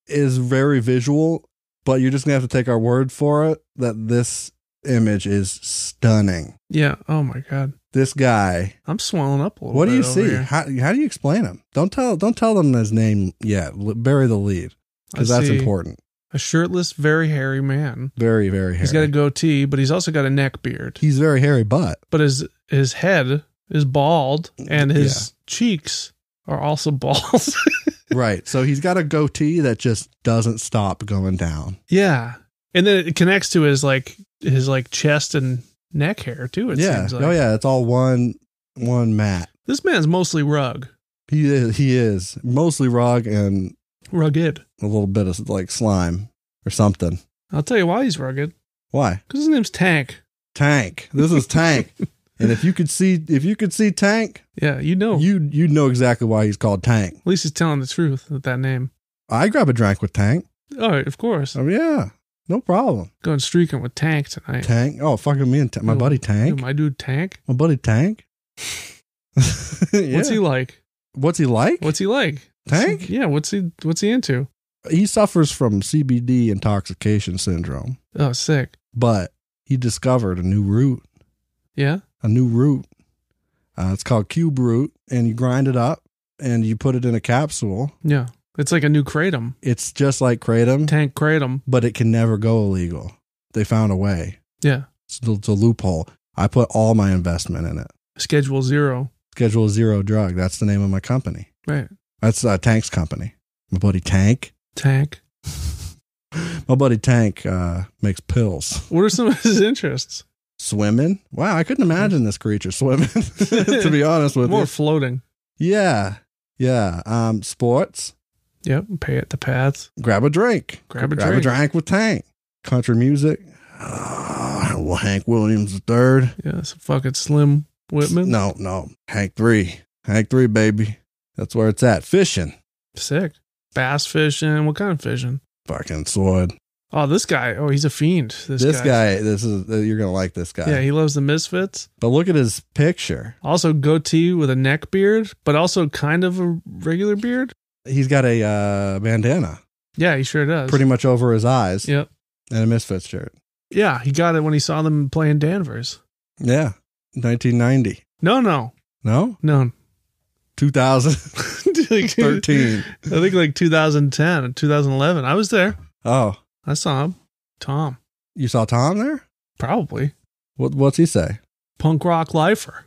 Speaker 2: is very visual, but you're just gonna have to take our word for it that this image is stunning.
Speaker 1: Yeah. Oh my God.
Speaker 2: This guy
Speaker 1: I'm swelling up a little.
Speaker 2: What do
Speaker 1: bit
Speaker 2: you
Speaker 1: over
Speaker 2: see?
Speaker 1: here.
Speaker 2: How, how do you explain him? Don't tell don't tell them his name yet. L- bury the lead
Speaker 1: I
Speaker 2: because that's
Speaker 1: see
Speaker 2: important.
Speaker 1: A shirtless, very hairy man.
Speaker 2: Very very hairy.
Speaker 1: He's got a goatee, but he's also got a neck beard.
Speaker 2: He's very hairy, but
Speaker 1: But his his head is bald, and his cheeks are also bald.
Speaker 2: right. So he's got a goatee that just doesn't stop going down.
Speaker 1: yeah, and then it connects to his like his like chest and neck hair too. It
Speaker 2: yeah.
Speaker 1: seems like.
Speaker 2: Oh yeah. It's all one one mat.
Speaker 1: This man's mostly rug,
Speaker 2: He is he is mostly rug and
Speaker 1: rugged.
Speaker 2: a little bit of like slime or something.
Speaker 1: I'll tell you why he's rugged.
Speaker 2: Why
Speaker 1: Because his name's Tank.
Speaker 2: Tank? This is Tank. and if you could see if you could see Tank,
Speaker 1: Yeah, you know.
Speaker 2: you you'd know exactly why he's called Tank.
Speaker 1: At least he's telling the truth with that name.
Speaker 2: I grab a drink with Tank.
Speaker 1: All right, of course.
Speaker 2: Oh yeah, no problem.
Speaker 1: Going streaking with Tank tonight.
Speaker 2: Tank. Oh fucking me and Tank. my
Speaker 1: Yo,
Speaker 2: buddy
Speaker 1: Dude,
Speaker 2: Tank.
Speaker 1: my dude Tank.
Speaker 2: My buddy Tank.
Speaker 1: What's he like?
Speaker 2: What's he like?
Speaker 1: What's he like?
Speaker 2: Tank?
Speaker 1: Yeah. What's he? What's he into?
Speaker 2: He suffers from CBD intoxication syndrome,
Speaker 1: Oh, sick.
Speaker 2: but he discovered a new root.
Speaker 1: Yeah.
Speaker 2: A new root. Uh, it's called cube root, and you grind it up and you put it in a capsule.
Speaker 1: Yeah. It's like a new kratom.
Speaker 2: It's just like kratom,
Speaker 1: Tank kratom.
Speaker 2: but it can never go illegal. They found a way.
Speaker 1: Yeah.
Speaker 2: It's a, it's a loophole. I put all my investment in it.
Speaker 1: Schedule zero.
Speaker 2: Schedule Zero Drug. That's the name of my company.
Speaker 1: Right.
Speaker 2: That's uh, Tank's company. My buddy Tank.
Speaker 1: Tank.
Speaker 2: My buddy Tank uh, makes pills.
Speaker 1: What are some of his interests?
Speaker 2: Swimming. Wow, I couldn't imagine this creature swimming. to be honest with
Speaker 1: More
Speaker 2: you.
Speaker 1: floating.
Speaker 2: Yeah, yeah. Um, sports.
Speaker 1: Yep. Pay at the paths.
Speaker 2: Grab a drink.
Speaker 1: Grab a
Speaker 2: Grab a
Speaker 1: drink.
Speaker 2: drink with Tank. Country music. Ah, well, Hank Williams the third.
Speaker 1: Yeah. Some fucking Slim Whitman.
Speaker 2: No, no. Hank three. Hank three, baby. That's where it's at. Fishing.
Speaker 1: Sick. Bass fishing. What kind of fishing?
Speaker 2: Fucking sword.
Speaker 1: Oh, this guy. Oh, he's a fiend. This,
Speaker 2: This, guy. This is. uh, You're gonna like this guy.
Speaker 1: Yeah, he loves the Misfits.
Speaker 2: But look at his picture.
Speaker 1: Also goatee with a neck beard, but also kind of a regular beard.
Speaker 2: He's got a uh, bandana
Speaker 1: Yeah, he sure does.
Speaker 2: pretty much over his eyes
Speaker 1: Yep.
Speaker 2: and a Misfits shirt.
Speaker 1: Yeah, he got it when he saw them playing Danvers.
Speaker 2: Yeah. 1990.
Speaker 1: No, no,
Speaker 2: No?
Speaker 1: no.
Speaker 2: 2013.
Speaker 1: I think like 2010 and 2011. I was there.
Speaker 2: Oh,
Speaker 1: I saw him. Tom,
Speaker 2: you saw Tom there?
Speaker 1: probably.
Speaker 2: What what's he say?
Speaker 1: Punk rock lifer.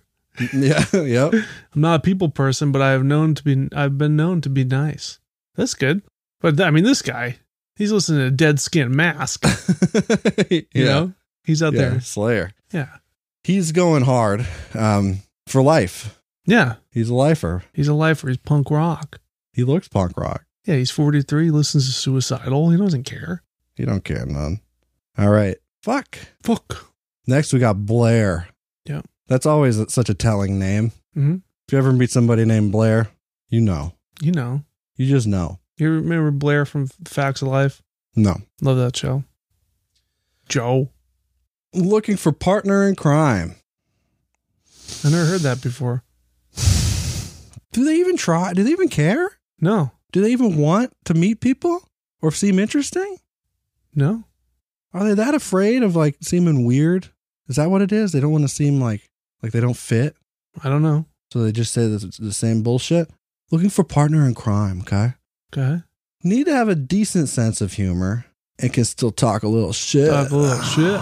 Speaker 2: yeah, yep.
Speaker 1: I'm not a people person, but I have known to be. I've been known to be nice. That's good. But th- I mean, this guy, he's listening to Dead Skin Mask.
Speaker 2: you
Speaker 1: You know, he's out there.
Speaker 2: Slayer.
Speaker 1: Yeah,
Speaker 2: He's going hard um, for life.
Speaker 1: yeah.
Speaker 2: He's a lifer.
Speaker 1: He's a lifer. He's punk rock.
Speaker 2: He looks punk rock.
Speaker 1: Yeah, he's 43. Listens to Suicidal. He doesn't care.
Speaker 2: He don't care none. All right. Fuck.
Speaker 1: Fuck.
Speaker 2: Next we got Blair.
Speaker 1: Yep.
Speaker 2: That's always such a telling name.
Speaker 1: Mhm.
Speaker 2: If you ever meet somebody named Blair, you know.
Speaker 1: You know.
Speaker 2: You just know.
Speaker 1: You remember Blair from Facts of Life?
Speaker 2: No.
Speaker 1: Love that show. Joe.
Speaker 2: Looking for partner in crime.
Speaker 1: I never heard that before.
Speaker 2: Do they even try? Do they even care?
Speaker 1: No,
Speaker 2: Do they even want to meet people or seem interesting?
Speaker 1: no.
Speaker 2: Are they that afraid of like seeming weird? Is that what it is? They don't want to seem like like they don't fit,
Speaker 1: I don't know.
Speaker 2: so they just say the, the same bullshit. Looking for partner in crime, okay?
Speaker 1: Okay.
Speaker 2: Need to have a decent sense of humor and can still talk a little shit.
Speaker 1: Talk a little shit.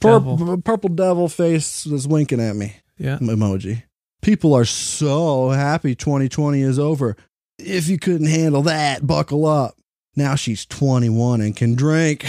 Speaker 2: Purple purple devil face that's winking at me
Speaker 1: Yeah.
Speaker 2: emoji. People are so happy 2020 is over. If you couldn't handle that, buckle up. Now she's 21 and can drink.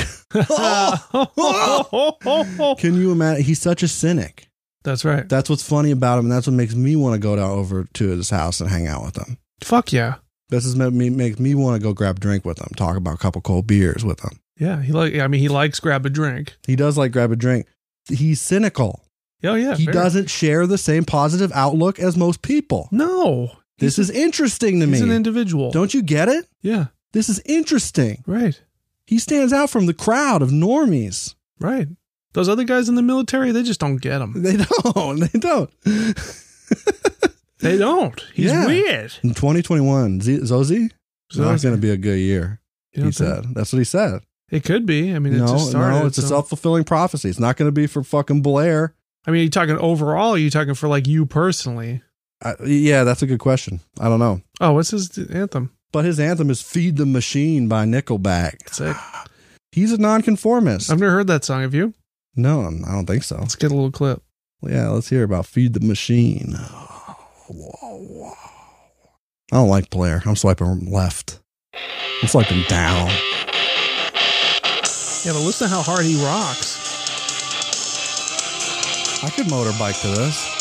Speaker 1: Oh.
Speaker 2: Can you imagine? He's such a cynic.
Speaker 1: That's right.
Speaker 2: That's what's funny about him, and that's what makes me want to go down over to his house and hang out with him.
Speaker 1: Fuck yeah.
Speaker 2: This is me makes me want to go grab a drink with him, talk about a couple cold beers with him.
Speaker 1: Yeah. He like. I mean, he likes grab a drink.
Speaker 2: He does like grab a drink. He's cynical.
Speaker 1: Oh yeah.
Speaker 2: he
Speaker 1: very-
Speaker 2: doesn't share the same positive outlook as most people.
Speaker 1: No.
Speaker 2: This is interesting to
Speaker 1: He's an
Speaker 2: me.
Speaker 1: individual.
Speaker 2: Don't you get it?
Speaker 1: Yeah.
Speaker 2: This is interesting.
Speaker 1: Right.
Speaker 2: He stands out from the crowd of normies.
Speaker 1: Right. Those other guys in the military, they just don't get him.
Speaker 2: They don't. They don't.
Speaker 1: They don't. He's
Speaker 2: Yeah.
Speaker 1: weird.
Speaker 2: In 2021, Z- Zozi, it's not going to be a good year.
Speaker 1: You
Speaker 2: he
Speaker 1: don't think?
Speaker 2: said. That's what he said.
Speaker 1: It could be. I mean, it
Speaker 2: no,
Speaker 1: just started.
Speaker 2: no, it's a
Speaker 1: so-
Speaker 2: self fulfilling prophecy. It's not going to be for fucking Blair.
Speaker 1: I mean, are you talking overall? Are you talking for like you personally?
Speaker 2: I, yeah, that's a good question. I don't know.
Speaker 1: Oh, what's his d- anthem?
Speaker 2: But his anthem is "Feed the Machine" by Nickelback.
Speaker 1: Sick.
Speaker 2: He's a nonconformist.
Speaker 1: I've never heard that song. Have you?
Speaker 2: no, I'm, I don't think so.
Speaker 1: Let's get a little clip.
Speaker 2: Yeah, let's hear about "Feed the Machine." I don't like Blair. I'm swiping left. I'm swiping down.
Speaker 1: Yeah, but listen to how hard he rocks.
Speaker 2: I could motorbike to this.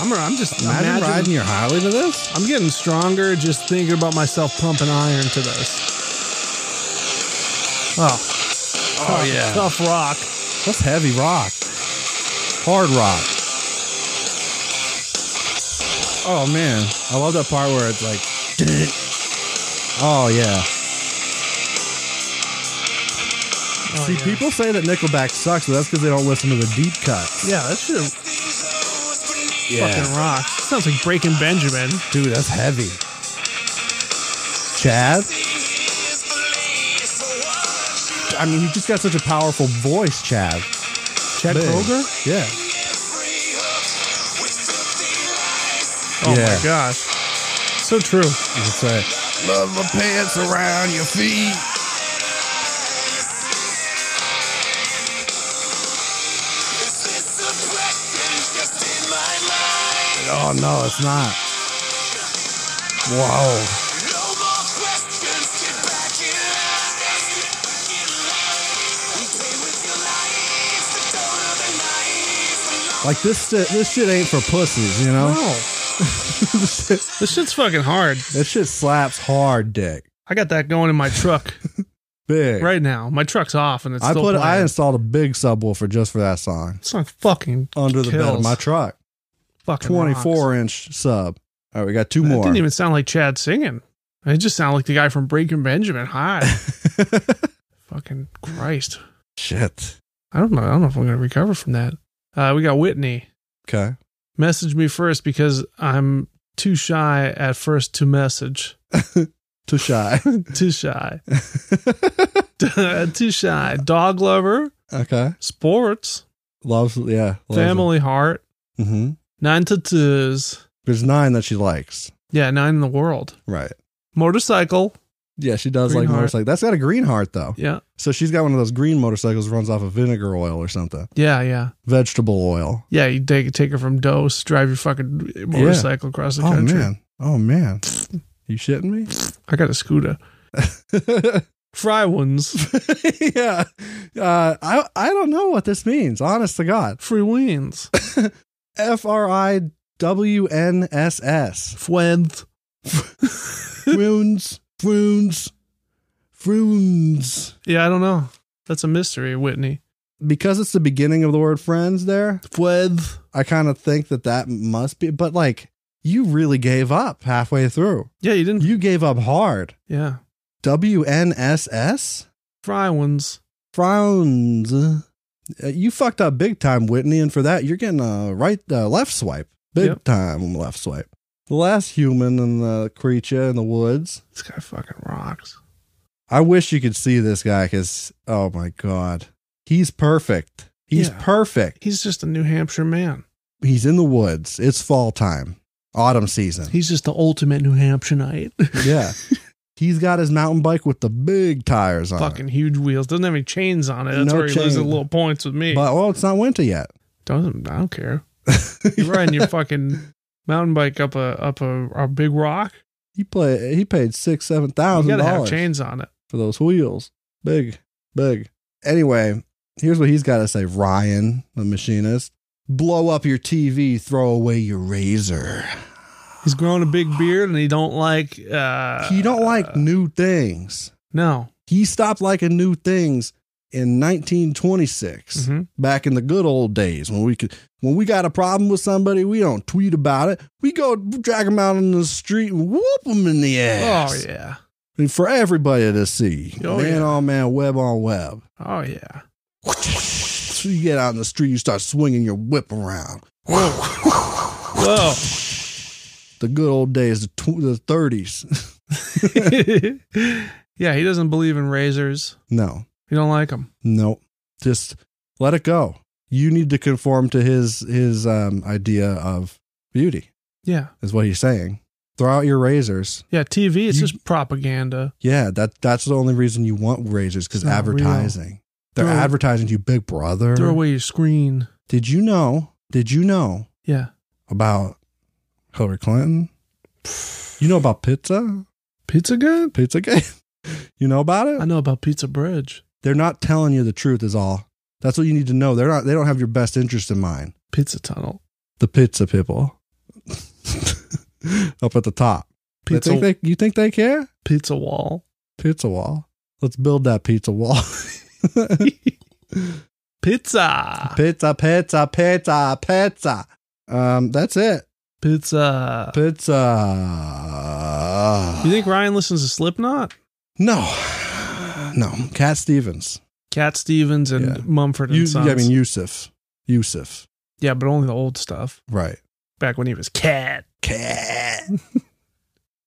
Speaker 1: I'm, I'm just
Speaker 2: Imagine,
Speaker 1: imagine-
Speaker 2: riding your highway to this.
Speaker 1: I'm getting stronger just thinking about myself pumping iron to this. Oh,
Speaker 2: Oh yeah,
Speaker 1: tough rock.
Speaker 2: that's heavy rock, hard rock. Oh man, I love that part where it's like, oh yeah.
Speaker 1: Oh,
Speaker 2: See,
Speaker 1: yeah.
Speaker 2: people say that Nickelback sucks, but that's because they don't listen to the deep cuts.
Speaker 1: Yeah, that shit fucking rocks. Sounds like Breaking Benjamin.
Speaker 2: dude, that's heavy. Chad. I mean, he just got such a powerful voice, Chad.
Speaker 1: Chad
Speaker 2: Big.
Speaker 1: Kroger.
Speaker 2: Yeah.
Speaker 1: Oh
Speaker 2: Yeah.
Speaker 1: my gosh, so true.
Speaker 2: That's right. Love the pants around your feet. Oh no, it's not. Whoa. Like this shit, this shit ain't for pussies, you know.
Speaker 1: No,
Speaker 2: this, shit,
Speaker 1: this shit's fucking hard.
Speaker 2: this shit slaps hard, dick.
Speaker 1: I got that going in my truck
Speaker 2: Big.
Speaker 1: right now. My truck's off and it's
Speaker 2: I
Speaker 1: still
Speaker 2: put I
Speaker 1: playing.
Speaker 2: installed a big subwoofer just for that song
Speaker 1: This song fucking
Speaker 2: under the bed of
Speaker 1: kills.
Speaker 2: my truck.
Speaker 1: Fucking
Speaker 2: Twenty
Speaker 1: rocks.
Speaker 2: four inch sub. All right, we got two
Speaker 1: That
Speaker 2: more.
Speaker 1: didn't even sound like Chad singing. It just sounded like the guy from Breaking Benjamin. Hi. Fucking Christ.
Speaker 2: shit.
Speaker 1: I don't know. I don't know if I'm going to recover from that. Uh, we got Whitney.
Speaker 2: Okay.
Speaker 1: Message me first because I'm too shy at first to message.
Speaker 2: Too shy.
Speaker 1: Too shy. too shy. Dog lover,
Speaker 2: okay.
Speaker 1: sports,
Speaker 2: Loves yeah. Loves
Speaker 1: family heart,
Speaker 2: Mm-hmm.
Speaker 1: nine tattoos.
Speaker 2: There's nine that she likes.
Speaker 1: Yeah, nine in the world.
Speaker 2: Right.
Speaker 1: Motorcycle,
Speaker 2: Yeah, she does
Speaker 1: Green
Speaker 2: like
Speaker 1: heart.
Speaker 2: motorcycle. That's got a green heart though.
Speaker 1: Yeah.
Speaker 2: So she's got one of those green motorcycles runs off of vinegar oil or something.
Speaker 1: Yeah. Yeah.
Speaker 2: Vegetable oil.
Speaker 1: Yeah. You take, take her from dose, drive your fucking motorcycle across the
Speaker 2: Oh
Speaker 1: country.
Speaker 2: man. Oh man. You shitting me?
Speaker 1: I got a scooter. Fry ones.
Speaker 2: yeah. Uh, I I don't know what this means, honest to God.
Speaker 1: Free wins.
Speaker 2: F R I W N S S.
Speaker 1: Friends.
Speaker 2: Fruins. Fruins. Fruins.
Speaker 1: Yeah. I don't know. That's a mystery, Whitney.
Speaker 2: Because it's the beginning of the word friends there,
Speaker 1: Friends.
Speaker 2: I kind of think that that must be, but like, you really gave up halfway through.
Speaker 1: Yeah. You didn't.
Speaker 2: You gave up hard.
Speaker 1: Yeah.
Speaker 2: WNSS?
Speaker 1: Fry ones.
Speaker 2: Frowns. Uh, You fucked up big time, Whitney, and for that, you're getting a right, uh, left swipe. Big
Speaker 1: Yep.
Speaker 2: time left swipe. The last human and the creature in the woods.
Speaker 1: This guy fucking rocks.
Speaker 2: I wish you could see this guy because, oh my God. He's perfect. He's
Speaker 1: Yeah.
Speaker 2: perfect.
Speaker 1: He's just a New Hampshire man.
Speaker 2: He's in the woods. It's fall time, autumn season.
Speaker 1: He's just the ultimate New Hampshireite.
Speaker 2: Yeah. He's got his mountain bike with the big tires on.
Speaker 1: fucking huge wheels. Doesn't have any chains on it. That's
Speaker 2: No
Speaker 1: where he loses
Speaker 2: chain.
Speaker 1: little points with me.
Speaker 2: It. But well, it's not winter yet.
Speaker 1: Doesn't I don't care. You're riding your fucking mountain bike up a up a, a big rock.
Speaker 2: He play he paid six, seven
Speaker 1: You
Speaker 2: thousand
Speaker 1: gotta have
Speaker 2: dollars
Speaker 1: chains on it.
Speaker 2: for those wheels. Big, big. Anyway, here's what he's gotta say, Ryan, the machinist. Blow up your TV, throw away your razor.
Speaker 1: He's growing a big beard and he don't like uh
Speaker 2: he don't like new things.
Speaker 1: No.
Speaker 2: He stopped liking new things in 1926.
Speaker 1: Mhm.
Speaker 2: back in the good old days when we could when we got a problem with somebody we don't tweet about it we go drag them out in the street and whoop them in the ass
Speaker 1: Oh yeah.
Speaker 2: And for everybody to see
Speaker 1: Oh,
Speaker 2: man
Speaker 1: yeah.
Speaker 2: on man web on web
Speaker 1: Oh yeah.
Speaker 2: so you get out in the street you start swinging your whip around
Speaker 1: Whoa.
Speaker 2: the good old days the, tw- the 30s
Speaker 1: yeah, he doesn't believe in razors.
Speaker 2: no
Speaker 1: He don't like them.
Speaker 2: no just let it go you need to conform to his his um, idea of beauty
Speaker 1: Yeah.
Speaker 2: is what he's saying throw out your razors
Speaker 1: Yeah, TV it's
Speaker 2: You-
Speaker 1: just propaganda.
Speaker 2: Yeah, that that's the only reason you want razors because
Speaker 1: It's not
Speaker 2: advertising. They're
Speaker 1: Throw-
Speaker 2: advertising to you, Big Brother.
Speaker 1: Throw away your screen.
Speaker 2: Did you know? Did you know
Speaker 1: Yeah.
Speaker 2: about Hillary Clinton? You know about pizza?
Speaker 1: Pizza good?
Speaker 2: Pizza game? you know about
Speaker 1: I
Speaker 2: it?
Speaker 1: know about Pizza Bridge.
Speaker 2: They're not telling you the truth is all. That's what you need to know. They're not. They don't have your best interest in mind.
Speaker 1: Pizza Tunnel.
Speaker 2: The pizza people up at the top. They
Speaker 1: Pizza
Speaker 2: think they, you think they care?
Speaker 1: Pizza Wall.
Speaker 2: Pizza wall. Let's build that pizza wall.
Speaker 1: Pizza.
Speaker 2: Pizza, pizza, pizza, pizza. Um, that's it.
Speaker 1: Pizza.
Speaker 2: Pizza.
Speaker 1: You think Ryan listens to Slipknot?
Speaker 2: No, no. Cat Stevens.
Speaker 1: Cat Stevens and
Speaker 2: Yeah.
Speaker 1: Mumford and
Speaker 2: You,
Speaker 1: Sons.
Speaker 2: yeah, I mean Yusuf. Yusuf.
Speaker 1: yeah, but only the old stuff.
Speaker 2: Right.
Speaker 1: Back when he was cat.
Speaker 2: Cat.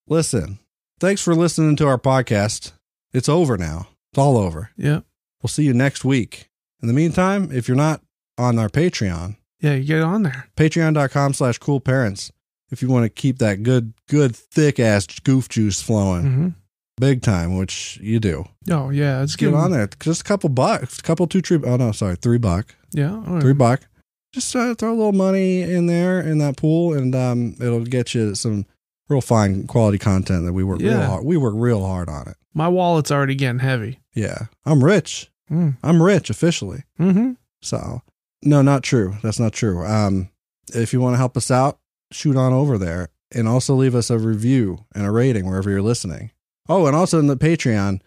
Speaker 2: Listen. Thanks for listening to our podcast. It's over now. It's all over.
Speaker 1: Yeah.
Speaker 2: We'll see you next week. In the meantime, if you're not on our Patreon,
Speaker 1: Yeah, you get on there.
Speaker 2: patreon.com slash cool parents if you want to keep that good good thick ass goof juice flowing
Speaker 1: hmm
Speaker 2: big time which you do
Speaker 1: Oh, yeah. Let's
Speaker 2: get on there just a couple bucks couple two three oh no sorry three buck
Speaker 1: Yeah. all right.
Speaker 2: three buck just uh, throw a little money in there in that pool and um it'll get you some real fine quality content that we work real
Speaker 1: Yeah.
Speaker 2: hard we work real hard on it
Speaker 1: My wallet's already getting heavy.
Speaker 2: yeah i'm rich
Speaker 1: Mm.
Speaker 2: i'm rich officially
Speaker 1: hmm
Speaker 2: So, no, not true. That's not true. Um, if you want to help us out, shoot on over there and also leave us a review and a rating wherever you're listening. Oh, and also in the Patreon,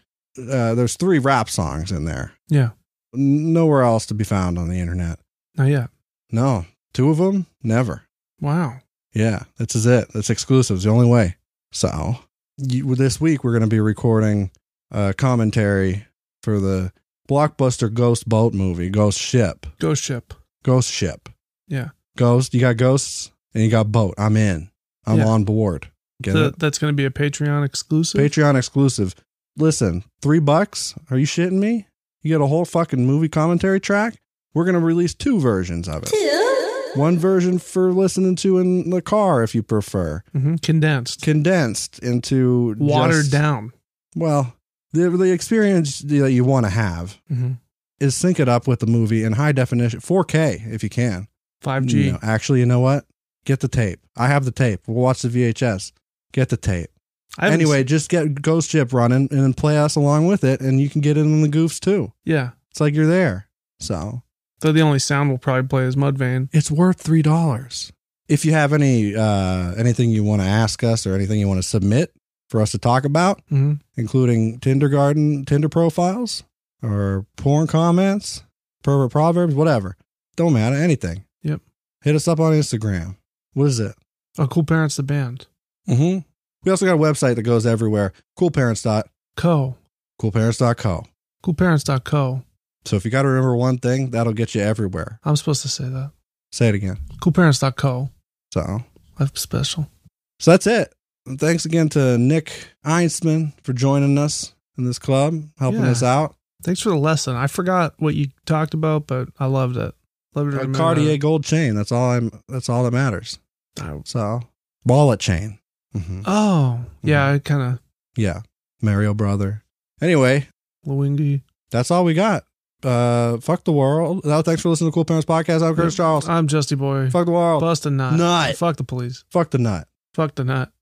Speaker 2: uh, there's three rap songs in there.
Speaker 1: Yeah.
Speaker 2: N- Nowhere else to be found on the internet.
Speaker 1: Not yet.
Speaker 2: No, two of them, never.
Speaker 1: Wow.
Speaker 2: Yeah, this is it. That's exclusive. It's the only way. So you, this week we're going to be recording a commentary for the blockbuster Ghost Boat movie, Ghost Ship.
Speaker 1: Ghost ship.
Speaker 2: Ghost Ship.
Speaker 1: Yeah.
Speaker 2: Ghost. You got ghosts and you got boat. I'm in. I'm
Speaker 1: Yeah.
Speaker 2: on board. Get
Speaker 1: Th-
Speaker 2: it?
Speaker 1: that's going to be a Patreon exclusive.
Speaker 2: Patreon exclusive. Listen, three bucks? Are you shitting me? You get a whole fucking movie commentary track? We're gonna release two versions of it.
Speaker 6: Two.
Speaker 2: One version for listening to in the car if you prefer.
Speaker 1: Mhm. Mm-hmm. Condensed.
Speaker 2: Condensed into
Speaker 1: Watered
Speaker 2: just-
Speaker 1: down.
Speaker 2: well, the, the experience that you want to have
Speaker 1: Mhm.
Speaker 2: is sync it up with the movie in high definition, 4K if you can.
Speaker 1: 5G.
Speaker 2: No, actually, you know what? Get the tape. I have the tape. We'll watch the VHS. Get the tape.
Speaker 1: I haven't
Speaker 2: anyway,
Speaker 1: s-
Speaker 2: just get Ghost Ship running and then play us along with it, and you can get in on the goofs too.
Speaker 1: yeah.
Speaker 2: It's like you're there. So
Speaker 1: Though the only sound we'll probably play is Mudvayne.
Speaker 2: it's worth three dollars. If you have any uh, anything you want to ask us or anything you want to submit for us to talk about,
Speaker 1: Mm-hmm.
Speaker 2: including Tinder garden, Tinder profiles, or porn comments, pervert proverbs, whatever. Don't matter anything.
Speaker 1: Yep.
Speaker 2: Hit us up on Instagram. What is it?
Speaker 1: Oh, Cool Parents the Band.
Speaker 2: Mm-hmm. We also got a website that goes everywhere. Coolparents dot
Speaker 1: Co.
Speaker 2: coolparents.co.
Speaker 1: Coolparents.co.
Speaker 2: So if you got to remember one thing, that'll get you everywhere.
Speaker 1: I'm supposed to say that.
Speaker 2: Say it again.
Speaker 1: Coolparents.co.
Speaker 2: So,
Speaker 1: I'm special.
Speaker 2: so that's it. And thanks again to Nick Einsman for joining us in this club, helping
Speaker 1: Yeah.
Speaker 2: us out.
Speaker 1: Thanks for the lesson. I forgot what you talked about, but I loved it. Loved it.
Speaker 2: A
Speaker 1: remember
Speaker 2: Cartier
Speaker 1: it.
Speaker 2: gold chain. That's all I'm. That's all that matters.
Speaker 1: I-
Speaker 2: So wallet chain. hmm
Speaker 1: Oh, yeah. I kind of
Speaker 2: Yeah, Mario brother. Anyway,
Speaker 1: Luingy.
Speaker 2: that's all we got. Uh, fuck the world. Now, thanks for listening to Cool Parents Podcast. I'm Curtis Charles.
Speaker 1: I'm Justy Boy.
Speaker 2: Fuck the world.
Speaker 1: Bust a nut.
Speaker 2: Nut.
Speaker 1: Fuck the police.
Speaker 2: Fuck the nut.
Speaker 1: Fuck the nut.